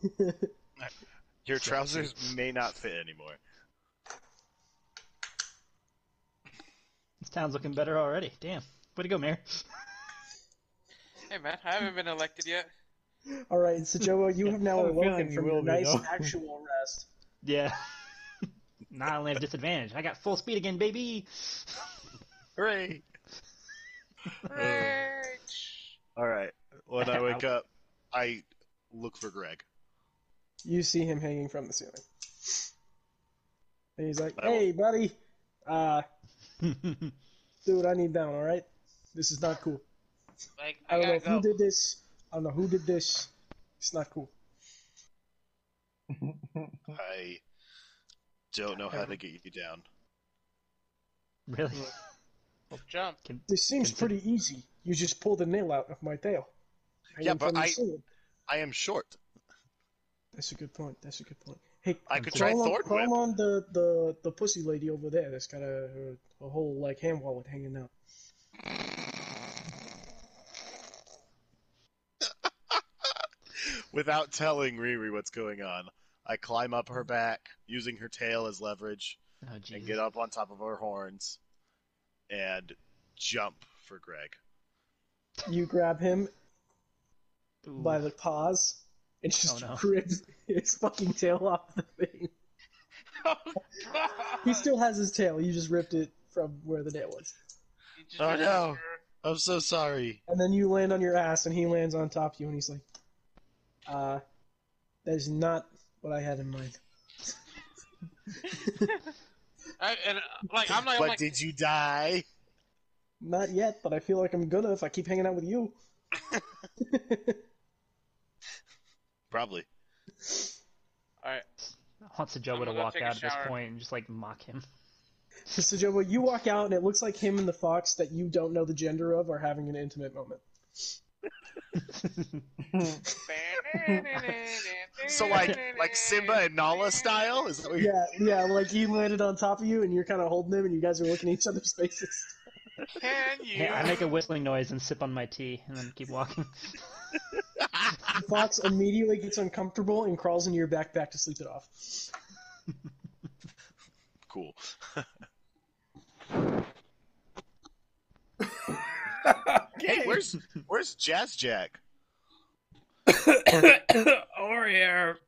Speaker 4: Your trousers may not fit anymore.
Speaker 7: This town's looking better already. Damn. Way to go, Mayor.
Speaker 5: Hey man, I haven't been elected yet.
Speaker 3: All right, so Joe, you have now
Speaker 6: *laughs* I have a
Speaker 3: awoken
Speaker 6: feeling you
Speaker 3: from your
Speaker 6: will be,
Speaker 3: nice
Speaker 6: though.
Speaker 3: actual rest.
Speaker 7: Yeah. *laughs* Not only have disadvantage, I got full speed again, baby. *laughs*
Speaker 4: Hooray!
Speaker 5: Rich.
Speaker 4: All right. When I wake up, I look for Greg.
Speaker 3: You see him hanging from the ceiling, and he's like,
Speaker 4: I will-
Speaker 3: "Hey, buddy, uh, dude, I need down. All right, this is not cool.
Speaker 5: Like
Speaker 3: I
Speaker 5: I,
Speaker 3: don't know
Speaker 5: gotta
Speaker 3: if
Speaker 5: go.
Speaker 3: who Oh, did this. I don't know who did this. It's not cool."
Speaker 4: I don't know how to get you down.
Speaker 7: really?
Speaker 5: *laughs* Jump. *laughs*
Speaker 3: This seems pretty easy. You just pull the nail out of my tail.
Speaker 4: Yeah,
Speaker 3: Hanging
Speaker 4: but
Speaker 3: from the
Speaker 4: I-
Speaker 3: ceiling.
Speaker 4: I am short.
Speaker 3: That's a good point. That's a good point. Hey,
Speaker 4: I could try
Speaker 3: crawl on,
Speaker 4: Thorn
Speaker 3: crawl
Speaker 4: Whip.
Speaker 3: on the, the, the pussy lady over there. That's got a, a whole like hand wallet hanging out.
Speaker 4: Without telling Riri what's going on, I climb up her back using her tail as leverage
Speaker 7: Oh,
Speaker 4: and
Speaker 7: jeez.
Speaker 4: get up on top of her horns and jump for Greg.
Speaker 3: You grab him
Speaker 7: Ooh.
Speaker 3: by the paws and just
Speaker 7: Oh, no.
Speaker 3: rip his fucking tail off the thing.
Speaker 5: Oh,
Speaker 4: Uh,
Speaker 3: He still has his tail. You just ripped it from where the nail was.
Speaker 5: You just
Speaker 4: Oh,
Speaker 5: did
Speaker 4: no.
Speaker 5: it.
Speaker 4: I'm so sorry.
Speaker 3: And then you land on your ass, and he lands on top of you, and he's like, uh, that is not what I had in mind.
Speaker 5: I, and uh, like I'm like, I'm
Speaker 4: But
Speaker 5: like
Speaker 4: did you die?
Speaker 3: Not yet, but I feel like I'm gonna if I keep hanging out with *laughs* you.
Speaker 4: Probably.
Speaker 5: all right.
Speaker 7: Haunts Joe
Speaker 5: I'm
Speaker 7: would have
Speaker 5: gonna go
Speaker 7: walked
Speaker 5: take a
Speaker 7: out at this
Speaker 5: shower.
Speaker 7: point and just like mock him. *laughs*
Speaker 3: So, Jobo, you walk out, and it looks like him and the fox that you don't know the gender of are having an intimate moment.
Speaker 5: *laughs*
Speaker 4: So like like Simba and Nala style? Is that what you're
Speaker 3: Yeah, yeah, like he landed on top of you, and you're kind of holding him, and you guys are looking at each other's faces.
Speaker 5: Can you?
Speaker 7: Yeah, I make a whistling noise and sip on my tea and then keep walking.
Speaker 3: The fox immediately gets uncomfortable and crawls into your backpack to sleep it off.
Speaker 4: *laughs* cool? Hey, where's where's Jazz Jack?
Speaker 6: *coughs* Over here.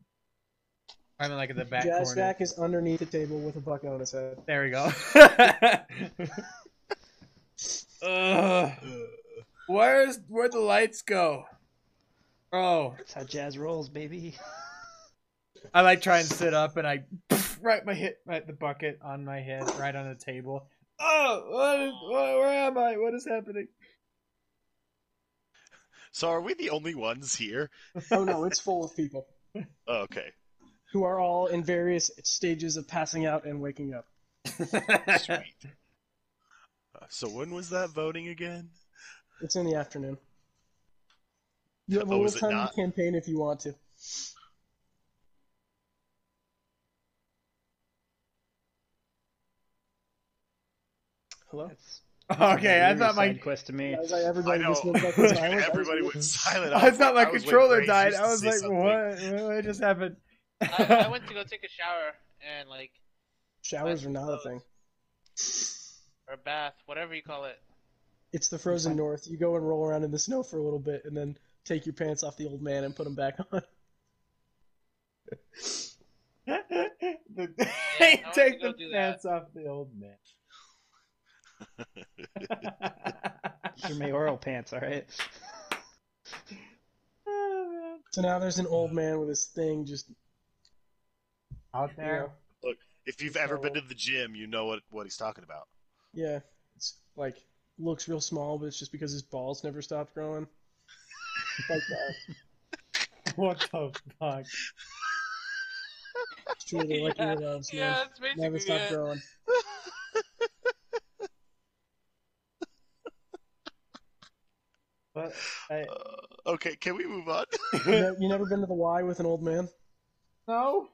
Speaker 6: I'm in like the back
Speaker 3: Jazz
Speaker 6: corner.
Speaker 3: Jack is underneath the table with a bucket on his head.
Speaker 6: There we go. *laughs* Ugh. Where's where'd the lights go? Oh,
Speaker 7: That's how jazz rolls, baby.
Speaker 6: I like try and sit up, and I pff, right my hit right the bucket on my head, right on the table. Oh, what is, what, where am I? What is
Speaker 5: *laughs*
Speaker 6: happening?
Speaker 4: So are we the only ones here?
Speaker 3: Oh no, it's full of people
Speaker 4: Oh, okay.
Speaker 3: who are all in various stages of passing out and waking up.
Speaker 4: Sweet. *laughs* Uh, so when was that voting
Speaker 6: *laughs*
Speaker 4: again?
Speaker 3: It's in the afternoon. You have a
Speaker 4: Oh, is
Speaker 3: little
Speaker 4: it
Speaker 3: time
Speaker 4: not?
Speaker 3: to campaign if you want to. Hello?
Speaker 8: *laughs*
Speaker 7: That's
Speaker 6: okay, I
Speaker 7: really
Speaker 6: thought
Speaker 7: side
Speaker 6: my
Speaker 7: quest to me.
Speaker 3: Guys, I- everybody
Speaker 4: I know.
Speaker 3: just went *laughs* back in silence. I was
Speaker 4: Everybody
Speaker 3: waiting.
Speaker 4: went silent.
Speaker 6: *laughs* *laughs* I thought my
Speaker 4: I was waiting
Speaker 6: controller
Speaker 4: for
Speaker 6: died.
Speaker 4: Jesus
Speaker 6: I
Speaker 4: to
Speaker 6: was
Speaker 4: say
Speaker 6: like,
Speaker 4: something.
Speaker 6: what? What just happened?
Speaker 5: *laughs* I, I went to go take a shower and like
Speaker 3: Showers are not a thing.
Speaker 5: or bath, whatever you call it.
Speaker 3: It's the frozen north. You go and roll around in the snow for a little bit and then take your pants off the old man and put them back on. *laughs*
Speaker 6: *laughs* The-
Speaker 5: Yeah, I wanted to
Speaker 6: take
Speaker 5: go
Speaker 6: the
Speaker 5: do that.
Speaker 6: pants off the old man.
Speaker 2: *laughs*
Speaker 7: Those are mayoral pants, all
Speaker 3: *laughs*
Speaker 7: right.
Speaker 3: So now there's an old man with his thing just
Speaker 6: *laughs* Out
Speaker 3: you know,
Speaker 6: *laughs* there.
Speaker 4: If you've ever been to the gym, you know what, what he's talking about.
Speaker 3: yeah. It's like looks real small, but it's just because his balls never stopped growing. Like uh, that.
Speaker 6: What the
Speaker 5: *laughs*
Speaker 6: fuck?
Speaker 3: It's true, they're like
Speaker 5: Yeah,
Speaker 3: your loves, man.
Speaker 5: Yeah, that's
Speaker 3: Never
Speaker 5: basically
Speaker 3: stopped
Speaker 5: it.
Speaker 3: growing.
Speaker 6: What? I,
Speaker 4: Uh, okay, can we move
Speaker 6: *laughs*
Speaker 4: on? *laughs*
Speaker 3: You, ne- you never been to the Y with an old man?
Speaker 6: no.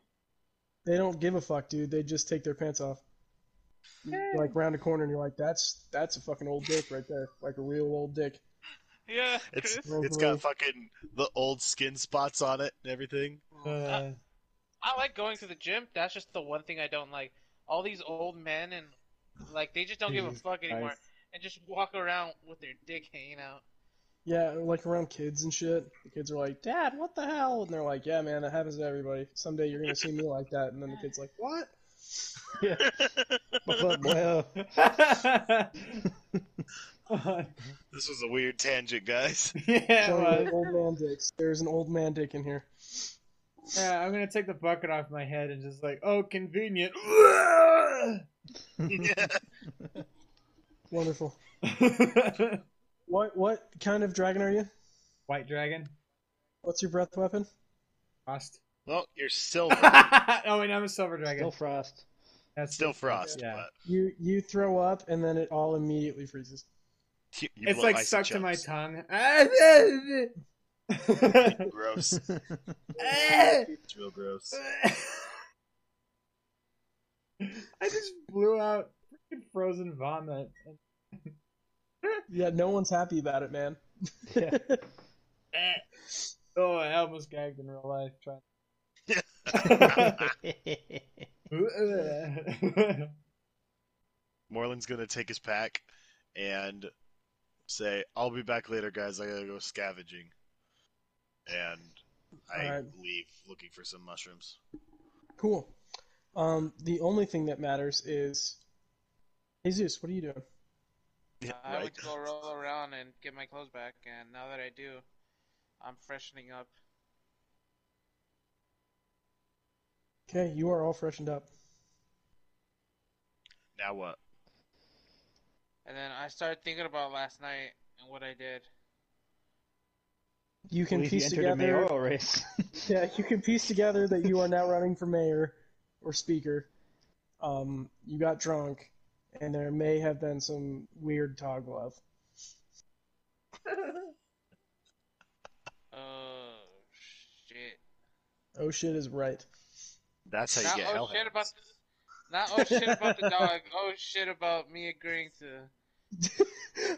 Speaker 3: They don't give a fuck, dude. They just take their pants off. You, like round a corner and you're like, that's that's a fucking old dick right there, like a real old dick.
Speaker 5: Yeah,
Speaker 4: It's
Speaker 3: *laughs*
Speaker 5: Chris.
Speaker 4: it's got fucking the old skin spots on it and everything.
Speaker 6: Uh,
Speaker 5: I like going to the gym. That's just the one thing I don't like. All these old men and like they just don't give a
Speaker 6: Jesus
Speaker 5: fuck anymore
Speaker 6: Christ.
Speaker 5: and just walk around with their dick hanging out.
Speaker 3: Yeah, like around kids and shit. The kids are like, Dad, what the hell? And they're like, Yeah, man, that happens to everybody. Someday you're gonna see me like that. And then the kid's like, What?
Speaker 5: *laughs*
Speaker 4: This was a weird tangent,
Speaker 6: *laughs*
Speaker 4: guys.
Speaker 6: *laughs*
Speaker 4: *laughs*
Speaker 6: yeah,
Speaker 3: Showing
Speaker 6: it
Speaker 3: their old
Speaker 6: was.
Speaker 3: man dicks. There's an old man dick in here.
Speaker 6: yeah, I'm gonna take the bucket off my head and just like, oh,
Speaker 4: *laughs*
Speaker 6: convenient.
Speaker 4: Yeah.
Speaker 3: Wonderful. What what kind of dragon are you?
Speaker 6: White dragon,
Speaker 3: What's your breath weapon?
Speaker 4: *laughs*
Speaker 6: frost.
Speaker 4: Well, you're
Speaker 6: *laughs*
Speaker 4: still
Speaker 6: oh wait, no, I'm a silver dragon.
Speaker 7: Still
Speaker 8: *laughs*
Speaker 2: *laughs*
Speaker 7: frost.
Speaker 6: That's
Speaker 4: still frost,
Speaker 6: Yeah.
Speaker 4: but
Speaker 3: You you throw up and then it all immediately freezes.
Speaker 4: you- you
Speaker 6: it's
Speaker 4: blow
Speaker 6: like
Speaker 4: ice
Speaker 6: stuck to
Speaker 4: and
Speaker 6: my
Speaker 4: chunks.
Speaker 6: tongue. *laughs* *laughs*
Speaker 4: Gross. it's real gross.
Speaker 6: I just blew out freaking frozen vomit. *laughs*
Speaker 3: Yeah, no one's happy about it, man.
Speaker 6: Oh, I almost gagged in real life.
Speaker 4: *laughs*
Speaker 6: Trying. *laughs*
Speaker 4: Moreland's gonna take his pack and say, "I'll be back later, guys. I gotta go scavenging." And I
Speaker 3: Alright.
Speaker 4: leave looking for some mushrooms.
Speaker 3: *laughs* Cool. Um, the only thing that matters is Jesus, what are you doing?
Speaker 4: Yeah, *laughs*
Speaker 5: I
Speaker 4: right.
Speaker 5: would go roll around and get my clothes back, and now that I do, I'm freshening up.
Speaker 3: Okay, you are all freshened up.
Speaker 4: Now what?
Speaker 5: And then I started thinking about last night and what I did.
Speaker 3: You can
Speaker 7: Believe you
Speaker 3: piece
Speaker 7: entered a
Speaker 3: together
Speaker 7: mayoral
Speaker 2: *laughs*
Speaker 7: race.
Speaker 3: Yeah, you can piece together that you are now running for mayor or speaker. Um, you got drunk and there may have been some weird toggle of.
Speaker 5: Oh shit!
Speaker 3: Oh shit is right.
Speaker 4: That's how you
Speaker 5: Not
Speaker 4: get
Speaker 5: oh
Speaker 4: hell.
Speaker 5: shit about. Not oh shit about the dog. *laughs* Oh shit about me agreeing to.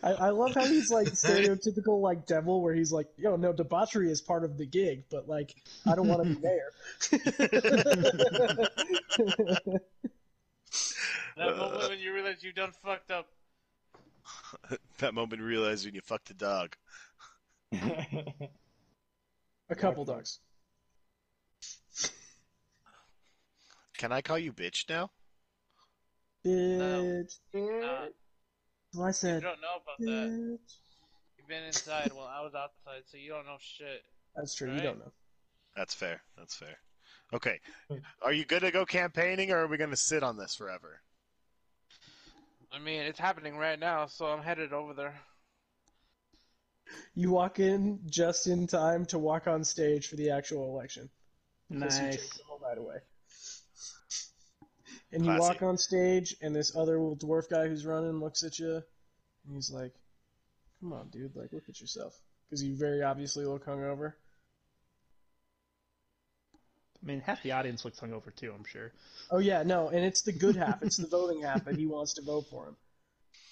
Speaker 3: I, I love how he's like stereotypical like devil where he's like, yo, no, debauchery is part of the gig, but like I don't want to be mayor.
Speaker 5: That
Speaker 4: Uh.
Speaker 5: moment when you realize you've done fucked up.
Speaker 4: *laughs* that moment realized when you fucked a dog.
Speaker 3: A couple ducks.
Speaker 4: Can I call you bitch now?
Speaker 3: Bitch.
Speaker 5: Nah,
Speaker 3: Well, I
Speaker 5: Uh, you
Speaker 3: said,
Speaker 5: don't know uh, about that.
Speaker 3: bitch.
Speaker 5: You've been inside while I was outside, so you don't know shit.
Speaker 3: That's true. You
Speaker 5: Right.
Speaker 3: don't know.
Speaker 4: That's fair. That's fair. Okay. Are you good to go campaigning, or are we going to sit on this forever?
Speaker 5: I mean, it's happening right now, so I'm headed over there.
Speaker 3: You walk in just in time to walk on stage for the actual election. 'cause you
Speaker 2: Nice.
Speaker 3: changed all that away. And you
Speaker 4: Classy.
Speaker 3: walk on stage, and this other little dwarf guy who's running looks at you, and he's like, "Come on, dude! Like, look at yourself." Because you very obviously look hungover.
Speaker 2: I mean, half the audience looks hungover too. I'm sure.
Speaker 3: Oh yeah, no, and it's the good half. It's the voting half that he wants to vote for him.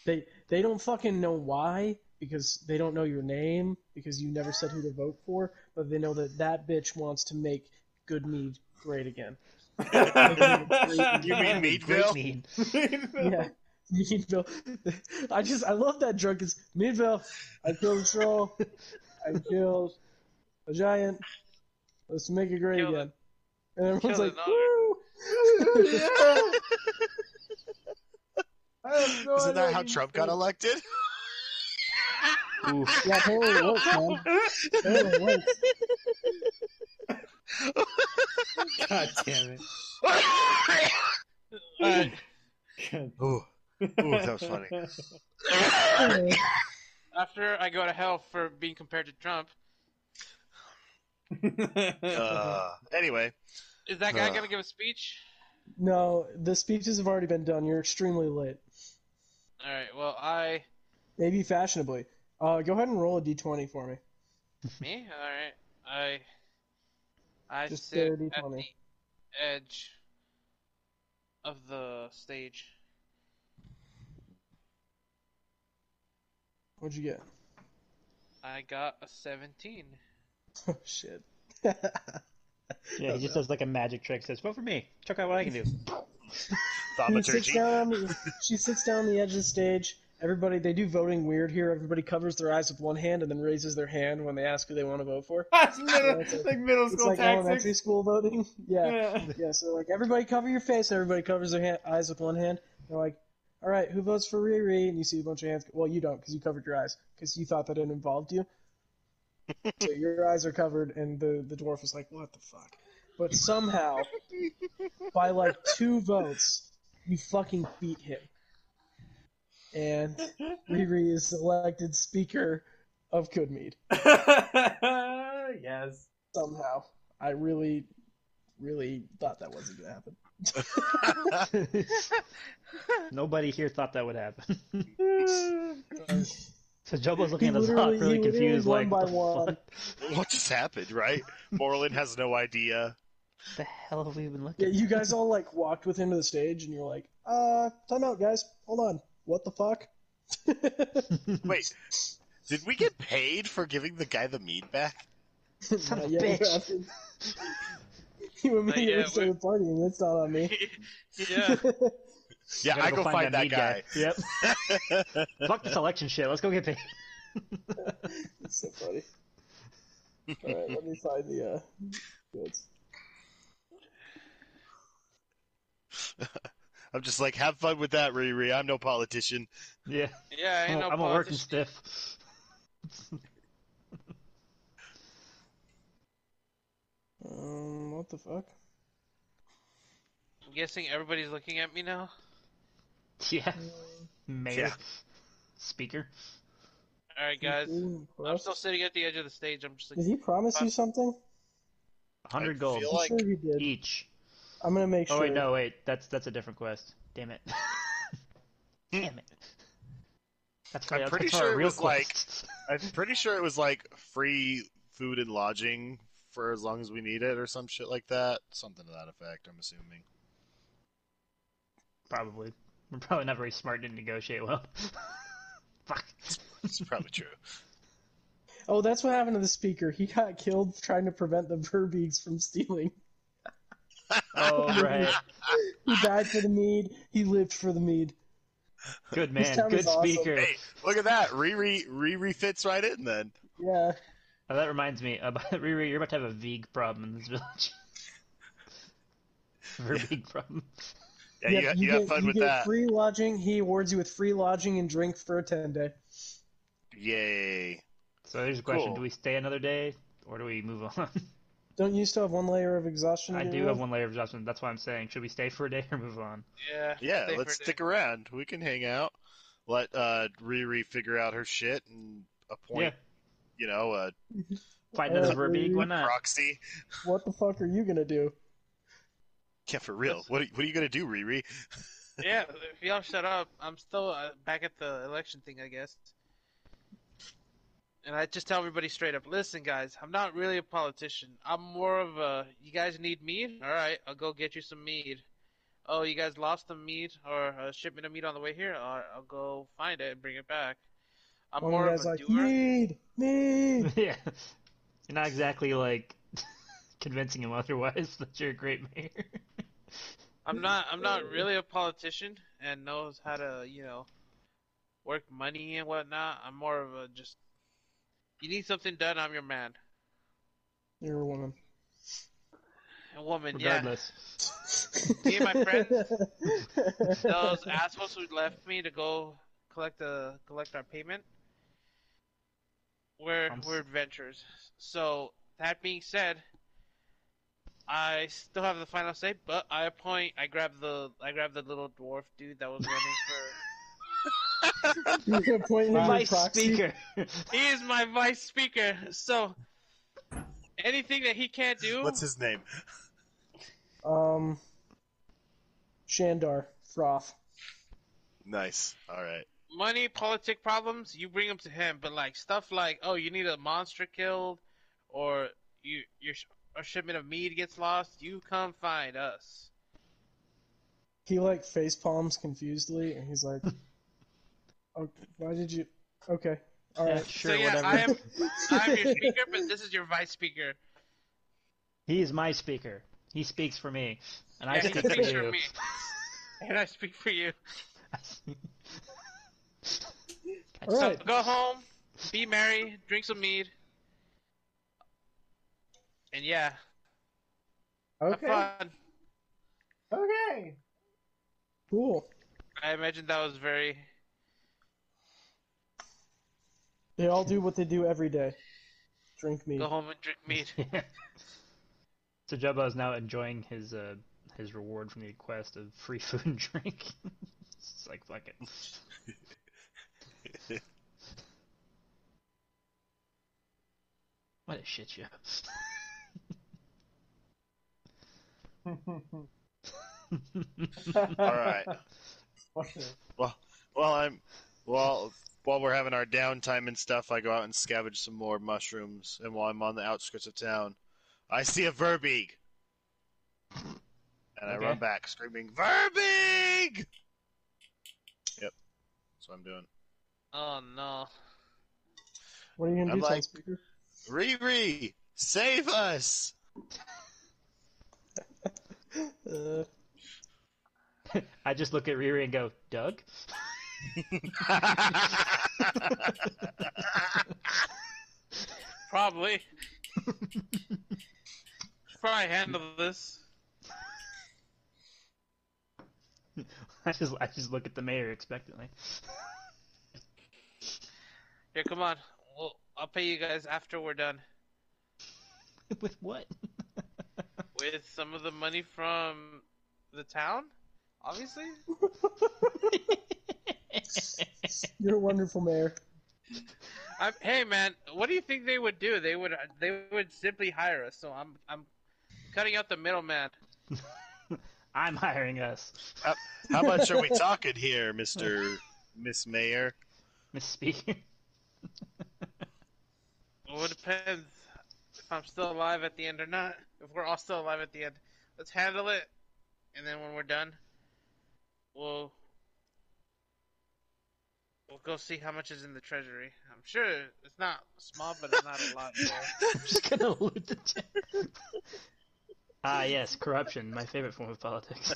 Speaker 3: They they don't fucking know why because they don't know your name because you never said who to vote for, but they know that that bitch wants to make good mead great again.
Speaker 4: You mean
Speaker 8: Oh.
Speaker 2: Great
Speaker 4: Meadville?
Speaker 2: mead.
Speaker 3: *laughs* Yeah. Meadville. I just I love that drug is Meadville. I killed a troll. I killed a giant. Let's make it great
Speaker 5: Killed
Speaker 3: again. And everyone's
Speaker 5: Killed
Speaker 3: like,
Speaker 5: another.
Speaker 3: Woo!
Speaker 4: *laughs*
Speaker 3: *laughs*
Speaker 4: Isn't that how Trump got elected?
Speaker 2: Oof.
Speaker 3: Yeah, apparently it works,
Speaker 5: *laughs*
Speaker 3: man. Apparently it works.
Speaker 8: God damn it. God.
Speaker 4: Ooh. Ooh, that was *laughs* funny.
Speaker 5: After I go to hell for being compared to Trump,
Speaker 4: Uh, anyway,
Speaker 5: is that guy
Speaker 4: Huh.
Speaker 5: gonna give a speech?
Speaker 3: No, the speeches have already been done. You're extremely late.
Speaker 5: All right. Well, I
Speaker 3: Maybe fashionably. Uh, go ahead and roll a d20 for me.
Speaker 5: me. All right. I I
Speaker 3: Just
Speaker 5: sit
Speaker 3: barely
Speaker 5: at the
Speaker 3: funny.
Speaker 5: edge of the stage.
Speaker 3: What'd you get? *laughs*
Speaker 5: I got a 17.
Speaker 3: Oh, shit. *laughs*
Speaker 2: Yeah, he just does like a magic trick. Says, "Vote for me. Check out what I can do."
Speaker 3: He sits
Speaker 4: thaumaturgy.
Speaker 3: *laughs* down, she sits down on the edge of the stage. Everybody, they do voting weird here. Everybody covers their eyes with one hand and then raises their hand when they ask who they want to vote for.
Speaker 8: *laughs* That's middle,
Speaker 3: It's
Speaker 8: like middle
Speaker 3: It's
Speaker 8: school
Speaker 3: like elementary
Speaker 8: tactics.
Speaker 3: school voting. *laughs* Yeah.
Speaker 8: Yeah.
Speaker 3: Yeah, so like everybody cover your face, and everybody covers their hand, eyes with one hand. They're like, "All right, who votes for Riri?" And you see a bunch of hands. Well, you don't because you covered your eyes because you thought that it involved you. so your eyes are covered, and the the dwarf is like, "What the fuck?" But somehow, by like two votes, you fucking beat him, and Riri is elected speaker of Goodmead
Speaker 8: yes.
Speaker 3: somehow. I really, really thought that wasn't gonna happen.
Speaker 2: *laughs* Nobody here thought that would happen. *laughs*
Speaker 8: God.
Speaker 2: so Jumbo's looking
Speaker 3: He
Speaker 2: at us all
Speaker 3: literally-
Speaker 2: really
Speaker 3: he literally
Speaker 2: confused, like,
Speaker 3: won by
Speaker 2: what the,
Speaker 3: one.
Speaker 2: fuck?
Speaker 4: *laughs* what just happened, right? Moreland has no idea.
Speaker 2: the hell have we been
Speaker 3: Yeah,
Speaker 2: looking
Speaker 3: you guys all like walked with him to the stage, and you're like, "Uh, time out, guys. Hold on. What the fuck?"
Speaker 4: Wait, did we get paid for giving the guy the mead back?
Speaker 2: *laughs* Son of a
Speaker 3: Yeah, you
Speaker 2: bitch.
Speaker 3: have to- *laughs* you immediately
Speaker 5: yeah,
Speaker 3: started partying. It's not on
Speaker 5: *laughs*
Speaker 3: me.
Speaker 5: *laughs* yeah.
Speaker 4: Yeah,
Speaker 2: Gotta
Speaker 4: I go, find, that
Speaker 2: mead
Speaker 4: guy.
Speaker 2: Yep.
Speaker 4: *laughs*
Speaker 2: Fuck this election shit. Let's go get paid.
Speaker 3: It's so funny. All right, let me find the uh. notes.
Speaker 4: *laughs* I'm just like, have fun with that, Riri. I'm no politician.
Speaker 2: *laughs* Yeah.
Speaker 5: Yeah. Ain't
Speaker 2: I'm,
Speaker 5: no
Speaker 2: a- I'm a working
Speaker 5: politician.
Speaker 2: stiff. *laughs*
Speaker 3: Um, what the fuck?
Speaker 5: I'm guessing everybody's looking at me now.
Speaker 2: Yeah. Mayor.
Speaker 4: Yeah.
Speaker 2: Speaker.
Speaker 5: All right, guys.
Speaker 3: Ooh,
Speaker 5: I'm
Speaker 3: what?
Speaker 5: still sitting at the edge of the stage. I'm just like,
Speaker 3: Did he promise you something?
Speaker 2: 100
Speaker 4: I
Speaker 2: gold
Speaker 4: feel
Speaker 3: I'm
Speaker 4: like-
Speaker 3: sure he did.
Speaker 2: each.
Speaker 3: I'm gonna make sure.
Speaker 2: Oh, wait, no, wait. That's that's a different quest. Damn
Speaker 4: *laughs*
Speaker 2: it. Damn it. That's
Speaker 4: I'm
Speaker 2: for-
Speaker 4: pretty
Speaker 2: that's for
Speaker 4: sure
Speaker 2: a
Speaker 4: it
Speaker 2: real
Speaker 4: was, like,
Speaker 2: quest.
Speaker 4: I'm pretty sure it was like free food and lodging for as long as we need it, or some shit like that. Something to that effect. I'm assuming.
Speaker 2: *laughs* Probably. We're probably not very smart to negotiate well. *laughs*
Speaker 4: *laughs*
Speaker 2: Fuck.
Speaker 4: It's probably true. *laughs*
Speaker 3: Oh, that's what happened to the speaker. He got killed trying to prevent the *laughs* Verbeeks from stealing.
Speaker 2: Oh, right.
Speaker 3: He died for the mead. He lived for the mead.
Speaker 2: Good
Speaker 3: This
Speaker 2: man.
Speaker 3: town
Speaker 2: Good
Speaker 3: is awesome.
Speaker 2: speaker.
Speaker 4: Hey, look at that. Riri Riri fits right in then.
Speaker 3: Yeah.
Speaker 2: Oh, that reminds me. About, *laughs* Riri, you're about to have a Vig problem in this
Speaker 5: *laughs*
Speaker 2: village. Verbeeg problem.
Speaker 4: Yeah, you, you, have
Speaker 3: get-
Speaker 4: fun
Speaker 3: you
Speaker 4: with
Speaker 3: get
Speaker 4: that.
Speaker 3: Free lodging. He awards you with free lodging and drink for a ten day.
Speaker 4: Yay.
Speaker 2: So there's a question.
Speaker 4: Cool.
Speaker 2: Do we stay another day or do we move on? *laughs*
Speaker 3: Don't you still have one layer of exhaustion? to
Speaker 2: I
Speaker 3: get
Speaker 2: do
Speaker 3: rid
Speaker 2: have
Speaker 3: of?
Speaker 2: one layer of adjustment. That's why I'm saying, should we stay for a day *laughs* or move on?
Speaker 5: Yeah.
Speaker 4: Yeah,
Speaker 5: stay for
Speaker 4: let's
Speaker 5: a day.
Speaker 4: stick around. We can hang out. Let uh, Riri figure out her shit and appoint, you know, a
Speaker 2: Fighting it
Speaker 3: Uh,
Speaker 2: over a beak, why not?
Speaker 4: proxy.
Speaker 3: What the fuck are you gonna do?
Speaker 4: Yeah, for real.
Speaker 5: That's-
Speaker 4: What are, what are you gonna do, Riri?
Speaker 5: Yeah, if y'all shut up, I'm still uh, back at the election thing, I guess. And I just tell everybody straight up, listen, guys, I'm not really a politician. I'm more of a. You guys need mead? All right, I'll go get you some mead. Oh, you guys lost the mead or a shipment of meat on the way here? All right, I'll go find it and bring it back. I'm
Speaker 3: One
Speaker 5: more of
Speaker 3: Oh, guy's
Speaker 5: a
Speaker 3: like,
Speaker 5: doer.
Speaker 3: need,
Speaker 5: *laughs*
Speaker 3: need.
Speaker 2: *laughs* yeah. You're not exactly like *laughs* convincing him otherwise *laughs* that you're a great
Speaker 5: *laughs*
Speaker 2: mayor.
Speaker 5: I'm not. I'm not really a politician and knows how to, you know, work money and whatnot. I'm more of a just. You need something done. I'm your man.
Speaker 3: You're a woman.
Speaker 5: A woman,
Speaker 2: Regardless.
Speaker 5: Me and
Speaker 3: *laughs*
Speaker 5: my friends. yeah. *laughs* Those assholes who left me to go collect the collect our payment. We're
Speaker 2: I'm s-
Speaker 5: we're adventurers. So that being said, I still have the final say, but I appoint. I grab the I grab the little dwarf dude that was running for.
Speaker 3: You're gonna point him at
Speaker 2: Vice
Speaker 3: proxy.
Speaker 2: speaker. *laughs*
Speaker 5: he is my vice speaker. So anything that he can't do,
Speaker 4: What's his name?
Speaker 3: Um, Shandar Froth.
Speaker 4: Nice. All right.
Speaker 5: money, politic problems, you bring them to him. But like stuff like, oh, you need a monster killed, or you your sh- a shipment of mead gets lost, you come find us.
Speaker 3: He like face palms confusedly, and he's like, oh, "Why did you? Okay, all
Speaker 2: Yeah,
Speaker 3: right."
Speaker 2: sure,
Speaker 5: so yeah,
Speaker 3: *laughs*
Speaker 2: whatever.
Speaker 5: I am I'm your speaker, but this is your vice speaker.
Speaker 2: He is my speaker. He speaks for me. And I
Speaker 5: Yeah, he
Speaker 2: speak for
Speaker 5: speaks for
Speaker 2: you.
Speaker 5: me, and I speak for you.
Speaker 2: *laughs*
Speaker 3: All right.
Speaker 5: So go home, be merry, drink some mead, and yeah,
Speaker 6: Okay.
Speaker 5: have fun.
Speaker 6: Okay.
Speaker 4: *laughs*
Speaker 3: Cool.
Speaker 5: I imagine that was very
Speaker 3: They all do what they do every day. Drink me. *laughs*
Speaker 5: go home and drink mead.
Speaker 2: *laughs* Yeah. *laughs* So Jabba is now enjoying his uh, his reward from the quest of free food and drink. *laughs* it's like fuck it. what a shit show. *laughs*
Speaker 4: All right. well, well, I'm well. While we're having our downtime and stuff, I go out and scavenge some more mushrooms. And while I'm on the outskirts of town, I see a Verbeeg, and
Speaker 2: Okay.
Speaker 4: I run back screaming, "Verbeeg!" Yep, that's what I'm doing.
Speaker 5: Oh no.
Speaker 3: What are you gonna
Speaker 4: I'm
Speaker 3: do, like...
Speaker 4: like-
Speaker 3: speaker? *laughs*
Speaker 4: Riri, save *laughs* us!
Speaker 3: Uh,
Speaker 2: I just look at Riri and go, Doug. *laughs*
Speaker 5: Probably. *laughs* Probably handle this.
Speaker 2: I just I just look at the mayor expectantly. *laughs*
Speaker 5: Here, come on. We'll, I'll pay you guys after we're done
Speaker 2: With what? *laughs*
Speaker 5: with some of the money from the town. Obviously,
Speaker 3: you're a wonderful mayor.
Speaker 5: I'm, hey man, what do you think they would do? They would they would simply hire us. So I'm I'm cutting out the middleman.
Speaker 2: I'm hiring us,
Speaker 4: How much are we talking here, Mister Miss Mayor?
Speaker 2: Miss Speaker.
Speaker 5: Well, it depends if I'm still alive at the end or not. If we're all still alive at the end, let's handle it, and then when we're done, we'll we'll go see how much is in the treasury. I'm sure it's not small, but it's not a lot. *laughs* More.
Speaker 2: I'm just gonna *laughs* loot the tent. ah, yes, corruption, my favorite form
Speaker 7: *laughs*
Speaker 2: of politics.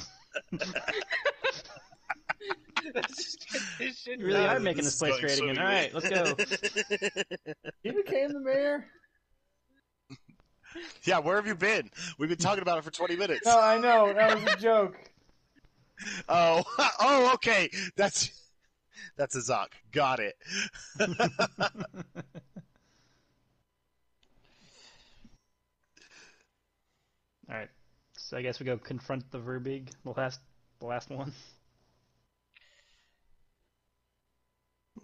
Speaker 5: Let's just get this shit
Speaker 2: You really
Speaker 5: done.
Speaker 2: are making this place great again. All right, let's go.
Speaker 7: *laughs*
Speaker 6: You became the mayor?
Speaker 4: yeah, where have you been? We've been talking about it for 20 minutes.
Speaker 6: No, I know. That was a joke.
Speaker 4: Oh, *laughs* oh, okay. That's that's a Zoc. Got it. *laughs*
Speaker 7: So I guess we go confront the Verbig, the last, the last one.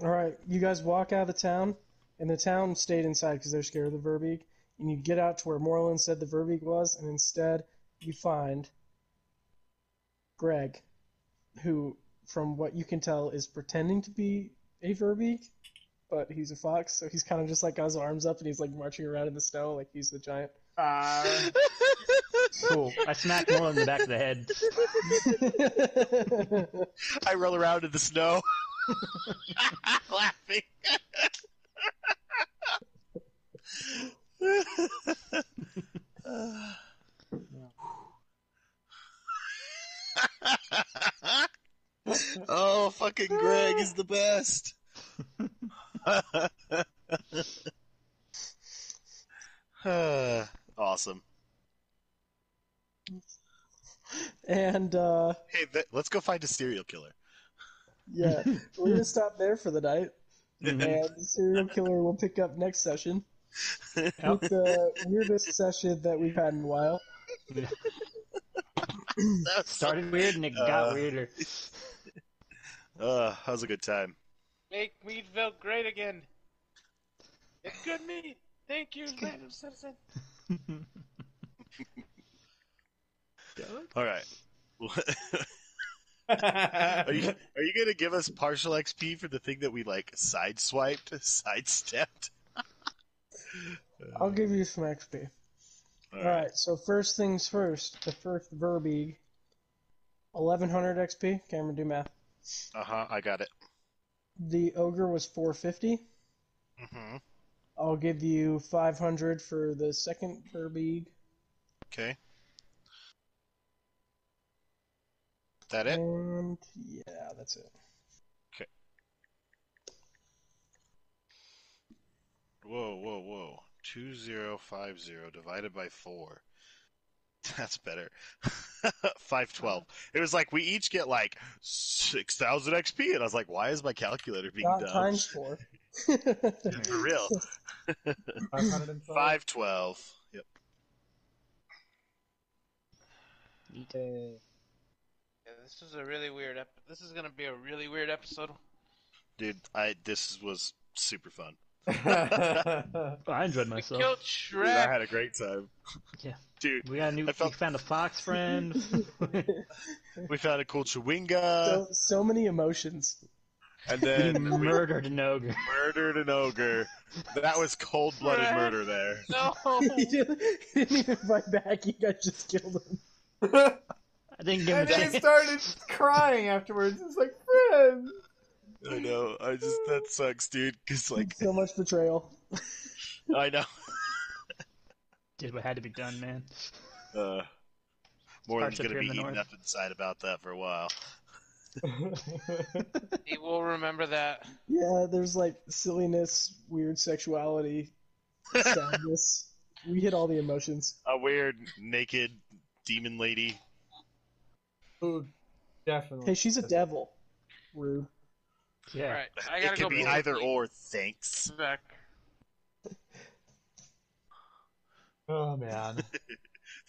Speaker 3: All right, you guys walk out of the town, and the town stayed inside because they're scared of the Verbeek. And you get out to where Moreland said the Verbeek was, and instead you find Greg, who, from what you can tell, is pretending to be a Verbeek, but he's a fox, so he's kind of just like got his arms up and he's like marching around in the snow like he's the giant. *laughs*
Speaker 6: Uh,
Speaker 7: *laughs* Cool. I smack Nolan in the back of the head.
Speaker 4: I roll around in the snow, *laughs* laughing. *laughs* oh, fucking Greg is the best. *laughs* awesome.
Speaker 3: and uh,
Speaker 4: Hey, th- let's go find a serial killer.
Speaker 3: yeah, we're gonna stop there for the night,
Speaker 7: Mm-hmm. *laughs*
Speaker 3: and the serial killer will pick up next session.
Speaker 7: Yep.
Speaker 3: It's the weirdest session that we've had in a while.
Speaker 4: That's
Speaker 7: Started weird and it got
Speaker 4: Uh.
Speaker 7: weirder.
Speaker 4: Uh, that was a good time.
Speaker 5: Make me feel great again. It's good me. Thank you, random citizen.
Speaker 4: All right. Are you are you gonna give us partial XP for the thing that we like sideswiped, *laughs* sidestepped?
Speaker 3: I'll give you some XP.
Speaker 4: All
Speaker 3: All right. So first things first. The first Verbeeg, eleven hundred XP. Cameron, do math.
Speaker 4: Uh huh. I got it.
Speaker 3: The ogre was four fifty.
Speaker 4: Mm-hmm.
Speaker 3: I'll give you five hundred for the second Verbeeg,
Speaker 4: Okay. That it?
Speaker 3: and yeah, that's it.
Speaker 4: Whoa, whoa, whoa! Two zero five zero divided by four. *laughs* That's better. *laughs* Five twelve. It was like we each get like six thousand XP, and I was like, "Why is my calculator being
Speaker 3: Not
Speaker 4: dumb?"
Speaker 3: times four.
Speaker 4: For real.
Speaker 6: 505.
Speaker 4: Five twelve. Yep.
Speaker 5: Yeah, this is a really weird ep- This is gonna be a really weird episode.
Speaker 4: Dude, I this was super fun.
Speaker 7: I enjoyed
Speaker 5: We
Speaker 7: myself.
Speaker 5: killed
Speaker 4: Dude, I *laughs*
Speaker 5: Shrek.
Speaker 4: had a great time.
Speaker 7: Yeah.
Speaker 4: Dude,
Speaker 7: We got a new.
Speaker 4: I felt-
Speaker 7: We found a fox
Speaker 4: *laughs*
Speaker 7: friend. *laughs*
Speaker 4: we found a cool
Speaker 5: *laughs*
Speaker 3: *laughs*
Speaker 4: chewinga,
Speaker 3: so, so many emotions. *laughs*
Speaker 4: and
Speaker 7: we
Speaker 4: then we
Speaker 7: murdered an ogre.
Speaker 4: murdered an ogre. That was cold-blooded
Speaker 5: Fred.
Speaker 4: murder there.
Speaker 5: *laughs* No.
Speaker 3: *laughs* he, didn't, he didn't even fight back. You guys just killed him.
Speaker 7: I didn't give him
Speaker 6: and then
Speaker 7: a
Speaker 6: he
Speaker 7: chance.
Speaker 6: started crying afterwards. It's like, friend.
Speaker 4: I know. I just that sucks, dude. Cause like
Speaker 3: So much betrayal.
Speaker 4: I know.
Speaker 7: Did what had to be done, man.
Speaker 4: Uh, more than
Speaker 7: Parts up
Speaker 4: gonna
Speaker 7: here in
Speaker 4: be
Speaker 7: the
Speaker 4: eating
Speaker 7: north.
Speaker 4: up inside about that for a while.
Speaker 5: he will remember that.
Speaker 3: Yeah, there's like silliness, weird sexuality, sadness. we hit all the emotions.
Speaker 4: A weird naked demon lady.
Speaker 6: Ooh, definitely.
Speaker 3: Hey, she's a devil. Rude.
Speaker 7: Yeah.
Speaker 5: All right, I
Speaker 4: It
Speaker 5: gotta
Speaker 4: could
Speaker 5: go
Speaker 4: be
Speaker 5: back.
Speaker 4: either or. Thanks.
Speaker 5: Back.
Speaker 6: Oh man.